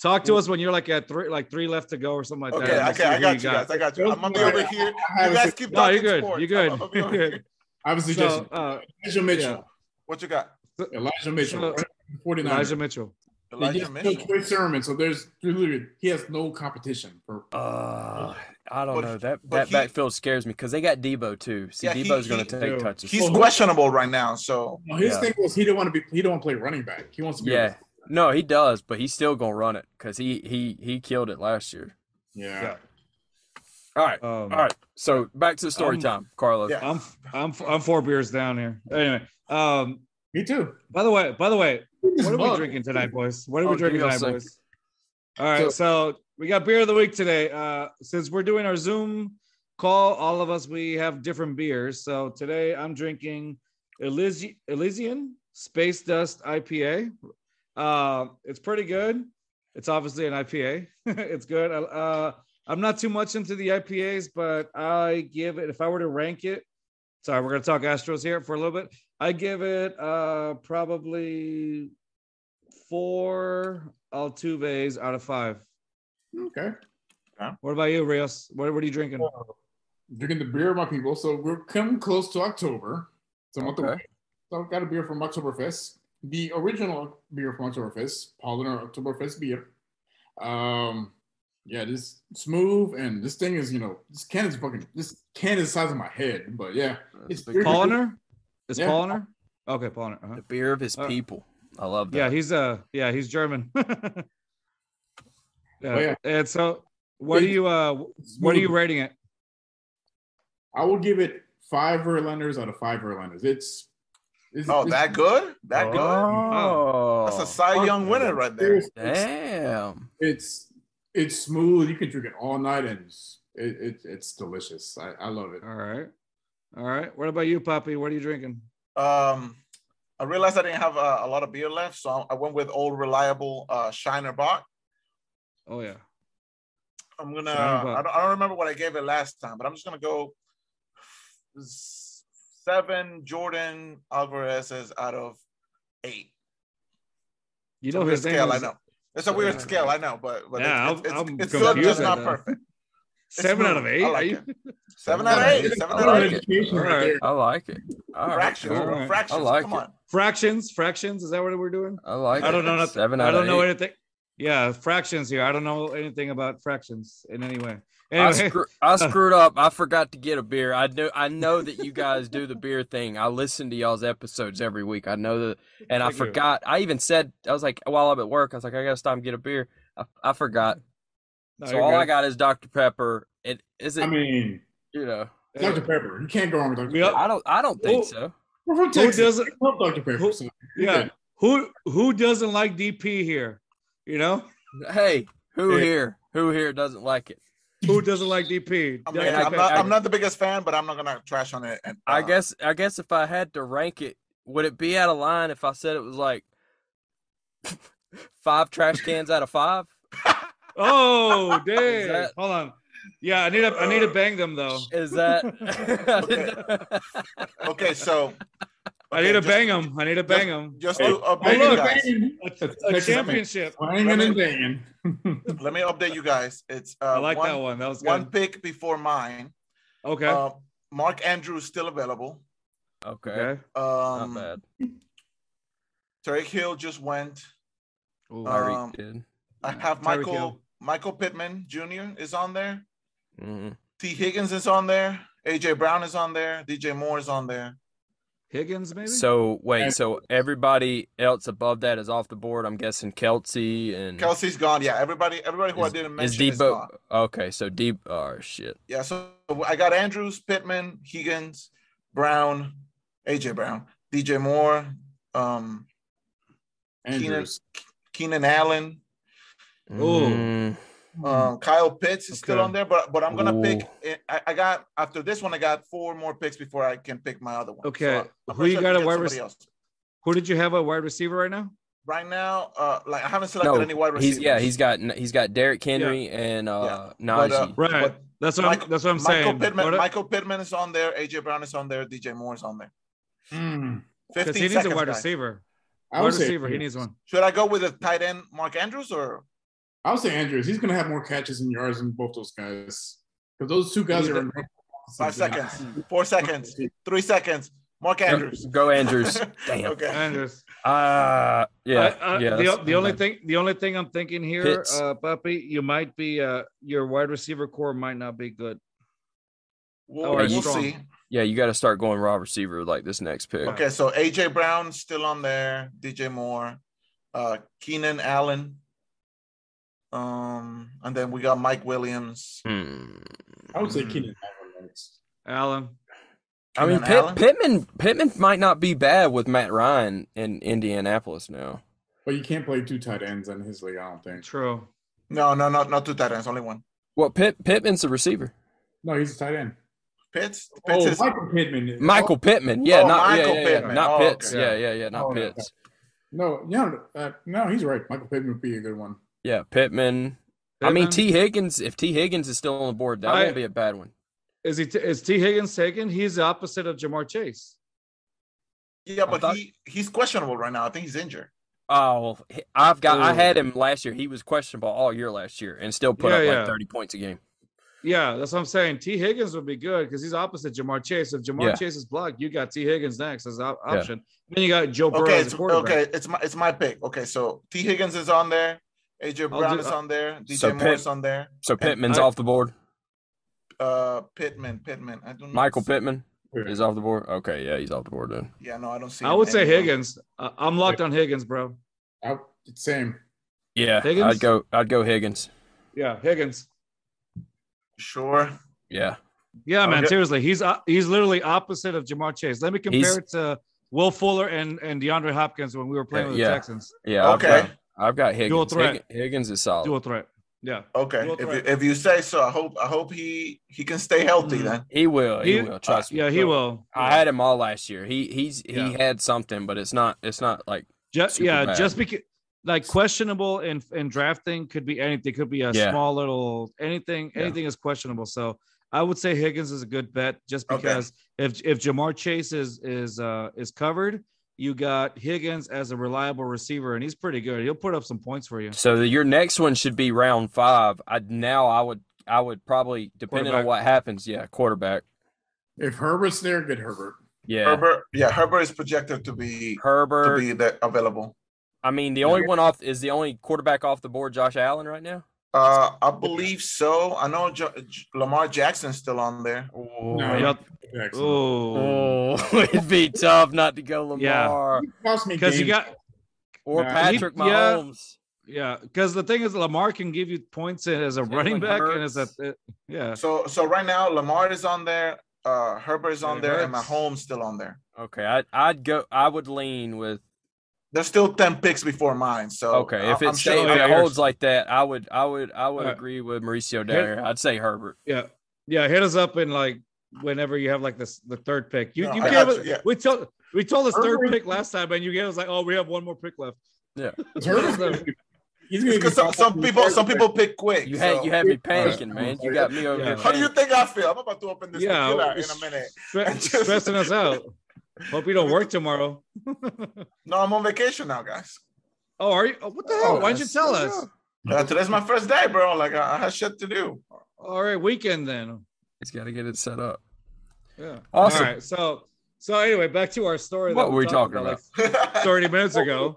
[SPEAKER 1] Talk to us when you're like at three, like three left to go or something like
[SPEAKER 2] okay,
[SPEAKER 1] that. We'll
[SPEAKER 2] okay,
[SPEAKER 1] see
[SPEAKER 2] I
[SPEAKER 1] who
[SPEAKER 2] got you guys. I got you. I'm gonna be over here. You guys keep
[SPEAKER 1] No,
[SPEAKER 2] talking
[SPEAKER 1] you're good.
[SPEAKER 2] sports.
[SPEAKER 1] You're good.
[SPEAKER 2] I'm gonna be
[SPEAKER 1] You're
[SPEAKER 2] over here.
[SPEAKER 1] good.
[SPEAKER 3] obviously
[SPEAKER 1] So,
[SPEAKER 3] just
[SPEAKER 1] uh,
[SPEAKER 3] Elijah Mitchell.
[SPEAKER 2] What you got?
[SPEAKER 3] Elijah Mitchell.
[SPEAKER 1] So-
[SPEAKER 3] 49.
[SPEAKER 1] Elijah Mitchell.
[SPEAKER 3] They
[SPEAKER 2] Elijah
[SPEAKER 3] just took
[SPEAKER 2] Mitchell.
[SPEAKER 3] Trey Sermon, so there's literally he has no competition for
[SPEAKER 4] Uh, I don't
[SPEAKER 2] But-
[SPEAKER 4] know. That
[SPEAKER 2] but
[SPEAKER 4] that
[SPEAKER 2] he-
[SPEAKER 4] backfield scares me because they got Debo too. See,
[SPEAKER 2] Yeah, he-
[SPEAKER 4] Debo's
[SPEAKER 2] he-
[SPEAKER 4] going to take
[SPEAKER 1] Dude,
[SPEAKER 4] touches.
[SPEAKER 2] He's
[SPEAKER 3] Well, who-
[SPEAKER 2] questionable right now. So
[SPEAKER 3] Well, his
[SPEAKER 4] Yeah.
[SPEAKER 3] thing was he didn't want to be. He don't want to play running back. He wants to be.
[SPEAKER 4] yeah, no, he does, but he's still going to run it because he he he killed it last year.
[SPEAKER 3] yeah.
[SPEAKER 1] Yeah.
[SPEAKER 4] All right,
[SPEAKER 1] Um,
[SPEAKER 4] all right. So back to the story
[SPEAKER 1] Um,
[SPEAKER 4] time, Carlos.
[SPEAKER 2] yeah.
[SPEAKER 1] I'm I'm I'm four beers down here. Anyway, um,
[SPEAKER 3] Me too.
[SPEAKER 1] by the way, by the way,
[SPEAKER 3] This
[SPEAKER 1] what are we
[SPEAKER 3] mug.
[SPEAKER 1] drinking tonight, boys? What are
[SPEAKER 4] Oh,
[SPEAKER 1] we
[SPEAKER 4] give
[SPEAKER 1] drinking
[SPEAKER 4] me
[SPEAKER 1] tonight,
[SPEAKER 4] a sec.
[SPEAKER 1] boys? All right, so we got beer of the week today. Uh, since we're doing our Zoom call, all of us we have different beers. So today I'm drinking Elysi- Elysian Space Dust IPA. Uh, it's pretty good. It's obviously an IPA. it's good. Uh, I'm not too much into the IPAs, but I give it. If I were to rank it, sorry, we're gonna talk Astros here for a little bit. I give it uh, probably four Altuves out of five.
[SPEAKER 3] Okay.
[SPEAKER 1] What about you, Rios? What, what are you drinking?
[SPEAKER 3] Uh, Drinking the beer of my people, so we're coming close to October. So, I'm
[SPEAKER 4] Okay.
[SPEAKER 3] so I've got a beer from Oktoberfest. The original beer from Oktoberfest, Pauliner Oktoberfest beer. Um, yeah, this smooth and this thing is, you know, this can is fucking. This can is the size of my head, but yeah, it's
[SPEAKER 4] the,
[SPEAKER 3] beer.
[SPEAKER 1] Polliner? Is
[SPEAKER 3] Yeah.
[SPEAKER 1] Polliner? Okay, Polliner. uh-huh.
[SPEAKER 4] the beer of his
[SPEAKER 1] Uh,
[SPEAKER 4] people. I love that.
[SPEAKER 1] Yeah, he's uh yeah, he's German. yeah.
[SPEAKER 3] yeah.
[SPEAKER 1] And so what are you uh what are you rating it?
[SPEAKER 3] I will give it five Verlanders out of five Verlanders. It's, it's
[SPEAKER 2] Oh,
[SPEAKER 3] it's-
[SPEAKER 2] that good? That good?
[SPEAKER 4] Oh,
[SPEAKER 2] That's a Cy Young winner right there.
[SPEAKER 3] Seriously, It's,
[SPEAKER 4] damn.
[SPEAKER 3] it's it's smooth. You can drink it all night, and it's- it, it it's delicious. I, I love it.
[SPEAKER 1] All right. All right. What about you, Poppy? What are you drinking?
[SPEAKER 2] Um, I realized I didn't have a, a lot of beer left, so I went with old reliable uh, Shiner Bock.
[SPEAKER 1] Oh yeah.
[SPEAKER 2] I'm gonna.
[SPEAKER 1] Shiner Bock.
[SPEAKER 2] I don't, I don't remember what I gave it last time, but I'm just gonna go s- seven Jordan Alvarez's out of eight.
[SPEAKER 1] You
[SPEAKER 2] It's a
[SPEAKER 1] know
[SPEAKER 2] weird
[SPEAKER 1] his name
[SPEAKER 2] scale, I
[SPEAKER 1] is
[SPEAKER 2] know. It's a weird
[SPEAKER 1] Yeah.
[SPEAKER 2] scale, I know, but but
[SPEAKER 1] Yeah,
[SPEAKER 2] it's, it's,
[SPEAKER 1] I'm-
[SPEAKER 2] it's,
[SPEAKER 1] I'm
[SPEAKER 2] it's good,
[SPEAKER 1] confused
[SPEAKER 2] just
[SPEAKER 1] right
[SPEAKER 2] not
[SPEAKER 1] now.
[SPEAKER 2] perfect. It's
[SPEAKER 1] seven out
[SPEAKER 2] smooth.
[SPEAKER 1] of
[SPEAKER 2] I
[SPEAKER 1] eight.
[SPEAKER 2] like
[SPEAKER 1] Are you-
[SPEAKER 2] it. Seven out of eight. Seven out
[SPEAKER 4] I
[SPEAKER 2] of
[SPEAKER 4] like
[SPEAKER 2] eight.
[SPEAKER 4] it.
[SPEAKER 3] Education right
[SPEAKER 1] All right.
[SPEAKER 3] there.
[SPEAKER 4] I like it. All right.
[SPEAKER 2] Fractions.
[SPEAKER 1] all right.
[SPEAKER 2] Fractions.
[SPEAKER 4] I like
[SPEAKER 2] Come
[SPEAKER 4] it.
[SPEAKER 2] on.
[SPEAKER 1] fractions? Fractions? Is that what we're doing?
[SPEAKER 4] I like it.
[SPEAKER 1] I don't know nothing-
[SPEAKER 4] Seven out
[SPEAKER 1] I don't
[SPEAKER 4] of
[SPEAKER 1] know
[SPEAKER 4] eight.
[SPEAKER 1] anything. Yeah, fractions here. I don't know anything about fractions in any way.
[SPEAKER 2] Ah,
[SPEAKER 4] I,
[SPEAKER 1] Anyway,
[SPEAKER 4] screw, I screwed up. I forgot to get a beer. I know. I know that you guys do the beer thing. I listen to y'all's episodes every week. I know that, and I
[SPEAKER 1] Thank you.
[SPEAKER 4] forgot. I even said I was like, while I'm at work, I was like, I gotta stop and get a beer. I, I forgot.
[SPEAKER 1] No,
[SPEAKER 4] so
[SPEAKER 1] you're
[SPEAKER 4] all I
[SPEAKER 1] good.
[SPEAKER 4] got is Dr Pepper. It is it.
[SPEAKER 3] I mean,
[SPEAKER 4] you know,
[SPEAKER 3] Dr. Pepper. You can't go wrong with Dr.
[SPEAKER 1] We all-
[SPEAKER 3] Pepper.
[SPEAKER 4] I don't. I don't think
[SPEAKER 1] Who-
[SPEAKER 4] so.
[SPEAKER 3] We're from
[SPEAKER 1] Who
[SPEAKER 3] Texas.
[SPEAKER 1] doesn't?
[SPEAKER 3] I love Dr. Pepper.
[SPEAKER 1] Who-
[SPEAKER 3] so you
[SPEAKER 1] Yeah.
[SPEAKER 3] can-
[SPEAKER 1] Who who doesn't like DP here? You know
[SPEAKER 4] Hey, who
[SPEAKER 3] Yeah.
[SPEAKER 4] here? Who here doesn't like it?
[SPEAKER 1] who doesn't like DP?
[SPEAKER 2] I mean,
[SPEAKER 4] Yeah, I
[SPEAKER 2] I'm
[SPEAKER 4] could-
[SPEAKER 2] not.
[SPEAKER 4] I-
[SPEAKER 2] I'm not the biggest fan, but I'm not gonna trash on it. And,
[SPEAKER 4] I
[SPEAKER 2] uh,
[SPEAKER 4] guess. I guess if I had to rank it, would it be out of line if I said it was like five trash cans out of five?
[SPEAKER 1] Oh,
[SPEAKER 4] Is
[SPEAKER 1] dang.
[SPEAKER 4] that-
[SPEAKER 1] Hold on. Yeah, I need to I need to bang them though.
[SPEAKER 4] Is that? I didn't know.
[SPEAKER 2] Okay, so
[SPEAKER 1] I need to
[SPEAKER 2] just-
[SPEAKER 1] bang them. I need to bang them.
[SPEAKER 2] Just
[SPEAKER 3] Hey,
[SPEAKER 2] to update
[SPEAKER 3] Banging
[SPEAKER 2] you
[SPEAKER 1] look.
[SPEAKER 2] guys.
[SPEAKER 3] and
[SPEAKER 1] A,
[SPEAKER 3] Texas
[SPEAKER 1] a
[SPEAKER 3] Amendment.
[SPEAKER 1] championship.
[SPEAKER 3] banging. Banging and banging.
[SPEAKER 2] Let me update you guys. It's uh,
[SPEAKER 1] I like
[SPEAKER 2] one,
[SPEAKER 1] that one. That was good.
[SPEAKER 2] one pick before mine.
[SPEAKER 1] okay.
[SPEAKER 2] Uh, Mark Andrews still available.
[SPEAKER 4] Okay,
[SPEAKER 1] okay.
[SPEAKER 2] Um,
[SPEAKER 4] not bad.
[SPEAKER 2] Tarek Hill just went.
[SPEAKER 1] Ooh,
[SPEAKER 2] uh,
[SPEAKER 4] Tyreek
[SPEAKER 2] um,
[SPEAKER 4] did.
[SPEAKER 2] I have
[SPEAKER 1] Tyreek
[SPEAKER 2] Michael
[SPEAKER 1] Hill.
[SPEAKER 2] Michael Pittman Jr. is on there.
[SPEAKER 4] Mhm.
[SPEAKER 2] T Higgins is on there. AJ Brown is on there. DJ Moore is on there.
[SPEAKER 1] Higgins maybe.
[SPEAKER 4] So wait,
[SPEAKER 3] And-
[SPEAKER 4] so everybody else above that is off the board. I'm guessing Kelsey and
[SPEAKER 2] Kelsey's gone. Yeah, everybody everybody who
[SPEAKER 4] Mm. is-
[SPEAKER 2] I didn't
[SPEAKER 4] is
[SPEAKER 2] mention is,
[SPEAKER 4] Debo.
[SPEAKER 2] gone.
[SPEAKER 4] Okay, so deep. Oh shit.
[SPEAKER 2] Yeah, so I got Andrews, Pittman, Higgins, Brown, AJ Brown, DJ Moore, um,
[SPEAKER 3] Andrews.
[SPEAKER 2] Keenan Allen,
[SPEAKER 1] Ooh.
[SPEAKER 4] Mm,
[SPEAKER 2] um, Kyle Pitts is still
[SPEAKER 1] Mm-hmm. Okay.
[SPEAKER 2] on there, but but I'm gonna
[SPEAKER 4] Ooh.
[SPEAKER 2] pick. eh, I, I got after this one, I got four more picks before I can pick my other one. So
[SPEAKER 1] Okay,
[SPEAKER 2] I'm
[SPEAKER 1] who
[SPEAKER 2] not
[SPEAKER 1] you
[SPEAKER 2] sure if
[SPEAKER 1] got at
[SPEAKER 2] get
[SPEAKER 1] wide
[SPEAKER 2] somebody
[SPEAKER 1] rec-
[SPEAKER 2] else.
[SPEAKER 1] Who did you have a wide receiver right now?
[SPEAKER 2] Right now, uh, like I haven't selected
[SPEAKER 4] No,
[SPEAKER 2] any wide receivers.
[SPEAKER 4] he's yeah. He's got he's got Derrick Henry and uh,
[SPEAKER 2] But, uh,
[SPEAKER 4] Najee.
[SPEAKER 1] Right.
[SPEAKER 2] but
[SPEAKER 1] That's what
[SPEAKER 2] Michael-
[SPEAKER 1] I'm, that's what I'm
[SPEAKER 2] Michael
[SPEAKER 1] saying.
[SPEAKER 2] Pittman,
[SPEAKER 1] What-
[SPEAKER 2] Michael Pittman is on there. AJ Brown is on there. DJ Moore is on there.
[SPEAKER 3] Mm.
[SPEAKER 2] 15
[SPEAKER 1] 'cause he needs a
[SPEAKER 2] seconds,
[SPEAKER 1] wide
[SPEAKER 2] guys.
[SPEAKER 1] receiver.
[SPEAKER 3] I
[SPEAKER 1] wide
[SPEAKER 3] would say
[SPEAKER 1] receiver. He
[SPEAKER 3] Andrews.
[SPEAKER 1] needs one.
[SPEAKER 2] Should I go with a tight end, Mark Andrews, or
[SPEAKER 3] I would say Andrews. He's going to have more catches and yards than both those guys because those two guys are in
[SPEAKER 2] five seconds, four seconds, three seconds? Mark Andrews.
[SPEAKER 4] Go Andrews. Damn.
[SPEAKER 2] okay.
[SPEAKER 1] Andrews.
[SPEAKER 4] Uh, yeah,
[SPEAKER 1] I- I-
[SPEAKER 4] yeah.
[SPEAKER 1] The,
[SPEAKER 4] that's-
[SPEAKER 1] the only thing, the only thing I'm thinking here,
[SPEAKER 4] Pitts.
[SPEAKER 1] uh, Puppy, you might be uh, your wide receiver core might not be good.
[SPEAKER 2] We'll,
[SPEAKER 1] Alright,
[SPEAKER 2] we'll
[SPEAKER 1] strong.
[SPEAKER 2] see.
[SPEAKER 4] Yeah, you got to start going raw receiver like this next pick.
[SPEAKER 2] Okay, so AJ Brown still on there, DJ Moore, uh, Keenan Allen, um, and then we got Mike Williams.
[SPEAKER 4] Hmm.
[SPEAKER 3] I would say
[SPEAKER 1] Mm.
[SPEAKER 3] Keenan Allen next.
[SPEAKER 1] Alan,
[SPEAKER 4] I mean,
[SPEAKER 2] Keenan
[SPEAKER 4] Pitt,
[SPEAKER 2] Allen.
[SPEAKER 4] Pittman Pittman might not be bad with Matt Ryan in Indianapolis now.
[SPEAKER 3] But you can't play two tight ends in his league, I don't think.
[SPEAKER 1] true.
[SPEAKER 2] No, no, no, not two tight ends, only one.
[SPEAKER 4] Well, Pitt, Pittman's a receiver.
[SPEAKER 3] No, he's a tight end.
[SPEAKER 2] Pitts, Pitts
[SPEAKER 3] Oh,
[SPEAKER 2] is
[SPEAKER 3] Michael Pittman. is-
[SPEAKER 4] Michael Pittman, yeah,
[SPEAKER 2] Oh,
[SPEAKER 4] not yeah,
[SPEAKER 2] Michael
[SPEAKER 4] yeah, yeah,
[SPEAKER 2] Pittman.
[SPEAKER 4] not
[SPEAKER 2] Oh, okay.
[SPEAKER 4] Pitts, yeah, yeah, yeah, not
[SPEAKER 3] Oh, okay.
[SPEAKER 4] Pitts.
[SPEAKER 3] No, no, uh, no, he's right. Michael Pittman would be a good one.
[SPEAKER 4] Yeah, Pittman. I mean,
[SPEAKER 1] Pittman?
[SPEAKER 4] T. Higgins. If T. Higgins is still on the board, that
[SPEAKER 1] I-
[SPEAKER 4] won't be a bad one.
[SPEAKER 1] is he? Is T Higgins taken? He's the opposite of Jamar Chase.
[SPEAKER 2] yeah,
[SPEAKER 4] I
[SPEAKER 2] but
[SPEAKER 4] thought-
[SPEAKER 2] he he's questionable right now. I think he's injured.
[SPEAKER 4] Oh, well, he- I've got. I
[SPEAKER 1] Ooh.
[SPEAKER 4] had him last year. He was questionable all year last year, and still put
[SPEAKER 1] Oh. Yeah,
[SPEAKER 4] up
[SPEAKER 1] yeah.
[SPEAKER 4] like thirty points a game.
[SPEAKER 1] Yeah, that's what I'm saying. T Higgins would be good because he's opposite Jamar Chase. If Jamar
[SPEAKER 4] Yeah.
[SPEAKER 1] Chase is blocked, you got T Higgins next as an op-
[SPEAKER 4] Yeah.
[SPEAKER 1] option. Then you got
[SPEAKER 4] Oh,
[SPEAKER 1] Joe Burrow
[SPEAKER 2] Okay,
[SPEAKER 1] as
[SPEAKER 2] it's,
[SPEAKER 1] a quarterback.
[SPEAKER 2] okay, it's my it's my pick. Okay, so T Higgins is on there, AJ
[SPEAKER 1] I'll
[SPEAKER 2] Brown
[SPEAKER 1] do-
[SPEAKER 2] is on there, DJ
[SPEAKER 4] uh, So
[SPEAKER 2] Moore
[SPEAKER 4] Pitt-
[SPEAKER 2] is on there,
[SPEAKER 4] So Pittman's
[SPEAKER 1] I-
[SPEAKER 4] off the board.
[SPEAKER 2] uh, Pittman, Pittman. I don't
[SPEAKER 4] Michael Pittman
[SPEAKER 3] Yeah.
[SPEAKER 4] is off the board. Okay, yeah, he's off the board then.
[SPEAKER 2] Yeah, no, I don't see.
[SPEAKER 1] I
[SPEAKER 2] him
[SPEAKER 1] would say
[SPEAKER 2] anywhere.
[SPEAKER 1] Higgins. Uh, I'm locked on Higgins, bro.
[SPEAKER 3] I, same.
[SPEAKER 4] Yeah,
[SPEAKER 1] Higgins?
[SPEAKER 4] I'd go. I'd go Higgins.
[SPEAKER 1] Yeah, Higgins.
[SPEAKER 2] Sure.
[SPEAKER 4] Yeah,
[SPEAKER 1] Yeah, man.
[SPEAKER 2] Okay.
[SPEAKER 1] Seriously, he's uh, he's literally opposite of Jamar Chase. Let me compare
[SPEAKER 4] He's-
[SPEAKER 1] it to Will Fuller and and DeAndre Hopkins when we were playing
[SPEAKER 4] Yeah,
[SPEAKER 1] with the
[SPEAKER 4] yeah.
[SPEAKER 1] Texans.
[SPEAKER 4] Yeah.
[SPEAKER 2] Okay.
[SPEAKER 4] I've got, I've got Higgins.
[SPEAKER 1] Dual threat.
[SPEAKER 4] Hig- Higgins is solid.
[SPEAKER 1] Dual threat. Yeah.
[SPEAKER 2] Okay,
[SPEAKER 1] Dual
[SPEAKER 2] if you,
[SPEAKER 1] threat.
[SPEAKER 2] if you say so, I hope I hope he he can stay healthy
[SPEAKER 1] Mhm.
[SPEAKER 2] then.
[SPEAKER 4] He will. He,
[SPEAKER 1] He-
[SPEAKER 4] will. Trust me.
[SPEAKER 1] Yeah, he will.
[SPEAKER 4] I had him all last year. He he's he
[SPEAKER 1] Yeah.
[SPEAKER 4] had something, but it's not it's not like
[SPEAKER 1] Just
[SPEAKER 4] super
[SPEAKER 1] yeah,
[SPEAKER 4] bad.
[SPEAKER 1] just because like questionable in in drafting could be anything. Could be a
[SPEAKER 4] Yeah.
[SPEAKER 1] small little anything.
[SPEAKER 4] Yeah.
[SPEAKER 1] Anything is questionable. So I would say Higgins is a good bet just
[SPEAKER 2] Okay.
[SPEAKER 1] because if if Jamar Chase is is uh is covered, you got Higgins as a reliable receiver, and he's pretty good. He'll put up some points for you.
[SPEAKER 4] so. Your next one should be round five. I now I would I would probably depending on
[SPEAKER 1] Quarterback.
[SPEAKER 4] what happens. Yeah, quarterback.
[SPEAKER 3] If Herbert's there, get Herbert.
[SPEAKER 4] Yeah, Herbert.
[SPEAKER 2] Herbert, yeah, Herbert is projected to be to be the, available.
[SPEAKER 4] I mean, the only one off is the only quarterback off the board. Josh Allen right now.
[SPEAKER 2] Uh, I believe so. I know jo- J- Lamar Jackson's still on there.
[SPEAKER 3] No.
[SPEAKER 1] Yeah.
[SPEAKER 3] Jackson.
[SPEAKER 1] Oh.
[SPEAKER 4] Oh, it'd be tough not to go
[SPEAKER 1] Yeah.
[SPEAKER 4] Lamar
[SPEAKER 3] He cost me
[SPEAKER 1] Because you
[SPEAKER 3] games.
[SPEAKER 1] got
[SPEAKER 4] or
[SPEAKER 3] Nah.
[SPEAKER 4] Patrick
[SPEAKER 1] He- yeah.
[SPEAKER 4] Mahomes.
[SPEAKER 1] yeah, because the thing is, Lamar can give you points as a
[SPEAKER 4] Jalen
[SPEAKER 1] running back and as a
[SPEAKER 4] Hurts.
[SPEAKER 1] yeah.
[SPEAKER 2] So so right now Lamar is on there. Uh, Herbert is on
[SPEAKER 4] Jalen
[SPEAKER 2] there, and
[SPEAKER 4] Hurts.
[SPEAKER 2] Mahomes still on there.
[SPEAKER 4] Okay, I, I'd go. I would lean with
[SPEAKER 2] There's still ten picks before mine. So
[SPEAKER 4] okay. If
[SPEAKER 2] I-
[SPEAKER 4] it
[SPEAKER 2] Oh, I'm
[SPEAKER 4] stay,
[SPEAKER 2] sure-
[SPEAKER 1] saying-
[SPEAKER 4] if
[SPEAKER 1] Yeah,
[SPEAKER 4] it
[SPEAKER 1] yours.
[SPEAKER 4] holds like that, I would I would I would
[SPEAKER 1] Alright.
[SPEAKER 4] agree with Mauricio down
[SPEAKER 1] Here-
[SPEAKER 4] here. I'd say Herbert.
[SPEAKER 1] Yeah, yeah. Hit us up in like whenever you have like this the third pick. You
[SPEAKER 2] No,
[SPEAKER 1] you
[SPEAKER 2] I
[SPEAKER 1] gave
[SPEAKER 2] got
[SPEAKER 1] us
[SPEAKER 2] you, yeah.
[SPEAKER 1] we told we told us third
[SPEAKER 3] Herbert-
[SPEAKER 1] pick last time, and you gave us like oh we have one more pick left.
[SPEAKER 3] Herbert's gonna be- he's
[SPEAKER 2] it's
[SPEAKER 3] gonna be
[SPEAKER 2] 'cause some, some
[SPEAKER 3] awful.
[SPEAKER 2] people some people pick quick.
[SPEAKER 4] You had
[SPEAKER 2] so-
[SPEAKER 4] you had me
[SPEAKER 3] Yeah.
[SPEAKER 4] panicking, man. You got me over
[SPEAKER 1] Yeah.
[SPEAKER 4] here.
[SPEAKER 2] How do you
[SPEAKER 4] panicking.
[SPEAKER 2] think I feel? I'm about to open this
[SPEAKER 1] Yeah,
[SPEAKER 2] tequila in
[SPEAKER 1] it's-
[SPEAKER 2] a minute.
[SPEAKER 1] Stre-
[SPEAKER 2] Just-
[SPEAKER 1] stressing us out. Hope you don't work tomorrow.
[SPEAKER 2] No, I'm on vacation now, guys.
[SPEAKER 1] Oh, are you? oh, what the hell?
[SPEAKER 4] Oh,
[SPEAKER 1] Why didn't you
[SPEAKER 4] that's-
[SPEAKER 1] tell us?
[SPEAKER 2] Uh, today's my first day, bro. Like I, I had shit to do.
[SPEAKER 1] Oh, All right, weekend then.
[SPEAKER 4] He's got to get it set up.
[SPEAKER 1] Yeah.
[SPEAKER 4] Awesome.
[SPEAKER 1] All right. So so anyway, back to our story. that
[SPEAKER 4] What were we
[SPEAKER 1] talked
[SPEAKER 4] talking
[SPEAKER 1] like, Thirty minutes ago.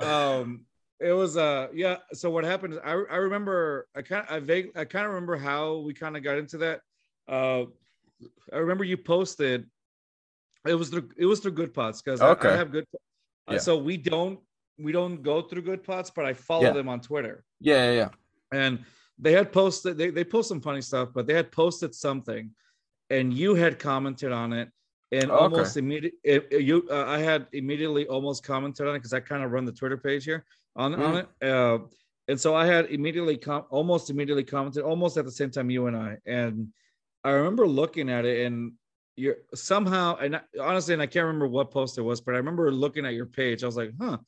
[SPEAKER 1] um it was uh yeah so what happened is i, I remember i kind of i vague i kind of remember how we kind of got into that uh i remember you posted it was through it was through good pots because I,
[SPEAKER 4] Okay.
[SPEAKER 1] have good uh,
[SPEAKER 4] Yeah.
[SPEAKER 1] so we don't we don't go through good pots but i follow
[SPEAKER 4] Yeah.
[SPEAKER 1] them on twitter
[SPEAKER 4] Yeah, yeah, yeah.
[SPEAKER 1] and they had posted they, they post some funny stuff but they had posted something and you had commented on it and
[SPEAKER 4] Okay.
[SPEAKER 1] almost immediately you uh, i had immediately almost commented on it because i kind of run the twitter page here on, on it uh, and so i had immediately com- almost immediately commented almost at the same time you and i and i remember looking at it and you're somehow and I, honestly and i can't remember what post it was but i remember looking at your page i was like huh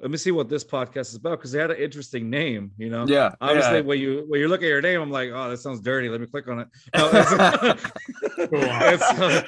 [SPEAKER 1] let me see what this podcast is about because they had an interesting name you know
[SPEAKER 4] Yeah.
[SPEAKER 1] Obviously,
[SPEAKER 4] yeah.
[SPEAKER 1] when you when you look at your name, I'm like, oh, that sounds dirty. Let me click on it. No, it's- uh,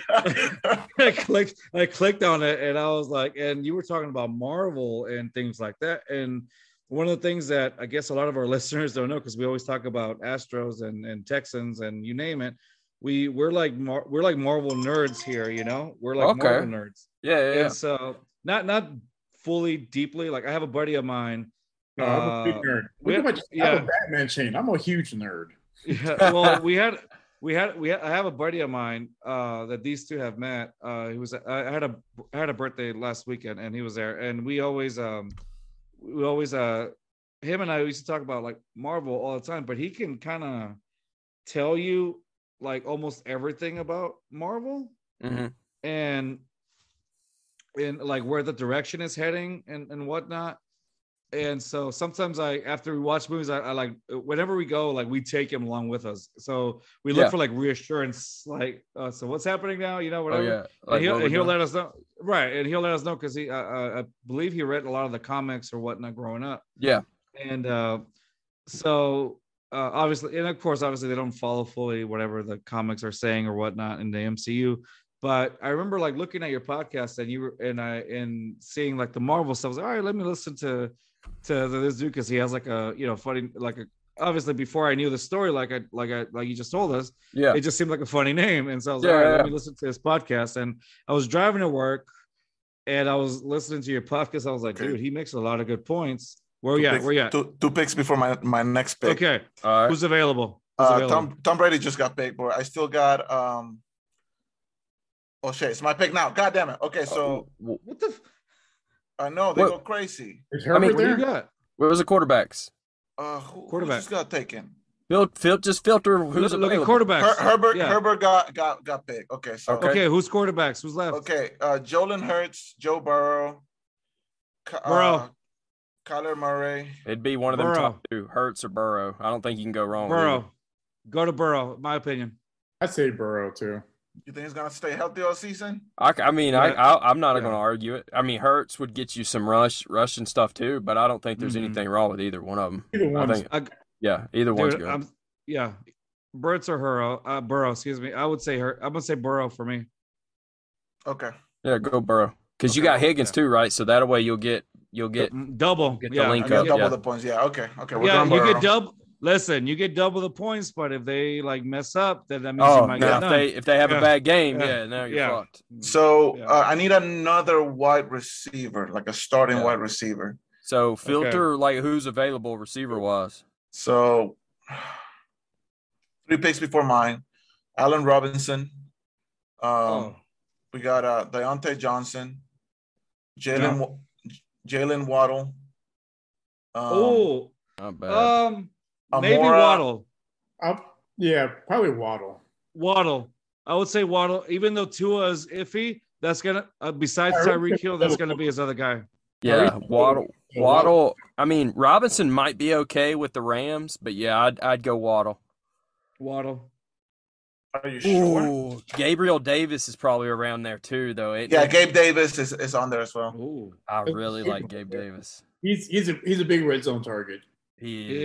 [SPEAKER 1] I clicked I clicked on it, and I was like, and you were talking about Marvel and things like that. And one of the things that I guess a lot of our listeners don't know because we always talk about Astros and and Texans and you name it. We we're like Mar- we're like Marvel nerds here, you know. We're like
[SPEAKER 4] Okay.
[SPEAKER 1] Marvel nerds,
[SPEAKER 4] yeah, yeah, yeah.
[SPEAKER 1] and so not not fully deeply. Like I have a buddy of mine.
[SPEAKER 3] No, I'm a big
[SPEAKER 1] Uh,
[SPEAKER 3] nerd.
[SPEAKER 1] we-
[SPEAKER 3] Look at my, I have
[SPEAKER 1] yeah.
[SPEAKER 3] a Batman chain. I'm a huge nerd.
[SPEAKER 1] Yeah, well, we had we had we had, I have a buddy of mine uh that these two have met. Uh he was I I had a I had a birthday last weekend and he was there and we always um we always uh him and I used to talk about like Marvel all the time, but he can kind of tell you like almost everything about Marvel
[SPEAKER 4] Mhm.
[SPEAKER 1] and and like where the direction is heading and and whatnot and so sometimes i after we watch movies i, I like whenever we go like we take him along with us so we look
[SPEAKER 4] Yeah.
[SPEAKER 1] for like reassurance like uh, so what's happening now you know
[SPEAKER 4] Oh
[SPEAKER 1] whatever
[SPEAKER 4] yeah.
[SPEAKER 1] and
[SPEAKER 4] Like
[SPEAKER 1] he'll,
[SPEAKER 4] what we're
[SPEAKER 1] and he'll
[SPEAKER 4] doing.
[SPEAKER 1] let us know right and he'll let us know because he uh, uh, i believe he read a lot of the comics or whatnot growing up
[SPEAKER 4] yeah.
[SPEAKER 1] and uh, so uh, obviously, and of course, obviously, they don't follow fully whatever the comics are saying or whatnot in the MCU. But I remember like looking at your podcast and you were and I and seeing like the Marvel stuff. I was like, all right, let me listen to to this dude because he has like a you know funny like a obviously before I knew the story like I like I like you just told us
[SPEAKER 4] Yeah.
[SPEAKER 1] it just seemed like a funny name. And so I was
[SPEAKER 4] Yeah,
[SPEAKER 1] like, all right,
[SPEAKER 4] yeah,
[SPEAKER 1] let
[SPEAKER 4] yeah.
[SPEAKER 1] me listen to this podcast. And I was driving to work and I was listening to your podcast. I was like,
[SPEAKER 2] Okay.
[SPEAKER 1] dude, he makes a lot of good points. Where you at?
[SPEAKER 2] picks,
[SPEAKER 1] Where you at?
[SPEAKER 2] Two, two picks before my, my next pick.
[SPEAKER 1] Okay.
[SPEAKER 4] All right.
[SPEAKER 1] Who's available? Who's
[SPEAKER 2] Uh,
[SPEAKER 1] available?
[SPEAKER 2] Tom Tom Brady just got picked, but I still got um. Oh shit! It's my pick now. God damn it. Okay, so
[SPEAKER 4] what
[SPEAKER 1] what the f- Uh,
[SPEAKER 2] I know they
[SPEAKER 4] What-
[SPEAKER 2] go crazy.
[SPEAKER 3] Is
[SPEAKER 4] mean,
[SPEAKER 3] Herbert
[SPEAKER 1] what do you
[SPEAKER 3] there?
[SPEAKER 1] got?
[SPEAKER 4] was the quarterbacks?
[SPEAKER 2] Uh, who,
[SPEAKER 1] Quarterback.
[SPEAKER 2] who just got taken?
[SPEAKER 4] Fil- fil- just filter who's
[SPEAKER 1] Look, look at
[SPEAKER 4] available.
[SPEAKER 1] quarterbacks.
[SPEAKER 2] Her- Herbert
[SPEAKER 1] Yeah.
[SPEAKER 2] Herbert got got got picked. Okay, so
[SPEAKER 1] Okay.
[SPEAKER 2] okay,
[SPEAKER 1] who's quarterbacks? Who's left?
[SPEAKER 2] uh, Jolin Hurts, Joe Burrow, Ky- uh,
[SPEAKER 1] Burrow.
[SPEAKER 2] Kyler Murray.
[SPEAKER 4] It'd be one of them
[SPEAKER 1] Burrow.
[SPEAKER 4] top two, Hurts or Burrow. I don't think you can go wrong. with either.
[SPEAKER 1] Burrow. Go to Burrow. My opinion.
[SPEAKER 3] I say Burrow too.
[SPEAKER 2] You think he's gonna stay healthy all season?
[SPEAKER 4] I, c- I mean, I,
[SPEAKER 1] Yeah.
[SPEAKER 4] I I'm not
[SPEAKER 1] Yeah.
[SPEAKER 4] going to argue it. I mean, Hurts would get you some rush, rush and stuff too, but I don't think there's
[SPEAKER 1] Mhm.
[SPEAKER 4] anything wrong with either one of them.
[SPEAKER 3] Either
[SPEAKER 4] I
[SPEAKER 3] one's-
[SPEAKER 4] think,
[SPEAKER 1] I-
[SPEAKER 4] yeah, either one's
[SPEAKER 1] Dude,
[SPEAKER 4] good.
[SPEAKER 1] I'm, yeah, Burtz or Burrow. Uh, Burrow, excuse me. I would say her. I'm gonna say Burrow for me.
[SPEAKER 2] Okay,
[SPEAKER 4] yeah, go Burrow because you
[SPEAKER 2] Okay,
[SPEAKER 4] got Higgins
[SPEAKER 1] yeah.
[SPEAKER 4] too, right? So that way you'll get you'll get
[SPEAKER 1] Mm, double.
[SPEAKER 4] get the
[SPEAKER 1] yeah,
[SPEAKER 4] link
[SPEAKER 2] I
[SPEAKER 1] you
[SPEAKER 2] got
[SPEAKER 4] up,
[SPEAKER 1] get-
[SPEAKER 2] double
[SPEAKER 4] yeah.
[SPEAKER 2] the points. Yeah, okay, okay. We're
[SPEAKER 1] yeah,
[SPEAKER 2] going
[SPEAKER 1] you
[SPEAKER 2] Burrow.
[SPEAKER 1] get double. Listen, you get double the points, but if they like mess up, then that means
[SPEAKER 4] oh
[SPEAKER 1] you might
[SPEAKER 4] now
[SPEAKER 1] get
[SPEAKER 4] if
[SPEAKER 1] none.
[SPEAKER 4] they if they have
[SPEAKER 1] Yeah.
[SPEAKER 4] a bad game,
[SPEAKER 1] Yeah.
[SPEAKER 4] yeah, now you're
[SPEAKER 1] Yeah.
[SPEAKER 4] fucked.
[SPEAKER 2] So
[SPEAKER 1] Yeah.
[SPEAKER 2] uh, I need another wide receiver, like a starting
[SPEAKER 4] Yeah.
[SPEAKER 2] wide receiver.
[SPEAKER 4] So filter like who's available receiver wise.
[SPEAKER 2] So three picks before mine, Allen Robinson. Um,
[SPEAKER 1] Oh,
[SPEAKER 2] We got uh, Deontay Johnson,
[SPEAKER 1] Yeah.
[SPEAKER 2] Jalen Wa- Jalen Waddle. Um,
[SPEAKER 1] Ooh,
[SPEAKER 4] Not bad.
[SPEAKER 1] Oh, um, maybe
[SPEAKER 2] Amora-
[SPEAKER 1] Waddle.
[SPEAKER 3] I'll, yeah, probably Waddle.
[SPEAKER 1] Waddle. I would say Waddle, even though Tua is iffy. That's gonna uh, besides Tyreek Hill, that's gonna be his other guy.
[SPEAKER 4] yeah,
[SPEAKER 3] Tyreek Hill.
[SPEAKER 4] Waddle. Waddle. I mean, Robinson might be okay with the Rams, but yeah, I'd I'd go Waddle.
[SPEAKER 1] Waddle.
[SPEAKER 2] Are you sure?
[SPEAKER 4] Ooh, Gabriel Davis is probably around there too, though. isn't
[SPEAKER 2] Yeah,
[SPEAKER 4] he?
[SPEAKER 2] Gabe Davis is, is on there as well.
[SPEAKER 1] Ooh,
[SPEAKER 4] I really like Gabe Davis.
[SPEAKER 3] He's he's a he's a big red zone target.
[SPEAKER 4] He
[SPEAKER 1] he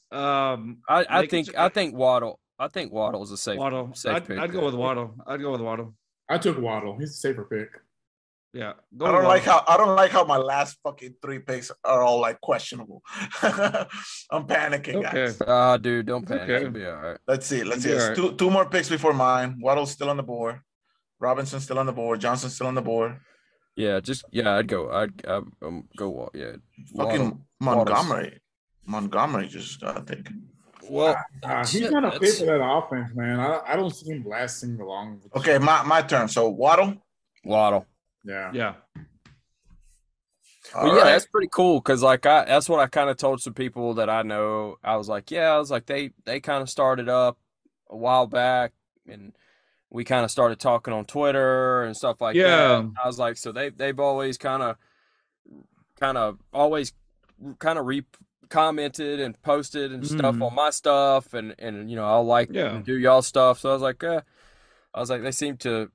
[SPEAKER 1] is. Um,
[SPEAKER 4] I, I
[SPEAKER 1] Make it
[SPEAKER 4] think
[SPEAKER 1] ch-
[SPEAKER 4] I think Waddle. I think Waddle's a safe.
[SPEAKER 1] Waddle.
[SPEAKER 4] safe
[SPEAKER 1] I'd,
[SPEAKER 4] pick
[SPEAKER 1] I'd go
[SPEAKER 4] there.
[SPEAKER 1] with Waddle. I'd go with Waddle.
[SPEAKER 3] I took Waddle. He's a safer pick.
[SPEAKER 1] Yeah. Go
[SPEAKER 2] I
[SPEAKER 1] with
[SPEAKER 2] don't like
[SPEAKER 1] Waddle.
[SPEAKER 2] how I don't like how my last fucking three picks are all like questionable. I'm panicking,
[SPEAKER 1] Okay.
[SPEAKER 2] guys.
[SPEAKER 4] Ah, dude, don't panic.
[SPEAKER 1] okay.
[SPEAKER 4] You'll be all right.
[SPEAKER 2] Let's see. Let's see.
[SPEAKER 1] You'll be
[SPEAKER 2] It's
[SPEAKER 1] all
[SPEAKER 2] Two two more picks before mine. Waddle's still on the board. Robinson's still on the board. Johnson's still on the board.
[SPEAKER 4] Yeah, just yeah. I'd go. I'd, I'd um, go. Wa- Yeah.
[SPEAKER 2] Fucking
[SPEAKER 4] Waddle's-
[SPEAKER 2] Montgomery. Montgomery just I think.
[SPEAKER 3] Uh,
[SPEAKER 4] Well,
[SPEAKER 3] he's
[SPEAKER 4] Ah, shit,
[SPEAKER 3] not a fit
[SPEAKER 4] that's-
[SPEAKER 3] for that offense, man. I, I don't see him lasting long.
[SPEAKER 2] Okay, my, my turn. So Waddle.
[SPEAKER 4] Waddle.
[SPEAKER 3] Yeah.
[SPEAKER 1] Yeah.
[SPEAKER 4] Well, yeah, that's pretty cool because like I, that's what I kind of told some people that I know. I was like, yeah, I was like they they kind of started up a while back, and we kind of started talking on Twitter and stuff like
[SPEAKER 1] Yeah.
[SPEAKER 4] that. I was like, so they they've always kind of kind of always kind of re commented and posted and stuff
[SPEAKER 1] Mhm.
[SPEAKER 4] on my stuff, and and you know I like
[SPEAKER 1] Yeah.
[SPEAKER 4] and do y'all stuff. So I was like, eh. I was like, they seem to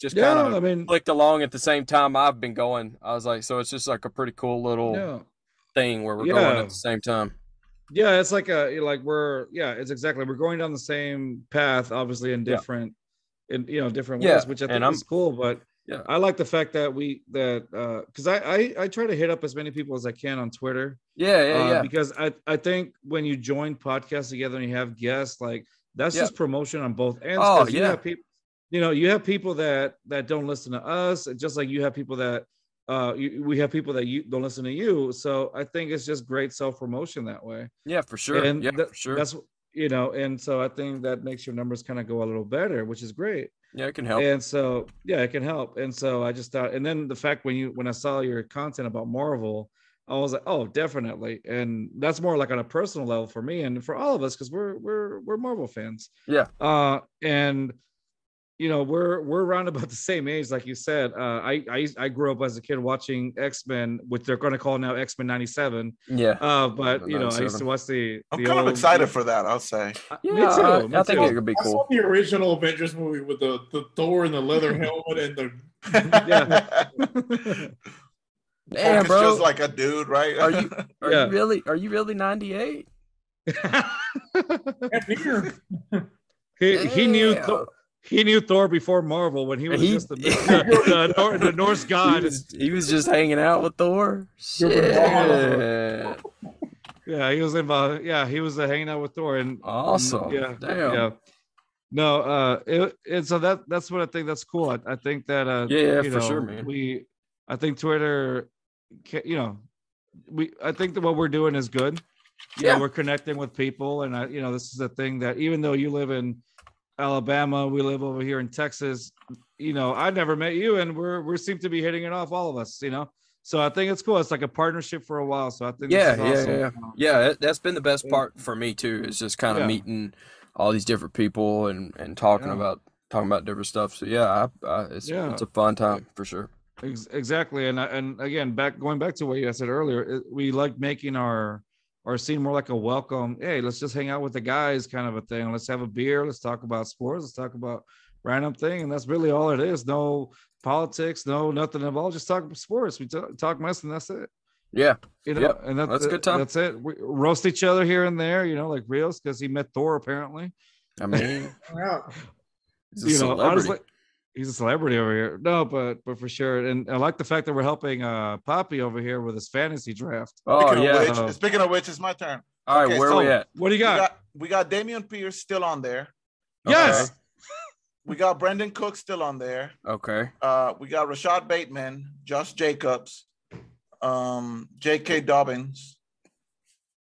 [SPEAKER 4] just kind of
[SPEAKER 1] Yeah. I mean,
[SPEAKER 4] clicked along at the same time I've been going. I was like, so it's just like a pretty cool little
[SPEAKER 1] yeah.
[SPEAKER 4] thing where we're going
[SPEAKER 1] Yeah.
[SPEAKER 4] at the same time.
[SPEAKER 1] Yeah, it's like a like we're yeah, it's exactly we're going down the same path, obviously in
[SPEAKER 4] Yeah.
[SPEAKER 1] different in you know different
[SPEAKER 4] Yeah,
[SPEAKER 1] ways, which I
[SPEAKER 4] and
[SPEAKER 1] think
[SPEAKER 4] I'm-
[SPEAKER 1] is cool. But
[SPEAKER 4] Yeah.
[SPEAKER 1] I like the fact that we that uh because I, I I try to hit up as many people as I can on Twitter
[SPEAKER 4] Yeah, yeah,
[SPEAKER 1] uh,
[SPEAKER 4] yeah.
[SPEAKER 1] because I I think when you join podcasts together and you have guests, like that's
[SPEAKER 4] Yeah.
[SPEAKER 1] just promotion on both ends.
[SPEAKER 4] Oh,
[SPEAKER 1] 'cause you
[SPEAKER 4] yeah.
[SPEAKER 1] have people, you know, you have people that that don't listen to us, just like you have people that uh you, we have people that you don't listen to you. So I think it's just great self promotion that way
[SPEAKER 4] yeah, for sure.
[SPEAKER 1] and
[SPEAKER 4] yeah,
[SPEAKER 1] that-
[SPEAKER 4] for sure.
[SPEAKER 1] that's you know and so i think that makes your numbers kind of go a little better which is great
[SPEAKER 4] yeah, it can help.
[SPEAKER 1] and so yeah it can help and so i just thought and then the fact when you when i saw your content about marvel i was like oh definitely and that's more like on a personal level for me and for all of us because we're we're we're marvel fans
[SPEAKER 4] Yeah.
[SPEAKER 1] uh and you know we're we're around about the same age like you said uh i i, I grew up as a kid watching x-men which they're going to call now x-men 97
[SPEAKER 4] yeah.
[SPEAKER 1] uh, but you know, I used to
[SPEAKER 4] 97.
[SPEAKER 1] watch the.
[SPEAKER 2] I'm
[SPEAKER 1] the
[SPEAKER 2] kind of
[SPEAKER 1] old-
[SPEAKER 2] excited for that, I'll say.
[SPEAKER 1] Uh,
[SPEAKER 4] Yeah,
[SPEAKER 1] me too.
[SPEAKER 4] I,
[SPEAKER 1] me
[SPEAKER 4] I think
[SPEAKER 1] too.
[SPEAKER 4] it could be
[SPEAKER 3] I saw
[SPEAKER 4] cool.
[SPEAKER 3] the original Avengers movie with the, the Thor and the leather helmet and the
[SPEAKER 1] Yeah.
[SPEAKER 4] Damn,
[SPEAKER 2] Focus
[SPEAKER 4] bro.
[SPEAKER 2] just like a dude, right?
[SPEAKER 4] Are you- are
[SPEAKER 1] Yeah.
[SPEAKER 4] you really? Are you really ninety eight?
[SPEAKER 3] Mjolnir.
[SPEAKER 1] he, he knew Thor, he knew Thor before Marvel when he was
[SPEAKER 4] He-
[SPEAKER 1] just the, the, the, Nor- the Norse
[SPEAKER 4] He
[SPEAKER 1] god.
[SPEAKER 4] was, he was just hanging out with Thor.
[SPEAKER 3] You're
[SPEAKER 4] Shit.
[SPEAKER 3] phenomenal.
[SPEAKER 1] yeah, he was involved. Yeah, he was uh, hanging out with Thor, and
[SPEAKER 4] Awesome.
[SPEAKER 1] Yeah,
[SPEAKER 4] Damn.
[SPEAKER 1] yeah. No, uh, it, and so that that's what I think. That's cool. I, I think that uh,
[SPEAKER 4] Yeah, yeah,
[SPEAKER 1] you
[SPEAKER 4] for sure,
[SPEAKER 1] know,
[SPEAKER 4] man.
[SPEAKER 1] We, I think Twitter, ca you know, we I think that what we're doing is good. Yeah,
[SPEAKER 4] Yeah.
[SPEAKER 1] we're connecting with people, and I, you know, this is a thing that even though you live in Alabama, we live over here in Texas. You know, I never met you, and we're we seem to be hitting it off, all of us. You know, So I think it's cool. It's like a partnership for a while. So I think this
[SPEAKER 4] Yeah,
[SPEAKER 1] is
[SPEAKER 4] yeah,
[SPEAKER 1] awesome.
[SPEAKER 4] yeah, yeah. That, that's been the best
[SPEAKER 1] Yeah.
[SPEAKER 4] part for me too. Is just kind of
[SPEAKER 1] Yeah.
[SPEAKER 4] meeting all these different people and and talking
[SPEAKER 1] Yeah.
[SPEAKER 4] about talking about different stuff. So yeah, I, I, it's
[SPEAKER 1] Yeah.
[SPEAKER 4] it's a fun time for sure.
[SPEAKER 1] Ex- exactly and I- and again back going back to what you had said earlier it- we like making our our scene more like a welcome hey let's just hang out with the guys kind of a thing let's have a beer let's talk about sports let's talk about random thing and that's really all it is no politics no nothing involved just talk sports we talk, talk mess and that's it
[SPEAKER 4] Yeah,
[SPEAKER 1] you know
[SPEAKER 4] Yep.
[SPEAKER 1] and that's,
[SPEAKER 4] That's a
[SPEAKER 1] it.
[SPEAKER 4] good time.
[SPEAKER 1] that's it we roast each other here and there you know like reels because he met thor apparently
[SPEAKER 4] I mean,
[SPEAKER 3] Yeah.
[SPEAKER 4] it's a
[SPEAKER 1] you know,
[SPEAKER 4] celebrity.
[SPEAKER 1] honestly, he's a celebrity over here. No, but but for sure, and I like the fact that we're helping uh Poppy over here with his fantasy draft.
[SPEAKER 4] oh
[SPEAKER 2] Speaking
[SPEAKER 4] yeah.
[SPEAKER 2] Of
[SPEAKER 1] Uh,
[SPEAKER 2] which, speaking of which, it's my turn.
[SPEAKER 4] All right,
[SPEAKER 2] okay,
[SPEAKER 4] where
[SPEAKER 2] so-
[SPEAKER 4] we at?
[SPEAKER 1] What do you
[SPEAKER 2] We
[SPEAKER 1] got?
[SPEAKER 2] got we got Damian Pierce still on there.
[SPEAKER 1] yes,
[SPEAKER 2] We got Brendan Cook still on there.
[SPEAKER 4] Okay.
[SPEAKER 2] Uh, we got Rashad Bateman, Josh Jacobs, um, J.K. Dobbins.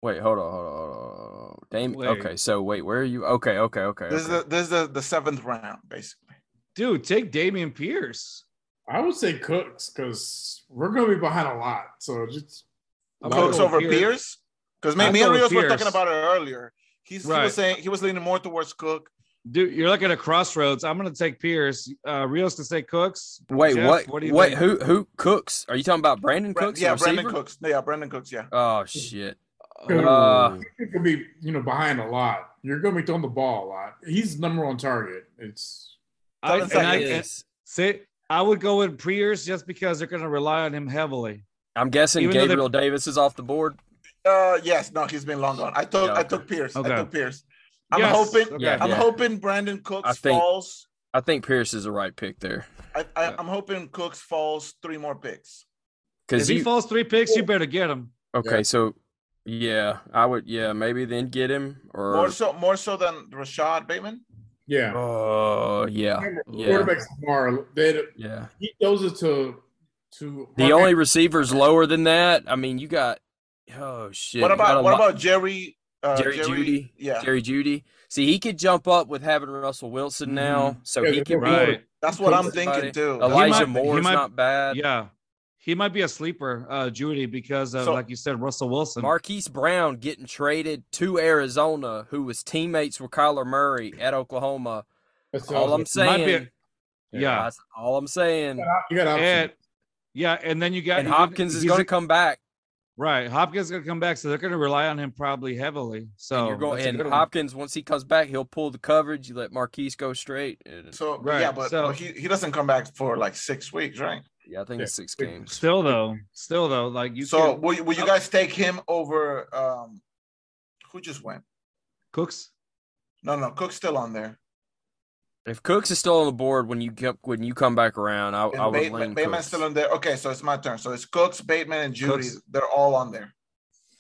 [SPEAKER 4] Wait, hold on, hold on, hold on, hold on. Damn.
[SPEAKER 1] Wait.
[SPEAKER 4] Okay, so wait, where are you? Okay, okay, okay.
[SPEAKER 2] This is
[SPEAKER 4] okay.
[SPEAKER 2] the, this is the, the seventh round, basically.
[SPEAKER 1] dude, take Damian Pierce.
[SPEAKER 3] I would say Cooks because we're gonna be behind a lot. So just
[SPEAKER 1] I'm
[SPEAKER 3] Wow.
[SPEAKER 2] Cooks
[SPEAKER 1] going
[SPEAKER 2] Oh, over
[SPEAKER 1] Pier-
[SPEAKER 2] Pierce, because
[SPEAKER 1] I'm
[SPEAKER 2] me and
[SPEAKER 1] going
[SPEAKER 2] Rios were
[SPEAKER 1] Pierce.
[SPEAKER 2] talking about it earlier. He's, He
[SPEAKER 1] Right.
[SPEAKER 2] was saying he was leaning more towards Cook.
[SPEAKER 1] Dude, you're looking at a crossroads. I'm gonna take Pierce. Uh Rios can say Cooks.
[SPEAKER 4] Wait,
[SPEAKER 1] Jeff,
[SPEAKER 4] what?
[SPEAKER 1] what do you
[SPEAKER 4] wait,
[SPEAKER 1] think?
[SPEAKER 4] who? Who? Cooks? Are you talking about Brandon
[SPEAKER 2] Bra-
[SPEAKER 4] Cooks? the
[SPEAKER 2] yeah, Brandon
[SPEAKER 4] receiver?
[SPEAKER 2] Cooks. Yeah, Brandon Cooks. Yeah.
[SPEAKER 4] Oh shit.
[SPEAKER 3] Ooh.
[SPEAKER 4] Uh,
[SPEAKER 3] it could be you know behind a lot. You're gonna be throwing the ball a lot. He's number one target. It's
[SPEAKER 1] I,
[SPEAKER 2] Seven
[SPEAKER 1] and I, and,
[SPEAKER 4] yes.
[SPEAKER 1] say I would go with Pierce just because they're gonna rely on him heavily.
[SPEAKER 4] I'm guessing
[SPEAKER 1] Even though they-
[SPEAKER 4] Gabriel Davis is off the board.
[SPEAKER 2] Uh, yes. No, he's been long gone. I took
[SPEAKER 4] Yeah,
[SPEAKER 2] I
[SPEAKER 4] okay.
[SPEAKER 2] took Pierce.
[SPEAKER 1] Okay.
[SPEAKER 2] I took Pierce. I'm
[SPEAKER 1] Yes.
[SPEAKER 2] hoping.
[SPEAKER 1] Okay.
[SPEAKER 4] Yeah,
[SPEAKER 2] I'm hoping Brandon Cooks
[SPEAKER 4] I think-
[SPEAKER 2] falls.
[SPEAKER 4] I think Pierce is the right pick there
[SPEAKER 2] I, I,
[SPEAKER 1] Yeah.
[SPEAKER 2] I'm hoping Cooks falls three more picks.
[SPEAKER 1] If
[SPEAKER 4] because
[SPEAKER 1] he
[SPEAKER 4] you.
[SPEAKER 1] falls three picks, you better get him.
[SPEAKER 4] okay, so yeah, I would. Yeah, maybe then get him or.
[SPEAKER 2] More so, more so than Rashad Bateman.
[SPEAKER 3] yeah.
[SPEAKER 4] Oh yeah, yeah,
[SPEAKER 3] Quarterbacks are they
[SPEAKER 4] yeah.
[SPEAKER 3] he throws it to to
[SPEAKER 4] The only receivers lower than that. I mean, you got. Oh shit.
[SPEAKER 2] what
[SPEAKER 4] you got a
[SPEAKER 2] about what
[SPEAKER 4] lot-
[SPEAKER 2] about Jerry? Uh,
[SPEAKER 4] Jerry Jeudy?
[SPEAKER 2] Yeah,
[SPEAKER 4] Jerry Judy. See, he could jump up with having Russell
[SPEAKER 2] Mm-hmm.
[SPEAKER 4] Wilson now, so
[SPEAKER 3] Yeah,
[SPEAKER 4] he
[SPEAKER 3] they're
[SPEAKER 4] could
[SPEAKER 3] Right.
[SPEAKER 4] be.
[SPEAKER 2] that's what I'm
[SPEAKER 4] Cooks,
[SPEAKER 2] thinking
[SPEAKER 4] buddy.
[SPEAKER 2] too.
[SPEAKER 4] Elijah
[SPEAKER 1] might- he
[SPEAKER 4] Moore's
[SPEAKER 1] might-
[SPEAKER 4] not bad.
[SPEAKER 1] Yeah. He might be a sleeper, uh, Judy, because of
[SPEAKER 2] So-
[SPEAKER 1] like you said, Russell Wilson.
[SPEAKER 4] Marquise Brown getting traded to Arizona, who was teammates with Kyler Murray at Oklahoma.
[SPEAKER 3] That's
[SPEAKER 4] All I'm
[SPEAKER 1] Might be a-
[SPEAKER 4] saying,
[SPEAKER 1] yeah.
[SPEAKER 4] that's all I'm saying.
[SPEAKER 3] you got options.
[SPEAKER 1] And, yeah, and then you got
[SPEAKER 4] And Hopkins is
[SPEAKER 1] he's-
[SPEAKER 4] going to come back.
[SPEAKER 1] right. Hopkins is gonna come back, so they're gonna rely on him probably heavily. So
[SPEAKER 4] and you're going
[SPEAKER 1] Oh, that's a
[SPEAKER 4] and
[SPEAKER 1] good one.
[SPEAKER 4] Hopkins once he comes back, he'll pull the coverage. You let Marquise go straight. and-
[SPEAKER 2] So
[SPEAKER 1] Right,
[SPEAKER 2] yeah, but,
[SPEAKER 1] so-
[SPEAKER 2] but he, he doesn't come back for like six weeks, right?
[SPEAKER 4] yeah, I think
[SPEAKER 3] Yeah.
[SPEAKER 4] it's six games.
[SPEAKER 1] still though, still though, like you
[SPEAKER 2] so
[SPEAKER 1] can-
[SPEAKER 2] will you, will you guys take him over? Um, who just went?
[SPEAKER 1] Cooks.
[SPEAKER 2] No, no, Cook's still on there.
[SPEAKER 4] If Cooks is still on the board when you get, when you come back around, I, Oh, I
[SPEAKER 2] And
[SPEAKER 4] would
[SPEAKER 2] Bate-
[SPEAKER 4] lean
[SPEAKER 2] Bateman's
[SPEAKER 4] Cooks.
[SPEAKER 2] still on there. Okay, so it's my turn. So it's Cooks, Bateman, and Judy.
[SPEAKER 1] Cooks.
[SPEAKER 2] They're all on there.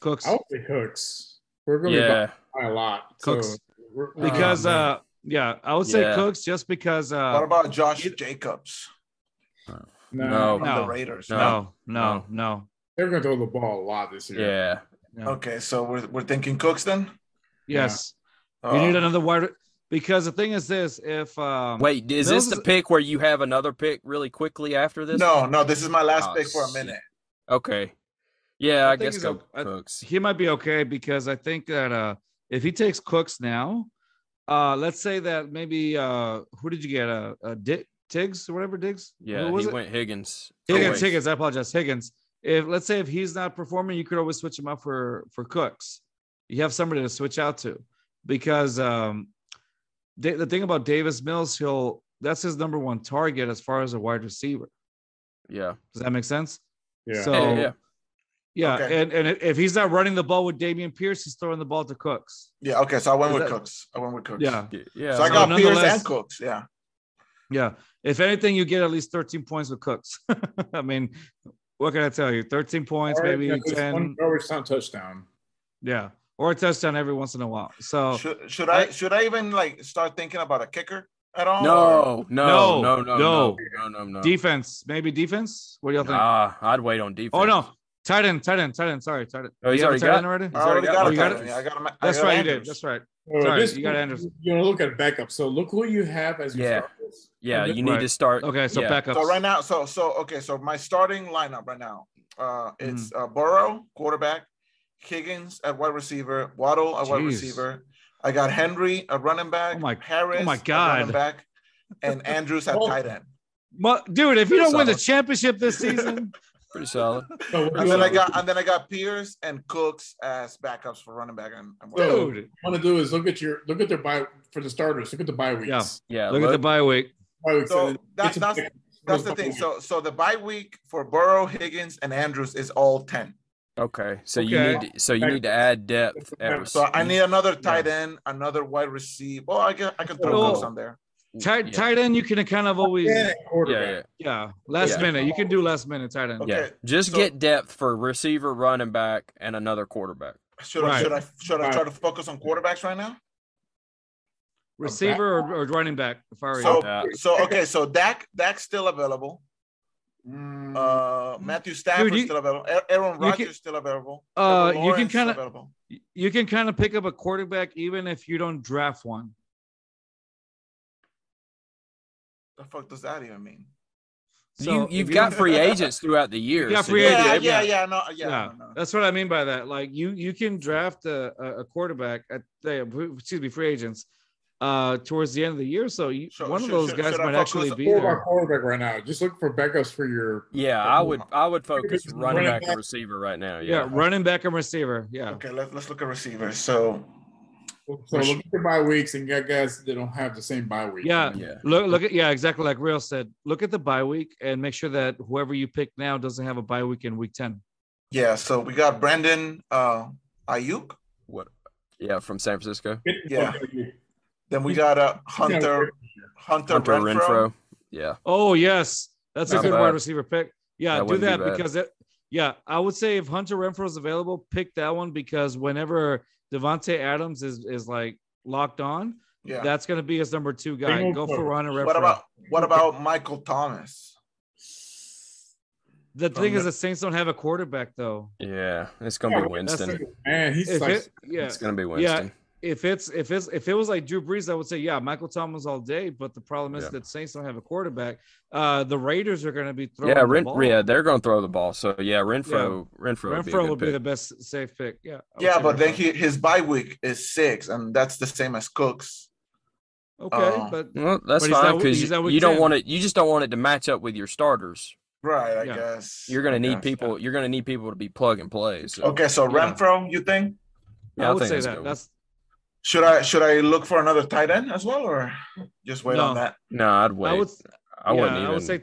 [SPEAKER 1] Cooks.
[SPEAKER 2] Oh.
[SPEAKER 3] I would say Cooks. We're gonna
[SPEAKER 4] yeah.
[SPEAKER 3] be behind a lot.
[SPEAKER 1] Cooks.
[SPEAKER 3] So we're, we're-
[SPEAKER 1] Because
[SPEAKER 4] Oh, man.
[SPEAKER 1] uh yeah, I would say
[SPEAKER 4] Yeah.
[SPEAKER 1] Cooks just because uh
[SPEAKER 2] what about Josh
[SPEAKER 1] it-
[SPEAKER 2] Jacobs
[SPEAKER 4] No.
[SPEAKER 2] from
[SPEAKER 1] No.
[SPEAKER 2] the Raiders?
[SPEAKER 1] no, no, no.
[SPEAKER 3] they're gonna throw the ball a lot this year.
[SPEAKER 4] Yeah.
[SPEAKER 1] no.
[SPEAKER 2] Okay, so we're, we're thinking Cooks then.
[SPEAKER 1] Yes.
[SPEAKER 2] Oh,
[SPEAKER 1] We need another wide because the thing is this if um
[SPEAKER 4] Wait, is this
[SPEAKER 1] Mills
[SPEAKER 4] the
[SPEAKER 1] is-
[SPEAKER 4] pick where you have another pick really quickly after this?
[SPEAKER 2] Oh. No, no, this is my last
[SPEAKER 4] Oh,
[SPEAKER 2] pick for a
[SPEAKER 4] shit.
[SPEAKER 2] minute.
[SPEAKER 4] Okay. Yeah,
[SPEAKER 1] I
[SPEAKER 4] I,
[SPEAKER 1] think
[SPEAKER 4] guess
[SPEAKER 1] he's
[SPEAKER 4] go
[SPEAKER 1] o- I-
[SPEAKER 4] Cooks.
[SPEAKER 1] he might be okay because I think that uh if he takes Cooks now, uh let's say that maybe uh who did you get? Uh, uh Di- Tiggs or whatever Diggs?
[SPEAKER 4] Yeah,
[SPEAKER 1] Who was
[SPEAKER 4] he
[SPEAKER 1] it?
[SPEAKER 4] went Higgins. Oh,
[SPEAKER 1] Higgins,
[SPEAKER 4] Always.
[SPEAKER 1] Higgins, I apologize. Higgins. If let's say if he's not performing, you could always switch him up for for Cooks. You have somebody to switch out to because um Da- the thing about Davis Mills, he'll that's his number one target as far as a wide receiver.
[SPEAKER 4] Yeah.
[SPEAKER 1] Does that make sense?
[SPEAKER 3] Yeah.
[SPEAKER 1] So-
[SPEAKER 4] Yeah, yeah.
[SPEAKER 1] Yeah,
[SPEAKER 2] Okay.
[SPEAKER 1] and and if he's not running the ball with Damian Pierce, he's throwing the ball to Cooks.
[SPEAKER 2] Yeah. Okay, so I went
[SPEAKER 1] Is
[SPEAKER 2] with
[SPEAKER 1] that-
[SPEAKER 2] Cooks. I went with Cooks.
[SPEAKER 1] Yeah,
[SPEAKER 4] Yeah. yeah.
[SPEAKER 2] So I
[SPEAKER 1] So
[SPEAKER 2] got Pierce
[SPEAKER 1] nonetheless-
[SPEAKER 2] and Cooks. Yeah.
[SPEAKER 1] yeah. If anything, you get at least 13 points with Cooks. I mean, what can I tell you? 13 points,
[SPEAKER 3] Or
[SPEAKER 1] maybe
[SPEAKER 3] if it's
[SPEAKER 1] 10.
[SPEAKER 3] One garbage time touchdown.
[SPEAKER 1] Yeah. Or a touchdown every once in a while. So
[SPEAKER 2] Should should I should I even like start thinking about a kicker at all? or-
[SPEAKER 4] no,
[SPEAKER 1] No,
[SPEAKER 4] no, no, no,
[SPEAKER 1] no.
[SPEAKER 4] no, no, no, no.
[SPEAKER 1] defense, maybe defense. What do y'all think?
[SPEAKER 4] Nah, I'd wait on defense.
[SPEAKER 1] oh no, tight end, tight end, tight end. Sorry, tight end.
[SPEAKER 4] Oh, he's
[SPEAKER 1] You have a
[SPEAKER 4] already
[SPEAKER 1] tight
[SPEAKER 4] got-
[SPEAKER 1] end already.
[SPEAKER 2] I already got,
[SPEAKER 1] Oh,
[SPEAKER 2] a
[SPEAKER 1] you got
[SPEAKER 2] tight
[SPEAKER 1] it?
[SPEAKER 2] end. Yeah, I got him. I
[SPEAKER 1] That's
[SPEAKER 2] got
[SPEAKER 1] right, you
[SPEAKER 2] Andrews.
[SPEAKER 1] did. That's right.
[SPEAKER 3] So
[SPEAKER 1] Sorry,
[SPEAKER 3] Oh, this
[SPEAKER 1] you got
[SPEAKER 3] week,
[SPEAKER 1] Anderson.
[SPEAKER 3] You're gonna look at backup. So look who you have as your
[SPEAKER 4] Yeah.
[SPEAKER 3] starters.
[SPEAKER 4] Yeah,
[SPEAKER 3] And
[SPEAKER 4] you
[SPEAKER 3] then-
[SPEAKER 4] need
[SPEAKER 1] Right.
[SPEAKER 4] to start.
[SPEAKER 1] Okay, so
[SPEAKER 4] yeah.
[SPEAKER 1] backups.
[SPEAKER 2] So right now, so so okay, so my starting lineup right now. Uh,
[SPEAKER 1] Hmm.
[SPEAKER 2] it's uh, Burrow quarterback, Higgins at wide receiver, Waddle at wide
[SPEAKER 1] Jeez.
[SPEAKER 2] receiver. I got Henry at running back.
[SPEAKER 1] Oh my-
[SPEAKER 2] Harris.
[SPEAKER 1] oh my
[SPEAKER 2] at running
[SPEAKER 1] God.
[SPEAKER 2] back, and Andrews at
[SPEAKER 3] Oh.
[SPEAKER 2] tight end.
[SPEAKER 1] Well, dude, if you don't win the
[SPEAKER 4] Solid.
[SPEAKER 1] championship this season,
[SPEAKER 4] Pretty solid.
[SPEAKER 3] So what
[SPEAKER 2] And
[SPEAKER 3] do you
[SPEAKER 2] then I
[SPEAKER 3] want-
[SPEAKER 2] got and then I got Pierce and Cooks as backups for running back and, and wide
[SPEAKER 3] Dude.
[SPEAKER 1] dude,
[SPEAKER 3] want to do is look at your look at their bye for the starters. Look at the bye weeks.
[SPEAKER 1] Yeah.
[SPEAKER 4] Yeah.
[SPEAKER 1] look at the bye week.
[SPEAKER 3] Bye weeks
[SPEAKER 2] So
[SPEAKER 3] and
[SPEAKER 2] that,
[SPEAKER 3] it's a-
[SPEAKER 2] that's that's the thing. So so the bye week for Burrow, Higgins, and Andrews is all ten.
[SPEAKER 4] okay. So you
[SPEAKER 1] Okay.
[SPEAKER 4] need to, so you need to add depth. At
[SPEAKER 2] So I
[SPEAKER 3] Mm.
[SPEAKER 4] rece-
[SPEAKER 2] need another tight end, another wide receiver. Oh, I guess I can throw
[SPEAKER 1] Oh.
[SPEAKER 2] Cooks on there.
[SPEAKER 1] Tight,
[SPEAKER 4] Yeah.
[SPEAKER 1] tight end, you can kind of always,
[SPEAKER 3] yeah,
[SPEAKER 1] yeah,
[SPEAKER 3] quarterback.
[SPEAKER 4] Yeah, yeah,
[SPEAKER 1] last
[SPEAKER 4] Yeah.
[SPEAKER 1] minute. You can do last minute tight end.
[SPEAKER 2] Okay.
[SPEAKER 4] yeah. Just
[SPEAKER 2] so-
[SPEAKER 4] get depth for receiver, running back, and another quarterback.
[SPEAKER 2] Should I
[SPEAKER 1] Right.
[SPEAKER 2] should I should I
[SPEAKER 3] Right.
[SPEAKER 2] try to focus on quarterbacks right now?
[SPEAKER 1] Receiver or, or running back? If I were you.
[SPEAKER 2] So-
[SPEAKER 4] Yeah.
[SPEAKER 2] So okay, so Dak Dak's still available.
[SPEAKER 3] Mm,
[SPEAKER 2] Uh, Matthew Stafford's
[SPEAKER 1] you-
[SPEAKER 2] still available. A-
[SPEAKER 1] you
[SPEAKER 2] Aaron
[SPEAKER 1] can-
[SPEAKER 2] Rodgers still available.
[SPEAKER 1] Uh, you
[SPEAKER 2] Trevor
[SPEAKER 1] can
[SPEAKER 2] Lawrence
[SPEAKER 1] kinda-
[SPEAKER 2] available.
[SPEAKER 1] you can kind of pick up a quarterback even if you don't draft one.
[SPEAKER 2] The fuck does that even mean?
[SPEAKER 1] So
[SPEAKER 4] you,
[SPEAKER 1] if
[SPEAKER 4] you've
[SPEAKER 1] you
[SPEAKER 4] got
[SPEAKER 1] don't-
[SPEAKER 4] free agents throughout the year.
[SPEAKER 1] got
[SPEAKER 4] so
[SPEAKER 1] free
[SPEAKER 4] you-
[SPEAKER 1] agents.
[SPEAKER 2] Yeah,
[SPEAKER 1] agent,
[SPEAKER 2] yeah,
[SPEAKER 1] yeah.
[SPEAKER 2] yeah. No, yeah.
[SPEAKER 1] Yeah.
[SPEAKER 2] no, no.
[SPEAKER 1] That's what I mean by that. Like you, you can draft a, a- a quarterback at the excuse me free agents uh towards the end of the year. So you,
[SPEAKER 2] So
[SPEAKER 1] one of
[SPEAKER 2] should-
[SPEAKER 1] those
[SPEAKER 2] should-
[SPEAKER 1] guys
[SPEAKER 2] should I
[SPEAKER 1] might actually
[SPEAKER 2] focus
[SPEAKER 1] be
[SPEAKER 3] four of
[SPEAKER 1] there.
[SPEAKER 3] our quarterback right now. Just look for backups for your.
[SPEAKER 4] Yeah, I would I would focus
[SPEAKER 3] Running
[SPEAKER 4] running back
[SPEAKER 3] back.
[SPEAKER 4] and receiver right now.
[SPEAKER 1] Yeah,
[SPEAKER 4] Yeah.
[SPEAKER 1] running back and receiver. Yeah.
[SPEAKER 2] Okay, let's let's look at receivers. So
[SPEAKER 3] So look at your bye weeks and get guys that don't have the same bye week.
[SPEAKER 1] Yeah.
[SPEAKER 4] Yeah.
[SPEAKER 1] Look look at yeah, exactly like Real said. Look at the bye week and make sure that whoever you pick now doesn't have a bye week in week 10.
[SPEAKER 2] yeah, so we got Brandon uh Ayuk.
[SPEAKER 4] What yeah, from San Francisco.
[SPEAKER 3] Get the fuck out of here.
[SPEAKER 2] Then we got uh, Hunter Hunter,
[SPEAKER 4] Hunter
[SPEAKER 2] Renfro.
[SPEAKER 4] Renfro. Yeah.
[SPEAKER 1] Oh yes, that's
[SPEAKER 4] Not
[SPEAKER 1] a good
[SPEAKER 4] bad.
[SPEAKER 1] wide receiver pick. Yeah,
[SPEAKER 4] That
[SPEAKER 1] do
[SPEAKER 4] wouldn't be
[SPEAKER 1] that
[SPEAKER 4] bad.
[SPEAKER 1] because it. Yeah, I would say if Hunter Renfro is available, pick that one because whenever Devonte Adams is is like locked on,
[SPEAKER 2] Yeah.
[SPEAKER 1] that's going to be his number two guy.
[SPEAKER 3] Single
[SPEAKER 1] Go for
[SPEAKER 3] coverage.
[SPEAKER 1] Hunter Renfro.
[SPEAKER 2] what about what about Michael Thomas?
[SPEAKER 1] the thing
[SPEAKER 2] from
[SPEAKER 1] is
[SPEAKER 2] the-
[SPEAKER 1] the Saints don't have a quarterback though.
[SPEAKER 4] Yeah. It's gonna
[SPEAKER 3] Yeah,
[SPEAKER 4] be Winston.
[SPEAKER 3] Man, he's
[SPEAKER 1] If
[SPEAKER 3] like,
[SPEAKER 1] it, yeah,
[SPEAKER 4] It's gonna be Winston.
[SPEAKER 1] if it's if it's if it was like Drew Brees, I would say yeah, Michael Thomas all day. But the problem is
[SPEAKER 4] Yeah.
[SPEAKER 1] that Saints don't have a quarterback. Uh, the Raiders are going to be
[SPEAKER 4] Yeah,
[SPEAKER 1] throwing. the
[SPEAKER 4] Ren,
[SPEAKER 1] ball.
[SPEAKER 4] yeah, they're gonna throw the ball. So yeah, Renfro Renfro, would be, a
[SPEAKER 1] Renfro
[SPEAKER 4] good
[SPEAKER 1] would be
[SPEAKER 4] pick.
[SPEAKER 1] the best safe pick. Yeah, I would
[SPEAKER 2] Yeah,
[SPEAKER 1] say
[SPEAKER 2] but then
[SPEAKER 1] Renfro.
[SPEAKER 2] he, his bye week is six, and that's the same as Cooks.
[SPEAKER 1] okay,
[SPEAKER 2] uh,
[SPEAKER 1] but
[SPEAKER 4] Well, that's
[SPEAKER 1] But he's
[SPEAKER 4] fine
[SPEAKER 1] not-
[SPEAKER 4] because
[SPEAKER 1] he's not
[SPEAKER 4] you,
[SPEAKER 1] with
[SPEAKER 4] you don't
[SPEAKER 1] Tim.
[SPEAKER 4] want it. You just don't want it to match up with your starters.
[SPEAKER 2] Right, I
[SPEAKER 1] Yeah.
[SPEAKER 2] guess.
[SPEAKER 4] You're going
[SPEAKER 2] I
[SPEAKER 4] to need
[SPEAKER 2] guess.
[SPEAKER 4] people. You're going to need people to be plug and play. So,
[SPEAKER 2] Okay, so
[SPEAKER 1] Yeah.
[SPEAKER 2] Renfro, you think?
[SPEAKER 4] yeah,
[SPEAKER 1] I would
[SPEAKER 4] think
[SPEAKER 1] say
[SPEAKER 4] that's a
[SPEAKER 1] that.
[SPEAKER 4] good one.
[SPEAKER 1] That's
[SPEAKER 2] Should I should I look for another tight end as well, or just wait
[SPEAKER 1] No.
[SPEAKER 2] on that?
[SPEAKER 4] no. I'd wait.
[SPEAKER 1] I would.
[SPEAKER 4] I wouldn't
[SPEAKER 1] yeah,
[SPEAKER 4] even.
[SPEAKER 1] I would say.
[SPEAKER 3] hey,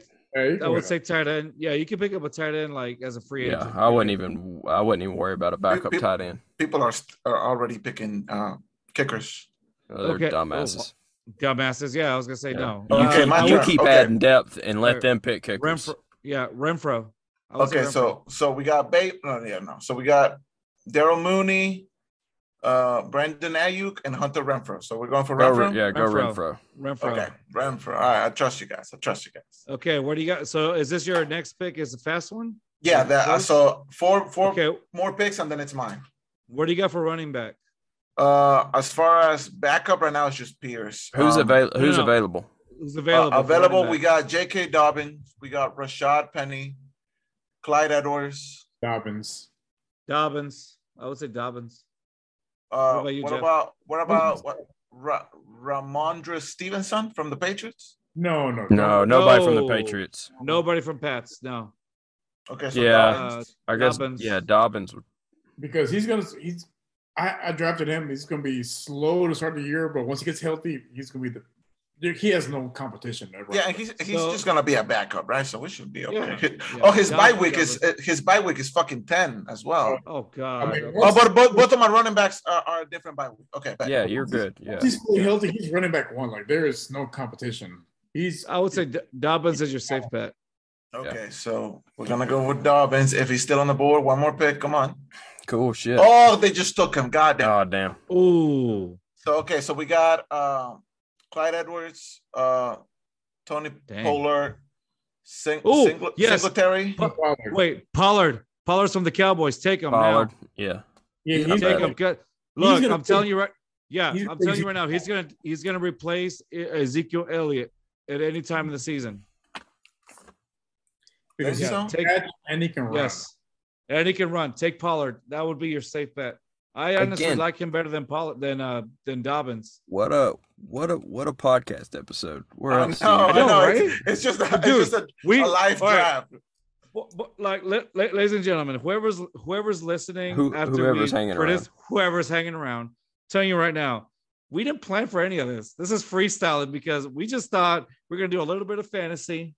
[SPEAKER 3] you
[SPEAKER 1] I
[SPEAKER 3] can
[SPEAKER 1] would
[SPEAKER 3] wait.
[SPEAKER 1] say tight end. Yeah, you can pick up a tight end like as a free
[SPEAKER 4] yeah,
[SPEAKER 1] agent.
[SPEAKER 4] I wouldn't even. I wouldn't even worry about a backup
[SPEAKER 2] people-
[SPEAKER 4] tight end.
[SPEAKER 2] People are st- are already picking uh, kickers.
[SPEAKER 4] Oh, they're
[SPEAKER 1] Okay.
[SPEAKER 4] dumbasses.
[SPEAKER 1] Dumbasses. Yeah, I was gonna say no.
[SPEAKER 4] You
[SPEAKER 2] Oh, Okay,
[SPEAKER 4] keep,
[SPEAKER 2] my
[SPEAKER 4] you
[SPEAKER 2] turn.
[SPEAKER 4] keep
[SPEAKER 2] Okay.
[SPEAKER 4] adding depth and let
[SPEAKER 1] Right.
[SPEAKER 4] them pick kickers.
[SPEAKER 1] Renfro. Yeah, Renfro. I would say
[SPEAKER 2] Okay, so so we got Babe. No, yeah, no. So we got Daryl Mooney, uh, Brandon Ayuk, and Hunter Renfro. So we're going for
[SPEAKER 4] Go,
[SPEAKER 2] Renfro.
[SPEAKER 4] Re- yeah, go
[SPEAKER 1] Renfro.
[SPEAKER 4] Renfro.
[SPEAKER 1] Renfro. Renfro.
[SPEAKER 2] Okay,
[SPEAKER 1] Okay.
[SPEAKER 2] Renfro. All right, I trust you guys. I trust you guys.
[SPEAKER 1] what do you got? So is this your next pick? Is the fast one?
[SPEAKER 2] Yeah, that. uh, So four four
[SPEAKER 1] Okay.
[SPEAKER 2] more picks, and then it's mine.
[SPEAKER 1] What do you got for running back?
[SPEAKER 2] Uh, as far as backup right now, it's just Pierce.
[SPEAKER 4] Who's
[SPEAKER 2] Um,
[SPEAKER 4] avail-
[SPEAKER 1] no,
[SPEAKER 4] Who's
[SPEAKER 1] no.
[SPEAKER 4] available?
[SPEAKER 1] Who's
[SPEAKER 2] uh,
[SPEAKER 1] available? for
[SPEAKER 2] available.
[SPEAKER 1] running
[SPEAKER 2] We
[SPEAKER 1] back?
[SPEAKER 2] got J.K. Dobbins. We got Rashad Penny, Clyde Edwards.
[SPEAKER 3] Dobbins.
[SPEAKER 1] Dobbins. I would say Dobbins.
[SPEAKER 2] Uh,
[SPEAKER 1] about you,
[SPEAKER 2] what
[SPEAKER 1] Jeff?
[SPEAKER 2] about what about what Ra- Ramondre Stevenson from the Patriots?
[SPEAKER 3] No, no,
[SPEAKER 4] No, nobody from
[SPEAKER 1] No.
[SPEAKER 4] the Patriots.
[SPEAKER 1] Nobody from Pats. No.
[SPEAKER 2] Okay, so
[SPEAKER 4] Yeah.
[SPEAKER 1] Uh,
[SPEAKER 2] Dobbins.
[SPEAKER 4] I guess.
[SPEAKER 1] Dobbins.
[SPEAKER 4] Yeah, Dobbins. would-
[SPEAKER 3] because he's gonna he's. I, I drafted him. He's gonna be slow to start the year, but once he gets healthy, he's gonna be the. dude, He has no competition. Ever.
[SPEAKER 2] yeah, and he's he's
[SPEAKER 1] So-
[SPEAKER 2] just gonna be a backup, right? So we should be okay.
[SPEAKER 1] Yeah. Yeah.
[SPEAKER 2] Oh, his bye
[SPEAKER 1] Dobbins,
[SPEAKER 2] week is
[SPEAKER 1] Dobbins.
[SPEAKER 2] uh, his bye week is fucking ten as well.
[SPEAKER 1] Oh God.
[SPEAKER 3] I mean,
[SPEAKER 1] okay.
[SPEAKER 2] Oh, but both, both of my running backs are, are different bye week. Okay, bet.
[SPEAKER 4] Yeah, you're good. Yeah.
[SPEAKER 3] he's fully healthy. He's running back one. Like there is no competition. He's
[SPEAKER 1] I would say D- Dobbins is your safe bet.
[SPEAKER 2] Okay, so we're gonna go with Dobbins if he's still on the board. One more pick, come on.
[SPEAKER 4] Cool shit. Oh,
[SPEAKER 2] Oh, they just took him. God
[SPEAKER 1] Uh,
[SPEAKER 2] damn.
[SPEAKER 4] damn.
[SPEAKER 1] Ooh.
[SPEAKER 2] So okay, so we got uh, Clyde Edwards, uh, Tony
[SPEAKER 1] Dang.
[SPEAKER 2] Pollard, Sing-
[SPEAKER 1] Ooh,
[SPEAKER 2] Singla-
[SPEAKER 1] yes.
[SPEAKER 2] Singletary.
[SPEAKER 1] But- Wait, Pollard. Pollard's from the Cowboys. Take him
[SPEAKER 4] Pollard.
[SPEAKER 1] now.
[SPEAKER 4] Yeah.
[SPEAKER 3] Yeah,
[SPEAKER 4] I'm
[SPEAKER 3] he's
[SPEAKER 1] Take him.
[SPEAKER 4] Pollard.
[SPEAKER 1] Good.
[SPEAKER 3] He's
[SPEAKER 1] Look,
[SPEAKER 3] gonna
[SPEAKER 1] I'm telling you right. Yeah,
[SPEAKER 3] he's
[SPEAKER 1] I'm telling
[SPEAKER 3] crazy.
[SPEAKER 1] you right now. He's gonna he's gonna replace E- Ezekiel Elliott at any time in the season.
[SPEAKER 3] because
[SPEAKER 2] Think
[SPEAKER 1] Yeah,
[SPEAKER 2] so?
[SPEAKER 3] he's
[SPEAKER 1] take
[SPEAKER 3] fast and he can run.
[SPEAKER 1] yes, and he can run. Take Pollard. That would be your safe bet. I honestly
[SPEAKER 4] Again.
[SPEAKER 1] like him better than Pollard than uh than Dobbins.
[SPEAKER 4] What a what a what a podcast episode. We're
[SPEAKER 2] I
[SPEAKER 4] up
[SPEAKER 2] know,
[SPEAKER 4] to-
[SPEAKER 2] I
[SPEAKER 1] know,
[SPEAKER 2] know.
[SPEAKER 1] right?
[SPEAKER 2] It's, it's just, a, it's
[SPEAKER 1] Dude,
[SPEAKER 2] just a,
[SPEAKER 1] We
[SPEAKER 2] a live
[SPEAKER 1] all right.
[SPEAKER 2] draft.
[SPEAKER 1] But, but, like, la- la- ladies and gentlemen, whoever's whoever's listening,
[SPEAKER 4] Who-
[SPEAKER 1] after
[SPEAKER 4] whoever's
[SPEAKER 1] we-
[SPEAKER 4] hanging
[SPEAKER 1] for this- whoever's hanging around, telling you right now, we didn't plan for any of this. This is freestyling because we just thought we're gonna do a little bit of fantasy.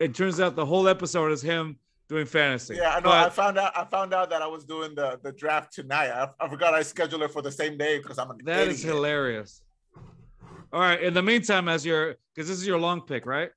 [SPEAKER 1] It turns out the whole episode is him doing fantasy.
[SPEAKER 2] Yeah, I know. I
[SPEAKER 1] But
[SPEAKER 2] found out. I found out that I was doing the, the draft tonight. I, I forgot I scheduled it for the same day because I'm an
[SPEAKER 1] that is
[SPEAKER 2] idiot.
[SPEAKER 1] hilarious. All right. In the meantime, as your because this is your long pick, right?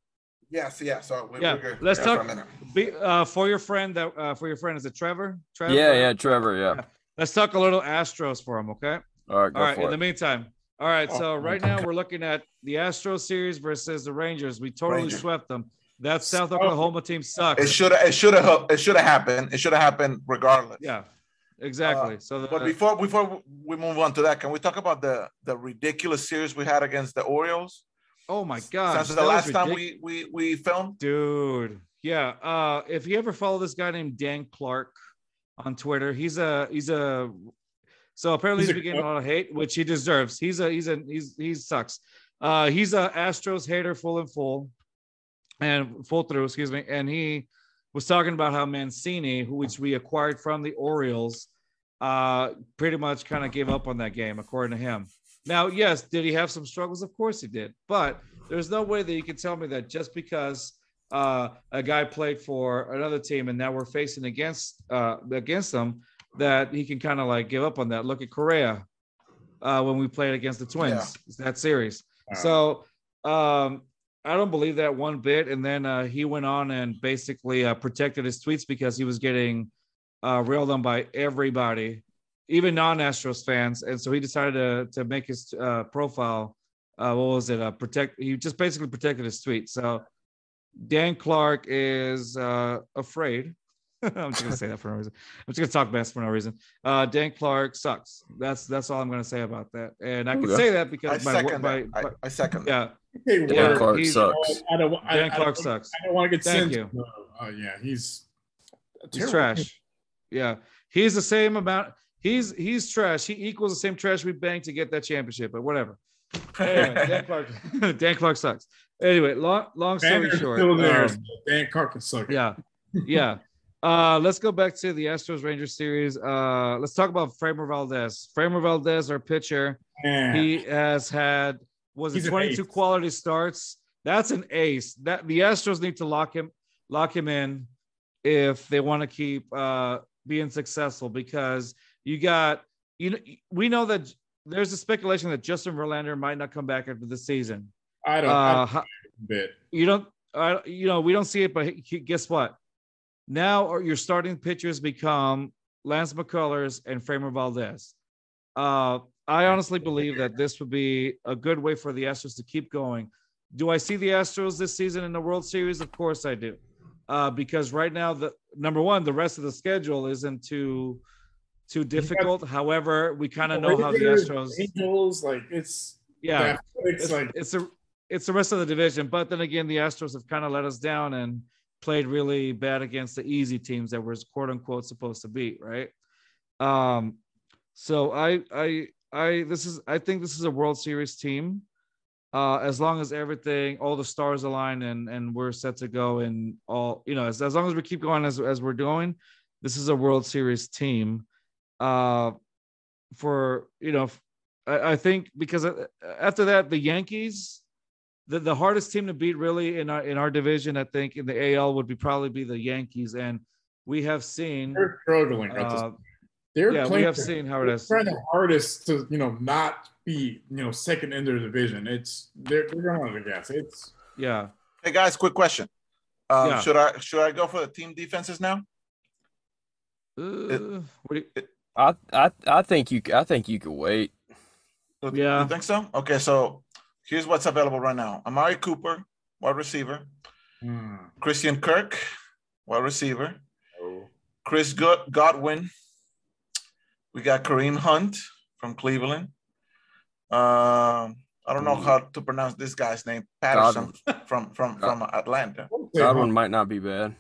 [SPEAKER 2] Yes, yeah. So we,
[SPEAKER 1] Yeah,
[SPEAKER 2] we're good.
[SPEAKER 1] let's
[SPEAKER 2] Yeah, for
[SPEAKER 1] talk-
[SPEAKER 2] a minute.
[SPEAKER 1] Be, uh, for your friend that uh, for your friend is it Trevor? Trevor?
[SPEAKER 4] yeah, yeah, Trevor. Yeah.
[SPEAKER 1] Let's talk a little Astros for him, okay?
[SPEAKER 4] All right, go
[SPEAKER 1] All right.
[SPEAKER 4] for
[SPEAKER 1] In
[SPEAKER 4] it.
[SPEAKER 1] the meantime, all right.
[SPEAKER 2] Oh,
[SPEAKER 1] So right now we're looking at the Astros series versus the Rangers. We totally
[SPEAKER 2] Rangers.
[SPEAKER 1] swept them. That South
[SPEAKER 2] So-
[SPEAKER 1] Oklahoma team
[SPEAKER 2] It
[SPEAKER 1] sucks.
[SPEAKER 2] should. It should have. It should have happened. It should have happened regardless.
[SPEAKER 1] Yeah, exactly. so the,
[SPEAKER 2] Uh, But before before we move on to that, can we talk about the the ridiculous series we had against the Orioles?
[SPEAKER 1] oh my god,
[SPEAKER 2] Since the last time we we we filmed.
[SPEAKER 1] dude. Yeah. Uh, if you ever follow this guy named Dan Clark on Twitter, he's a he's a so apparently he's,
[SPEAKER 3] He's a-
[SPEAKER 1] been getting a lot of hate, which he deserves. He's a he's a he's he sucks. Uh, he's a Astros hater, full and full, and full through. Excuse me. And he was talking about how Mancini, who which we acquired from the Orioles, uh, pretty much kind of gave up on that game, according to him. Now, yes, did he have some struggles? Of course he did. But there's no way that you can tell me that just because uh, a guy played for another team and now we're facing against uh, against them that he can kind of like give up on that. Look at Correa uh, when we played against the Twins that series.
[SPEAKER 3] Uh,
[SPEAKER 1] So um, I don't believe that one bit. And then uh, he went on and basically uh, protected his tweets because he was getting uh, railed on by everybody, even non-Astros fans. And so he decided to to make his uh, profile. Uh, what was it? Uh, protect. He just basically protected his tweet. So Dan Clark is uh, afraid. I'm just gonna say that for no reason. I'm just gonna talk best for no reason. Uh, Dan Clark sucks. That's that's all I'm gonna say about that. And I can
[SPEAKER 4] Okay.
[SPEAKER 1] say that
[SPEAKER 2] I
[SPEAKER 1] because my,
[SPEAKER 2] second
[SPEAKER 1] my,
[SPEAKER 2] that. I,
[SPEAKER 1] my-
[SPEAKER 2] I second that.
[SPEAKER 1] yeah,
[SPEAKER 3] Okay,
[SPEAKER 4] Dan
[SPEAKER 1] Yeah,
[SPEAKER 3] word.
[SPEAKER 4] Clark
[SPEAKER 1] he's-
[SPEAKER 4] sucks.
[SPEAKER 3] I don't, I,
[SPEAKER 1] Dan
[SPEAKER 3] I
[SPEAKER 1] Clark
[SPEAKER 3] don't,
[SPEAKER 1] sucks.
[SPEAKER 3] I don't want to get
[SPEAKER 1] Thank
[SPEAKER 3] sent.
[SPEAKER 1] you.
[SPEAKER 3] Oh yeah, he's a
[SPEAKER 1] He's
[SPEAKER 3] terrible-
[SPEAKER 1] trash. Yeah, he's the same amount. He's he's trash. He equals the same trash we banked to get that championship, but whatever. Anyway, Dan Clark, Dan Clark sucks. Anyway, long long story
[SPEAKER 3] Banner's
[SPEAKER 1] short,
[SPEAKER 3] Still there.
[SPEAKER 1] um,
[SPEAKER 3] so Dan Clark can suck. it.
[SPEAKER 1] yeah, yeah. Uh, let's go back to the Astros Rangers series. Uh, let's talk about Framer Valdez. Framer Valdez, our pitcher,
[SPEAKER 3] Man.
[SPEAKER 1] he has had was it
[SPEAKER 3] He's an
[SPEAKER 1] 22
[SPEAKER 3] ace.
[SPEAKER 1] quality starts. That's an ace. That the Astros need to lock him lock him in if they want to keep uh being successful because you got you know we know that there's a speculation that Justin Verlander might not come back after the season.
[SPEAKER 3] I don't. I
[SPEAKER 1] Uh,
[SPEAKER 3] don't
[SPEAKER 1] ho-
[SPEAKER 3] bit.
[SPEAKER 1] you don't I, you know we don't see it but he- guess what now are your starting pitchers become lance mccullers and framer valdez uh, i honestly believe that this would be a good way for the astros to keep going do i see the astros this season in the world series of course i do uh, because right now the number one the rest of the schedule isn't too too difficult however we kind of know how the
[SPEAKER 3] Rangers,
[SPEAKER 1] astros
[SPEAKER 3] Angels, like it's
[SPEAKER 1] yeah
[SPEAKER 3] It's
[SPEAKER 1] it's
[SPEAKER 3] like
[SPEAKER 1] it's a it's the rest of the division. But then again, the Astros have kind of let us down and played really bad against the easy teams that we're quote unquote supposed to beat, right? Um, so I I I this is I think this is a World Series team. Uh, as long as everything, all the stars align and and we're set to go, and all you know, as, as long as we keep going as as we're doing, this is a World Series team. Uh, for you know, I, I think because uh, after that the Yankees, the, the hardest team to beat really in our in our division, I think in the AL would be probably be the Yankees, and we have seen,
[SPEAKER 3] they're struggling. at this-
[SPEAKER 1] uh,
[SPEAKER 3] they're
[SPEAKER 1] yeah, we
[SPEAKER 3] playing.
[SPEAKER 1] have seen how it
[SPEAKER 3] they're
[SPEAKER 1] is.
[SPEAKER 3] trying the hardest to you know not be you know second in their division. It's they're they're going on the gas. It's
[SPEAKER 1] Yeah,
[SPEAKER 2] Hey guys, quick question. Um,
[SPEAKER 1] Yeah.
[SPEAKER 2] Should I should I go for the team defenses now?
[SPEAKER 1] uh, what do you,
[SPEAKER 4] I, I I think you I think you could wait.
[SPEAKER 2] You-
[SPEAKER 1] Yeah.
[SPEAKER 2] You think so? Okay, so here's what's available right now: Amari Cooper, wide receiver;
[SPEAKER 3] hmm.
[SPEAKER 2] Christian Kirk, wide receiver; Chris Go- Godwin. We got Kareem Hunt from Cleveland. Um, I don't
[SPEAKER 4] Mm.
[SPEAKER 2] know how to pronounce this guy's name. Patterson from from from Atlanta.
[SPEAKER 3] Don't say
[SPEAKER 4] That one
[SPEAKER 3] Hunt.
[SPEAKER 4] might not be bad.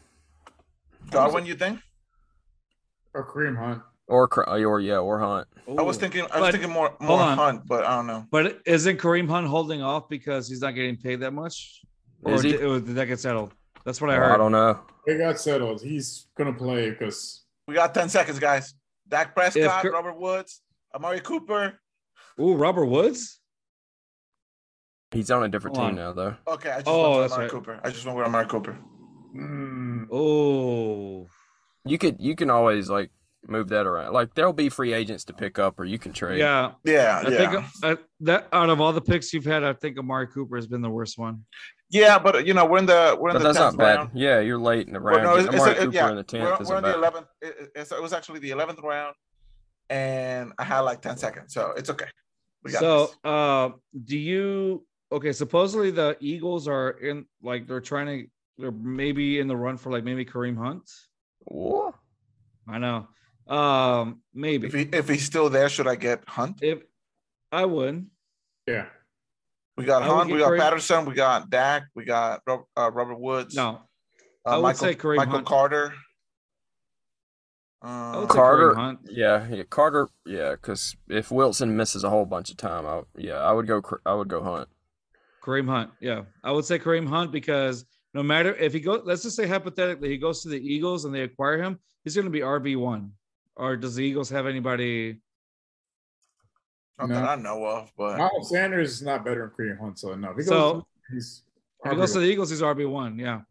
[SPEAKER 2] Godwin, you think?
[SPEAKER 3] or Kareem Hunt.
[SPEAKER 4] or Cr- or yeah, or Hunt.
[SPEAKER 2] I was thinking, I was
[SPEAKER 1] But-
[SPEAKER 2] thinking more, more
[SPEAKER 1] on.
[SPEAKER 2] Hunt, but I don't know.
[SPEAKER 1] But isn't Kareem Hunt holding off because he's not getting paid that much? Or
[SPEAKER 4] Is he?
[SPEAKER 1] did, or did that get settled? That's what I heard.
[SPEAKER 4] I don't know.
[SPEAKER 3] It got settled. He's gonna play because
[SPEAKER 2] We got 10 seconds, guys. Dak Prescott,
[SPEAKER 1] Ker-
[SPEAKER 2] Robert Woods, Amari Cooper.
[SPEAKER 1] Ooh, Robert Woods?
[SPEAKER 4] He's on a different
[SPEAKER 1] Hold
[SPEAKER 4] team
[SPEAKER 1] on.
[SPEAKER 4] now, though.
[SPEAKER 2] Okay, I just
[SPEAKER 1] Oh,
[SPEAKER 2] went with
[SPEAKER 1] that's
[SPEAKER 2] Amari
[SPEAKER 1] right.
[SPEAKER 2] Cooper. I just went with Amari Cooper.
[SPEAKER 3] hmm,
[SPEAKER 1] Oh,
[SPEAKER 4] You could you can always like move that around. Like there'll be free agents to pick up, or you can trade.
[SPEAKER 1] yeah.
[SPEAKER 2] Yeah,
[SPEAKER 1] I
[SPEAKER 2] yeah.
[SPEAKER 1] think uh that out of all the picks you've had, I think Amari Cooper has been the worst one.
[SPEAKER 2] yeah, but uh, you know, we're in the we're in
[SPEAKER 4] but
[SPEAKER 2] the
[SPEAKER 4] that's
[SPEAKER 2] 10th
[SPEAKER 4] not bad.
[SPEAKER 2] round.
[SPEAKER 4] Yeah, you're late in the
[SPEAKER 2] Well,
[SPEAKER 4] round.
[SPEAKER 2] no, it's, it's-
[SPEAKER 4] Amari
[SPEAKER 2] it-
[SPEAKER 4] Cooper
[SPEAKER 2] yeah,
[SPEAKER 4] in the
[SPEAKER 2] we're,
[SPEAKER 4] tenth
[SPEAKER 2] we're
[SPEAKER 4] isn't
[SPEAKER 2] in the
[SPEAKER 4] bad.
[SPEAKER 2] 11th. It, it- it's- it was actually the 11th round, and I had like 10 seconds, so it's okay. We got
[SPEAKER 1] So,
[SPEAKER 2] this.
[SPEAKER 1] uh, do you okay? Supposedly, the Eagles are in like they're trying to, they're maybe in the run for like maybe Kareem Hunt.
[SPEAKER 4] Whoa.
[SPEAKER 1] I know, um,
[SPEAKER 2] if,
[SPEAKER 1] maybe
[SPEAKER 2] he, if he's still there, should I get Hunt?
[SPEAKER 1] if I would,
[SPEAKER 3] yeah,
[SPEAKER 2] We got
[SPEAKER 1] I would
[SPEAKER 2] Hunt, we
[SPEAKER 1] get
[SPEAKER 2] got
[SPEAKER 1] Kareem-
[SPEAKER 2] Patterson, we got Dak, we got Rob, uh, Robert Woods.
[SPEAKER 1] no,
[SPEAKER 2] uh,
[SPEAKER 1] I would
[SPEAKER 2] Michael,
[SPEAKER 1] say Kareem
[SPEAKER 2] Michael
[SPEAKER 1] Hunt.
[SPEAKER 2] Carter.
[SPEAKER 1] I would
[SPEAKER 2] Uh,
[SPEAKER 1] say Kareem
[SPEAKER 4] Carter.
[SPEAKER 1] Hunt.
[SPEAKER 4] Yeah, yeah, Carter. Yeah, because if Wilson misses a whole bunch of time, I yeah, I would go. Cr- I would go Hunt.
[SPEAKER 1] Kareem Hunt. Yeah, I would say Kareem Hunt because no matter if he goes, let's just say hypothetically he goes to the Eagles and they acquire him, he's going to be RB one. Or does the Eagles have anybody?
[SPEAKER 2] Not
[SPEAKER 3] No.
[SPEAKER 2] that I know of, but
[SPEAKER 3] Miles Sanders is not better than Kareem Hunt. So no, if he goes,
[SPEAKER 1] So-
[SPEAKER 3] he's
[SPEAKER 1] If he goes to the Eagles, he's RB one. Yeah.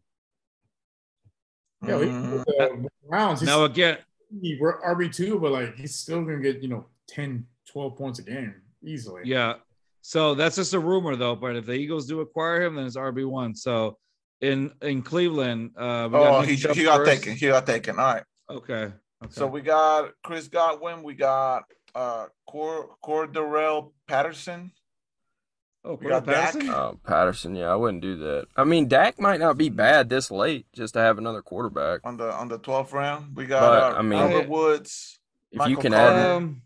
[SPEAKER 3] yeah,
[SPEAKER 2] Mm,
[SPEAKER 3] he, uh, Miles, he's
[SPEAKER 1] Mm-hmm. Now again,
[SPEAKER 3] he, we're RB2, but like he's still gonna get, you know, 10, 12 points a game easily.
[SPEAKER 1] Yeah. So that's just a rumor though. But if the Eagles do acquire him, then it's RB one. So in in Cleveland, uh, we
[SPEAKER 2] oh,
[SPEAKER 1] Nick
[SPEAKER 2] he,
[SPEAKER 1] Chubb
[SPEAKER 2] he got
[SPEAKER 1] first.
[SPEAKER 2] taken. He got taken. All right.
[SPEAKER 1] Okay. okay.
[SPEAKER 2] So we got Chris Godwin. We got uh Cor Cordarrelle Patterson.
[SPEAKER 1] oh,
[SPEAKER 2] we got
[SPEAKER 1] Cordell Patterson?
[SPEAKER 2] Dak. uh,
[SPEAKER 4] Oh, Patterson. Yeah, I wouldn't do that. I mean, Dak might not be bad this late just to have another quarterback.
[SPEAKER 2] on the on the 12th round. We got
[SPEAKER 4] But,
[SPEAKER 2] uh,
[SPEAKER 4] I mean-
[SPEAKER 2] Robert Woods.
[SPEAKER 4] If you
[SPEAKER 2] Michael
[SPEAKER 4] can add,
[SPEAKER 2] Carter.
[SPEAKER 1] Um,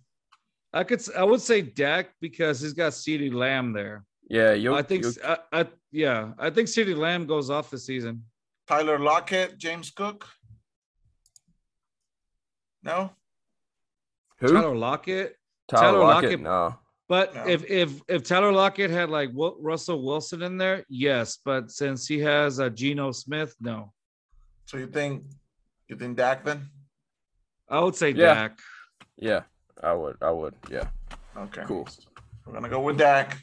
[SPEAKER 1] I could s- I would say Dak because he's got Ceedee Lamb there.
[SPEAKER 4] yeah, you'll.
[SPEAKER 1] I think
[SPEAKER 4] you'll-
[SPEAKER 1] s- I, I- yeah I think Ceedee Lamb goes off the season.
[SPEAKER 2] Tyler Lockett, James Cook. No,
[SPEAKER 4] who Tyler,
[SPEAKER 1] Tyler Lockett. Tyler
[SPEAKER 4] Lockett.
[SPEAKER 1] Lockett-
[SPEAKER 4] No,
[SPEAKER 1] But
[SPEAKER 2] No.
[SPEAKER 1] if if if Tyler Lockett had like Wil- Russell Wilson in there, yes. But since he has uh, Geno Smith, no.
[SPEAKER 2] so you think you think Dak then?
[SPEAKER 1] I would say
[SPEAKER 4] Yeah.
[SPEAKER 1] Dak.
[SPEAKER 4] yeah, I would. I would. Yeah,
[SPEAKER 2] Okay,
[SPEAKER 4] cool.
[SPEAKER 2] We're gonna go with Dak,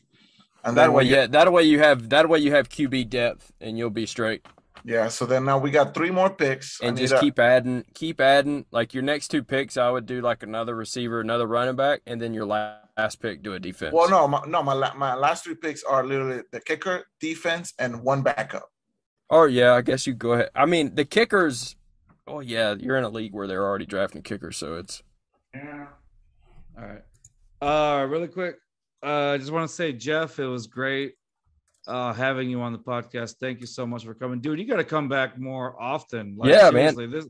[SPEAKER 2] and
[SPEAKER 4] That
[SPEAKER 2] then
[SPEAKER 4] way,
[SPEAKER 2] we
[SPEAKER 4] yeah. That way you have. That way you have QB depth, and you'll be straight.
[SPEAKER 2] yeah. So then now we got three more picks I
[SPEAKER 4] and
[SPEAKER 2] need
[SPEAKER 4] just
[SPEAKER 2] a-
[SPEAKER 4] keep adding, keep adding. Like your next two picks, I would do like another receiver, another running back, and then your la- last pick do a defense.
[SPEAKER 2] Well, no, my, no, my la- my last three picks are literally the kicker, defense, and one backup.
[SPEAKER 4] Or Oh, yeah, I guess you go ahead. I mean, the kickers. Oh yeah, you're in a league where they're already drafting kickers, so it's
[SPEAKER 3] Yeah.
[SPEAKER 1] All right. Uh, really quick. Uh, I just want to say, Jeff, it was great uh having you on the podcast. Thank you so much for coming, dude. You got to come back more often.
[SPEAKER 4] Yeah, man.
[SPEAKER 1] seriously, This,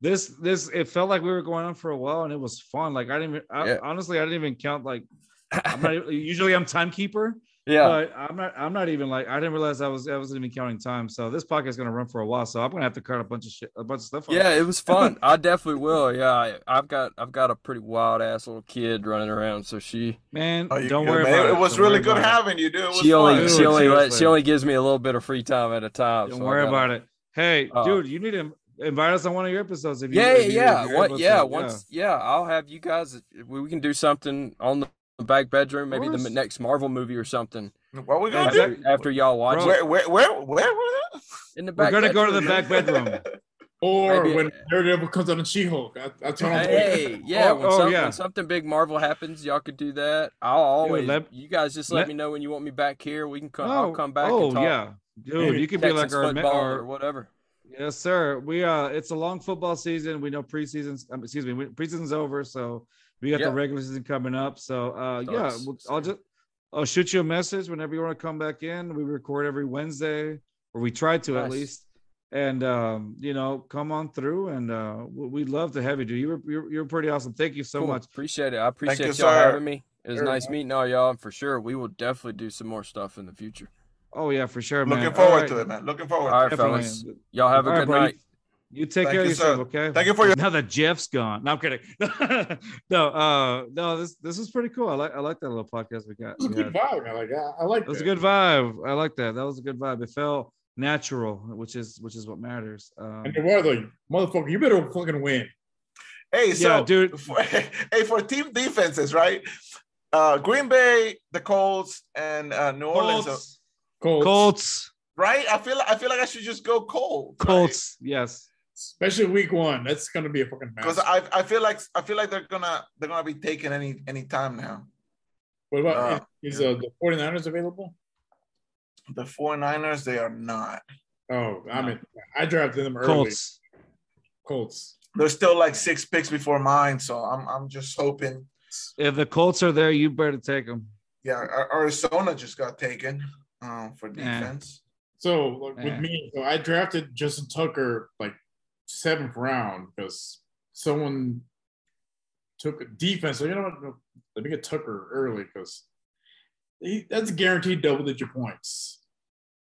[SPEAKER 1] this, this. It felt like we were going on for a while, and it was fun. Like I didn't even. I,
[SPEAKER 4] Yeah.
[SPEAKER 1] Honestly, I didn't even count. Like I'm not. even- usually, I'm timekeeper,
[SPEAKER 4] yeah.
[SPEAKER 1] but I'm not. I'm not even like. I didn't realize I was. I wasn't even counting time. So this podcast is gonna run for a while. So I'm gonna have to cut a bunch of shit, a bunch of stuff. out.
[SPEAKER 4] Yeah, it was fun. I definitely will. Yeah, I, I've got I've got a pretty wild ass little kid running around, so she
[SPEAKER 1] man.
[SPEAKER 2] Are Oh, you
[SPEAKER 1] don't
[SPEAKER 2] good,
[SPEAKER 1] worry
[SPEAKER 2] man?
[SPEAKER 1] about it.
[SPEAKER 2] it. was
[SPEAKER 1] Don't
[SPEAKER 2] really
[SPEAKER 1] worry
[SPEAKER 2] good
[SPEAKER 1] about it.
[SPEAKER 2] having you, dude. It was
[SPEAKER 4] she only
[SPEAKER 2] fun.
[SPEAKER 1] Dude,
[SPEAKER 4] she only let, she
[SPEAKER 1] seriously.
[SPEAKER 4] only gives me a little bit of free time at a time.
[SPEAKER 1] Don't
[SPEAKER 4] so I
[SPEAKER 1] worry
[SPEAKER 4] gotta-
[SPEAKER 1] about it. Hey,
[SPEAKER 2] Oh.
[SPEAKER 4] Uh,
[SPEAKER 1] dude, you need to invite us on one of your episodes. If you,
[SPEAKER 4] yeah,
[SPEAKER 1] if you-
[SPEAKER 4] yeah,
[SPEAKER 1] if
[SPEAKER 4] yeah.
[SPEAKER 1] you're
[SPEAKER 4] What,
[SPEAKER 1] able to.
[SPEAKER 4] yeah, once, yeah. I'll have you guys. We, we can do something on the back bedroom, maybe the
[SPEAKER 1] course.
[SPEAKER 4] next Marvel movie or something.
[SPEAKER 2] What we gonna
[SPEAKER 4] After,
[SPEAKER 2] do?
[SPEAKER 4] after y'all watch
[SPEAKER 1] Bro.
[SPEAKER 4] it
[SPEAKER 2] Where where where where were they?
[SPEAKER 4] in the
[SPEAKER 1] We're
[SPEAKER 4] back.
[SPEAKER 1] gonna go to the
[SPEAKER 4] bedroom.
[SPEAKER 1] back bedroom.
[SPEAKER 3] Or
[SPEAKER 4] Maybe-
[SPEAKER 3] when Daredevil comes out in She-Hulk, I, I turn on the
[SPEAKER 4] Hey, yeah.
[SPEAKER 1] Oh,
[SPEAKER 4] when,
[SPEAKER 1] oh,
[SPEAKER 4] some-
[SPEAKER 1] yeah.
[SPEAKER 4] when something big Marvel happens, y'all could do that. I'll always.
[SPEAKER 1] let-
[SPEAKER 4] you guys just let,
[SPEAKER 1] let-
[SPEAKER 4] me know when you want me back here. We can come. I'll
[SPEAKER 1] Oh,
[SPEAKER 4] come back.
[SPEAKER 1] Oh
[SPEAKER 4] and talk
[SPEAKER 1] yeah, dude,
[SPEAKER 3] Maybe
[SPEAKER 1] you could be like
[SPEAKER 4] Texans
[SPEAKER 1] our, ma-
[SPEAKER 4] football or
[SPEAKER 1] our
[SPEAKER 4] whatever.
[SPEAKER 1] yes, sir. We uh, it's a long football season. We know preseason's um, excuse me, we- preseason's over, so we got
[SPEAKER 4] Yeah.
[SPEAKER 1] the regular season coming up. So uh, yeah,
[SPEAKER 4] Starts
[SPEAKER 1] we'll- I'll
[SPEAKER 4] soon.
[SPEAKER 1] just I'll shoot you a message whenever you want to come back in. We record every Wednesday, or we try to at
[SPEAKER 4] Nice.
[SPEAKER 1] least. And um, you know, come on through, and uh, we- we'd love to have you. Do you were you're, you're pretty awesome. Thank you so
[SPEAKER 4] Cool.
[SPEAKER 1] much.
[SPEAKER 4] Appreciate it. I appreciate
[SPEAKER 2] you,
[SPEAKER 4] y'all
[SPEAKER 2] sir.
[SPEAKER 4] having me. It was
[SPEAKER 3] Sure,
[SPEAKER 4] nice
[SPEAKER 3] man.
[SPEAKER 4] meeting all y'all, and for sure we will definitely do some more stuff in the future.
[SPEAKER 1] Oh yeah, for sure, man.
[SPEAKER 2] Looking
[SPEAKER 1] All
[SPEAKER 2] forward
[SPEAKER 1] right.
[SPEAKER 2] to it, man. Looking forward.
[SPEAKER 4] All right,
[SPEAKER 1] Definitely.
[SPEAKER 4] fellas. Y'all have a
[SPEAKER 1] All right,
[SPEAKER 4] good
[SPEAKER 1] bro. You-
[SPEAKER 4] night.
[SPEAKER 1] You take
[SPEAKER 2] Thank
[SPEAKER 1] care of
[SPEAKER 2] you,
[SPEAKER 1] yourself,
[SPEAKER 2] sir.
[SPEAKER 1] okay?
[SPEAKER 2] Thank you for your.
[SPEAKER 1] now that Jeff's gone. No, I'm kidding. no, uh, no, this this is pretty cool. I like I like that little podcast we got.
[SPEAKER 3] It was a
[SPEAKER 1] we
[SPEAKER 3] good
[SPEAKER 1] had.
[SPEAKER 3] vibe. I like. I, I like.
[SPEAKER 1] It was a
[SPEAKER 3] that.
[SPEAKER 1] good vibe. I like that. That was a good vibe. It felt natural, which is which is what matters. Um,
[SPEAKER 3] And it was like, motherfucker, you better fucking win.
[SPEAKER 2] Hey, so
[SPEAKER 1] yeah, dude.
[SPEAKER 2] for, hey, for team defenses, right? Uh, Green Bay, the Colts, and uh, New Orleans, uh,
[SPEAKER 1] Colts,
[SPEAKER 3] Colts.
[SPEAKER 1] Colts,
[SPEAKER 2] right? I feel I feel like I should just go Colts.
[SPEAKER 1] Colts. Yes.
[SPEAKER 3] Especially week one. That's gonna be a fucking mess.
[SPEAKER 2] because I I feel like I feel like they're gonna they're gonna be taken any any time now.
[SPEAKER 3] what about
[SPEAKER 2] uh,
[SPEAKER 3] is uh, the 49ers available?
[SPEAKER 2] The 49ers, they are not.
[SPEAKER 3] Oh, I mean, I drafted them early. Colts.
[SPEAKER 1] Colts.
[SPEAKER 2] They're still like six picks before mine, so I'm I'm just hoping.
[SPEAKER 1] If the Colts are there, you better take them.
[SPEAKER 2] Yeah, Ar- Arizona just got taken um, for
[SPEAKER 1] Yeah.
[SPEAKER 2] defense.
[SPEAKER 3] So like, with
[SPEAKER 1] Yeah.
[SPEAKER 3] me, so I drafted Justin Tucker like seventh round because someone took a defense. So you know what? Let me get Tucker early because that's guaranteed double digit points.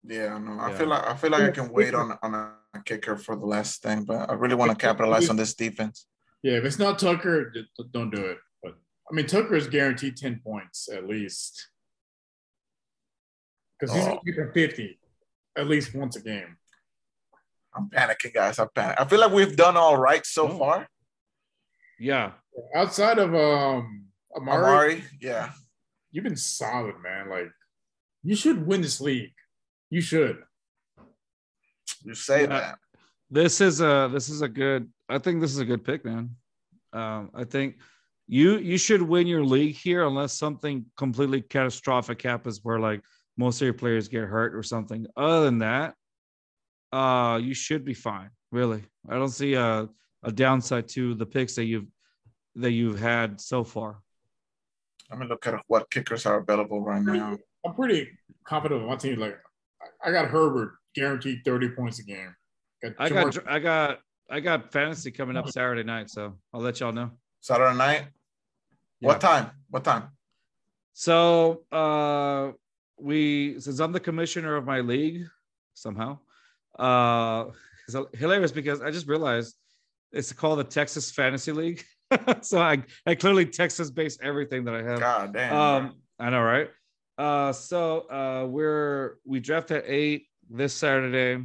[SPEAKER 2] Yeah, no, I
[SPEAKER 1] Yeah.
[SPEAKER 2] feel like I feel like I can wait on on a kicker for the last thing, but I really want to capitalize on this defense.
[SPEAKER 3] Yeah, if it's not Tucker, d- d- don't do it. But I mean, Tucker is guaranteed ten points at least because he's
[SPEAKER 2] Oh.
[SPEAKER 3] gonna get fifty at least once a game.
[SPEAKER 2] I'm panicking, guys. I'm panicking. I feel like we've done all right so
[SPEAKER 1] Mm.
[SPEAKER 3] Oh.
[SPEAKER 2] far.
[SPEAKER 1] Yeah.
[SPEAKER 3] Outside of um Amari,
[SPEAKER 2] Amari, yeah,
[SPEAKER 3] you've been solid, man. Like you should win this league. You should.
[SPEAKER 2] you say
[SPEAKER 1] Yeah.
[SPEAKER 2] that.
[SPEAKER 1] This is a this is a good. I think this is a good pick, man. Um, I think you you should win your league here unless something completely catastrophic happens where like most of your players get hurt or something. Other than that, uh, you should be fine. Really, I don't see a a downside to the picks that you've that you've had so far.
[SPEAKER 2] Let me look at what kickers are available right now.
[SPEAKER 3] I'm pretty confident of my team. Like I- I got Herbert guaranteed 30 points a game.
[SPEAKER 1] I
[SPEAKER 3] Jamar-
[SPEAKER 1] got I got I got fantasy coming up Saturday night, so I'll let y'all know.
[SPEAKER 2] Saturday night. What time? What time?
[SPEAKER 1] So uh we since I'm the commissioner of my league somehow. Uh it's hilarious because I just realized it's called the Texas Fantasy League. so I I clearly Texas based everything that I have.
[SPEAKER 2] God damn.
[SPEAKER 1] Um, I know, right? Uh, so uh, we're we draft at eight this Saturday.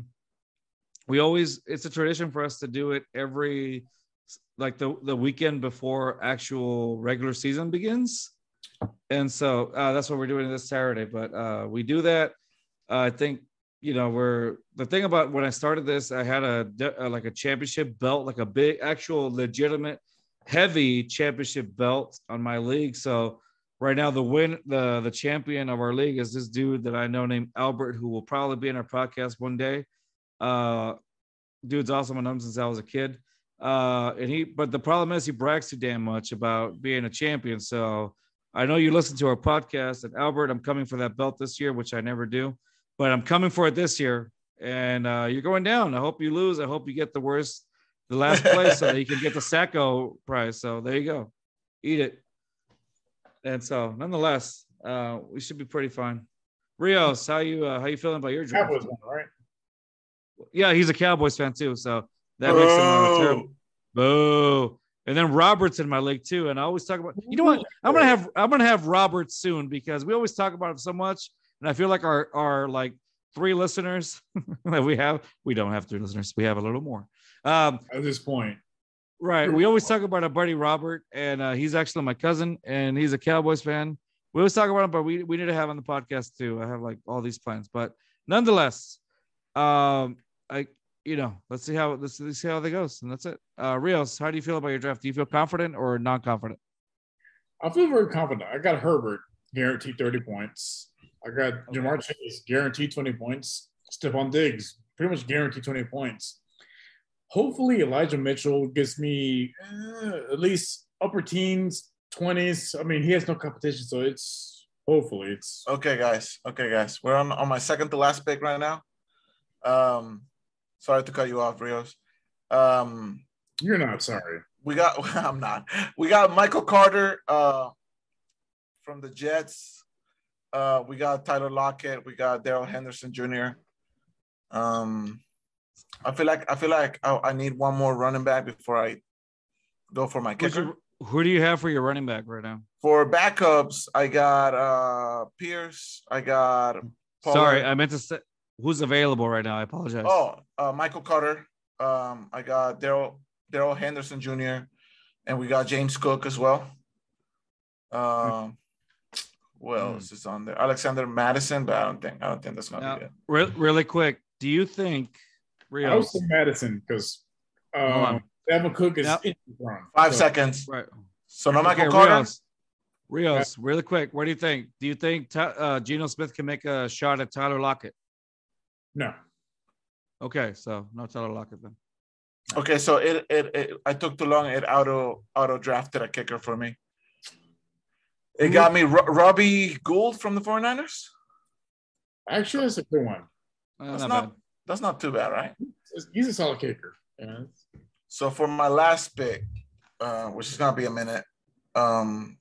[SPEAKER 1] We always it's a tradition for us to do it every like the the weekend before actual regular season begins, and so uh, that's what we're doing this Saturday. But uh, we do that. Uh, I think you know we're the thing about when I started this, I had a, de- uh like a championship belt, like a big actual legitimate heavy championship belt on my league. So right now the win the the champion of our league is this dude that I know named Albert, who will probably be in our podcast one day. Uh, dude's awesome. I know him since I was a kid. Uh, and he, but the problem is he brags too damn much about being a champion. So I know you listen to our podcast, and Albert, I'm coming for that belt this year, which I never do, but I'm coming for it this year. And uh, you're going down. I hope you lose. I hope you get the worst, the last place, so that you can get the Sacco prize. So there you go, eat it. And so, nonetheless, uh, we should be pretty fine. Rios, how you uh, how you feeling about your draft?
[SPEAKER 3] Cowboys won, right?
[SPEAKER 1] Yeah, he's a Cowboys fan too, so that makes him a return. Boo. And then Roberts in my league too. And I always talk about you know what? I'm gonna have I'm gonna have Roberts soon because we always talk about him so much. And I feel like our our like three listeners that we have, we don't have three listeners, we have a little more. Um,
[SPEAKER 3] At this point,
[SPEAKER 1] Right. We always talk about our buddy Robert, and uh, he's actually my cousin, and he's a Cowboys fan. We always talk about him, but we, we need to have him on the podcast too. I have like all these plans, but nonetheless, um, I you know, let's see how let's, let's see how that goes, and that's it. Uh, Rios, how do you feel about your draft? Do you feel confident or non-confident?
[SPEAKER 3] I feel very confident. I got Herbert guaranteed 30 points. I got Jamar Chase guaranteed 20 points. Stephon Diggs pretty much guaranteed 20 points. Hopefully Elijah Mitchell gets me eh, at least upper teens, 20s. I mean, he has no competition, so it's hopefully it's
[SPEAKER 2] Okay, guys. Okay, guys. We're on, on my second to last pick right now. Um, sorry to cut you off, Rios. Um,
[SPEAKER 3] you're not sorry.
[SPEAKER 2] we got I'm not. We got Michael Carter uh from the Jets. Uh we got Tyler Lockett, we got Daryl Henderson Jr. Um I feel like I feel like I, I need one more running back before I go for my
[SPEAKER 1] Who's
[SPEAKER 2] kicker.
[SPEAKER 1] your- who do you have for your running back right now?
[SPEAKER 2] For backups, I got uh Pierce. I got Pollard.
[SPEAKER 1] Sorry, I meant to say who's available right now. I apologize.
[SPEAKER 2] oh uh, Michael Carter. Um, I got Daryl Daryl Henderson Jr. and we got James Cook as well. Um,
[SPEAKER 1] Hmm.
[SPEAKER 2] who else is on there? Alexander Madison, but I don't think I don't think that's gonna
[SPEAKER 1] Yeah.
[SPEAKER 2] be it.
[SPEAKER 1] Re- really quick. Do you think
[SPEAKER 3] I was
[SPEAKER 1] Rios?
[SPEAKER 3] in Madison because
[SPEAKER 1] Hold on.
[SPEAKER 3] um, Devin Cook is
[SPEAKER 1] Yep.
[SPEAKER 3] injury prone.
[SPEAKER 2] Five
[SPEAKER 3] So,
[SPEAKER 2] seconds.
[SPEAKER 1] Right.
[SPEAKER 2] So no Michael
[SPEAKER 1] Okay,
[SPEAKER 2] Carter.
[SPEAKER 1] Rios. Rios, really quick. What do you think? Do you think Ta- uh, Geno Smith can make a shot at Tyler Lockett?
[SPEAKER 3] No,
[SPEAKER 1] Okay, so no Tyler Lockett then.
[SPEAKER 2] Okay, so it, it it I took too long. It auto auto drafted a kicker for me. It got
[SPEAKER 1] Mm-hmm.
[SPEAKER 2] me Ro- Robbie Gould from the 49ers.
[SPEAKER 3] actually, that's a good one.
[SPEAKER 1] Uh,
[SPEAKER 2] That's
[SPEAKER 1] not
[SPEAKER 2] not-
[SPEAKER 1] bad.
[SPEAKER 2] That's not too bad, right?
[SPEAKER 3] He's a solid kicker. you know.
[SPEAKER 2] So for my last pick, uh, which is gonna be a minute, um,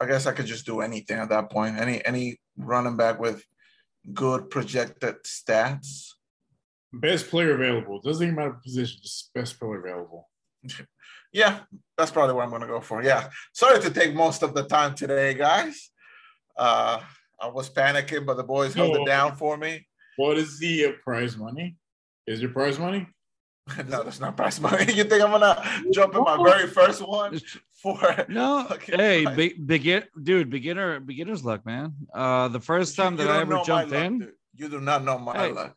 [SPEAKER 2] I guess I could just do anything at that point. Any any running back with good projected stats.
[SPEAKER 3] Best player available. Doesn't even matter position. Just best player available.
[SPEAKER 2] Yeah, that's probably what I'm gonna go for. Yeah, sorry to take most of the time today, guys. Uh, I was panicking, but the boys held
[SPEAKER 3] No.
[SPEAKER 2] it down for me.
[SPEAKER 3] What is the uh, prize money? Is your prize money?
[SPEAKER 2] No, that's not prize money. You think I'm gonna jump in my very first one
[SPEAKER 1] It's-
[SPEAKER 2] for?
[SPEAKER 1] No,
[SPEAKER 2] Fucking
[SPEAKER 1] hey,
[SPEAKER 2] fine.
[SPEAKER 1] be, begin, dude, beginner, beginner's luck, man. Uh, the first
[SPEAKER 2] You
[SPEAKER 1] time that
[SPEAKER 2] don't
[SPEAKER 1] I ever
[SPEAKER 2] know my
[SPEAKER 1] jumped
[SPEAKER 2] luck,
[SPEAKER 1] in,
[SPEAKER 2] dude. You do not know my
[SPEAKER 1] Hey.
[SPEAKER 2] luck.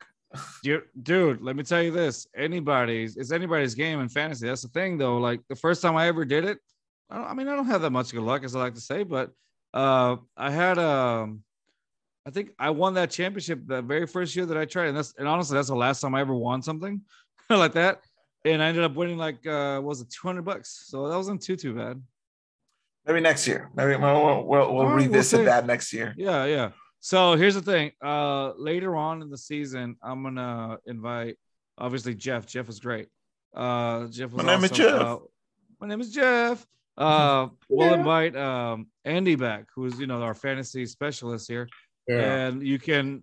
[SPEAKER 1] dude, dude, let me tell you this: anybody's, it's anybody's game in fantasy. That's the thing, though. Like the first time I ever did it, I, don't, I mean, I don't have that much good luck, as I like to say, but uh, I had, um, I think I won that championship the very first year that I tried, and that's, and honestly, that's the last time I ever won something like that, and I ended up winning like, uh, what was it two hundred bucks? So that wasn't too too bad.
[SPEAKER 2] Maybe next year. Maybe we'll we'll, we'll,
[SPEAKER 1] we'll
[SPEAKER 2] revisit
[SPEAKER 1] see.
[SPEAKER 2] that next year.
[SPEAKER 1] Yeah, yeah. So here's the thing. Uh later on in the season, I'm gonna invite obviously Jeff. Jeff is great. Uh Jeff was
[SPEAKER 2] My name is
[SPEAKER 1] awesome.
[SPEAKER 2] Jeff.
[SPEAKER 1] Uh, my name is Jeff. Uh we'll
[SPEAKER 3] Yeah.
[SPEAKER 1] invite um Andy back, who's you know our fantasy specialist here.
[SPEAKER 3] Yeah.
[SPEAKER 1] And you can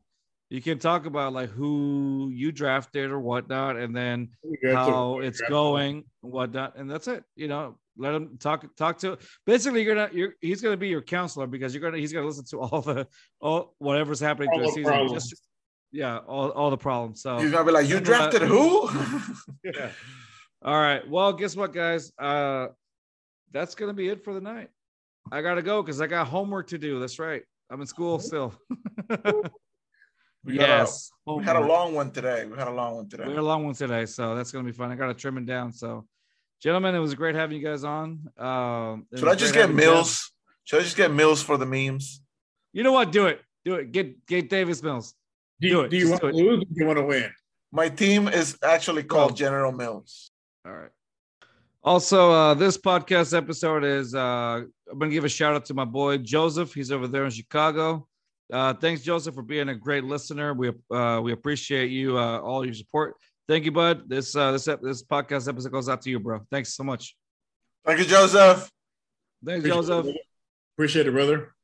[SPEAKER 1] you can talk about like who you drafted or whatnot, and then
[SPEAKER 3] You got to-
[SPEAKER 1] how it's going, whatnot, and that's it. You know, let him talk talk to. Basically, you're gonna you're he's gonna be your counselor because you're gonna he's gonna listen to all the all whatever's happening
[SPEAKER 3] All
[SPEAKER 1] through the
[SPEAKER 3] the
[SPEAKER 1] season.
[SPEAKER 3] problems.
[SPEAKER 1] Just, yeah, all all the problems. So
[SPEAKER 2] You're gonna be like, you
[SPEAKER 1] I'm gonna-
[SPEAKER 2] drafted who?
[SPEAKER 1] yeah. All right. Well, guess what, guys? Uh, that's gonna be it for the night. I gotta go because I got homework to do. That's right. I'm in school still.
[SPEAKER 2] We got a-
[SPEAKER 1] yes.
[SPEAKER 2] we had a
[SPEAKER 1] homework.
[SPEAKER 2] long one today. We had a long one today.
[SPEAKER 1] We had a long one today, so that's gonna be fun. I gotta trim it down. So, gentlemen, it was great having you guys on. Um, it
[SPEAKER 2] Should
[SPEAKER 1] was
[SPEAKER 2] I just
[SPEAKER 1] great
[SPEAKER 2] get
[SPEAKER 1] having you guys-
[SPEAKER 2] Mills? Should I just get Mills for the memes?
[SPEAKER 1] You know what? Do it. Do it. Get get Davis Mills. Do
[SPEAKER 3] Do, you-
[SPEAKER 1] it.
[SPEAKER 3] do you
[SPEAKER 1] Just
[SPEAKER 3] want
[SPEAKER 1] do
[SPEAKER 3] to
[SPEAKER 1] it.
[SPEAKER 3] lose or do you want to win?
[SPEAKER 2] My team is actually called
[SPEAKER 1] Oh.
[SPEAKER 2] General Mills.
[SPEAKER 1] All right. Also, uh, this podcast episode is uh, I'm gonna give a shout out to my boy Joseph. He's over there in Chicago. Uh, thanks, Joseph, for being a great listener. We uh, we appreciate you uh, all your support. Thank you, bud. This uh, this ep- this podcast episode goes out to you, bro. Thanks so much.
[SPEAKER 2] Thank you, Joseph.
[SPEAKER 1] Thanks,
[SPEAKER 3] Appreciate it,
[SPEAKER 1] Joseph.
[SPEAKER 3] brother. Appreciate it, brother.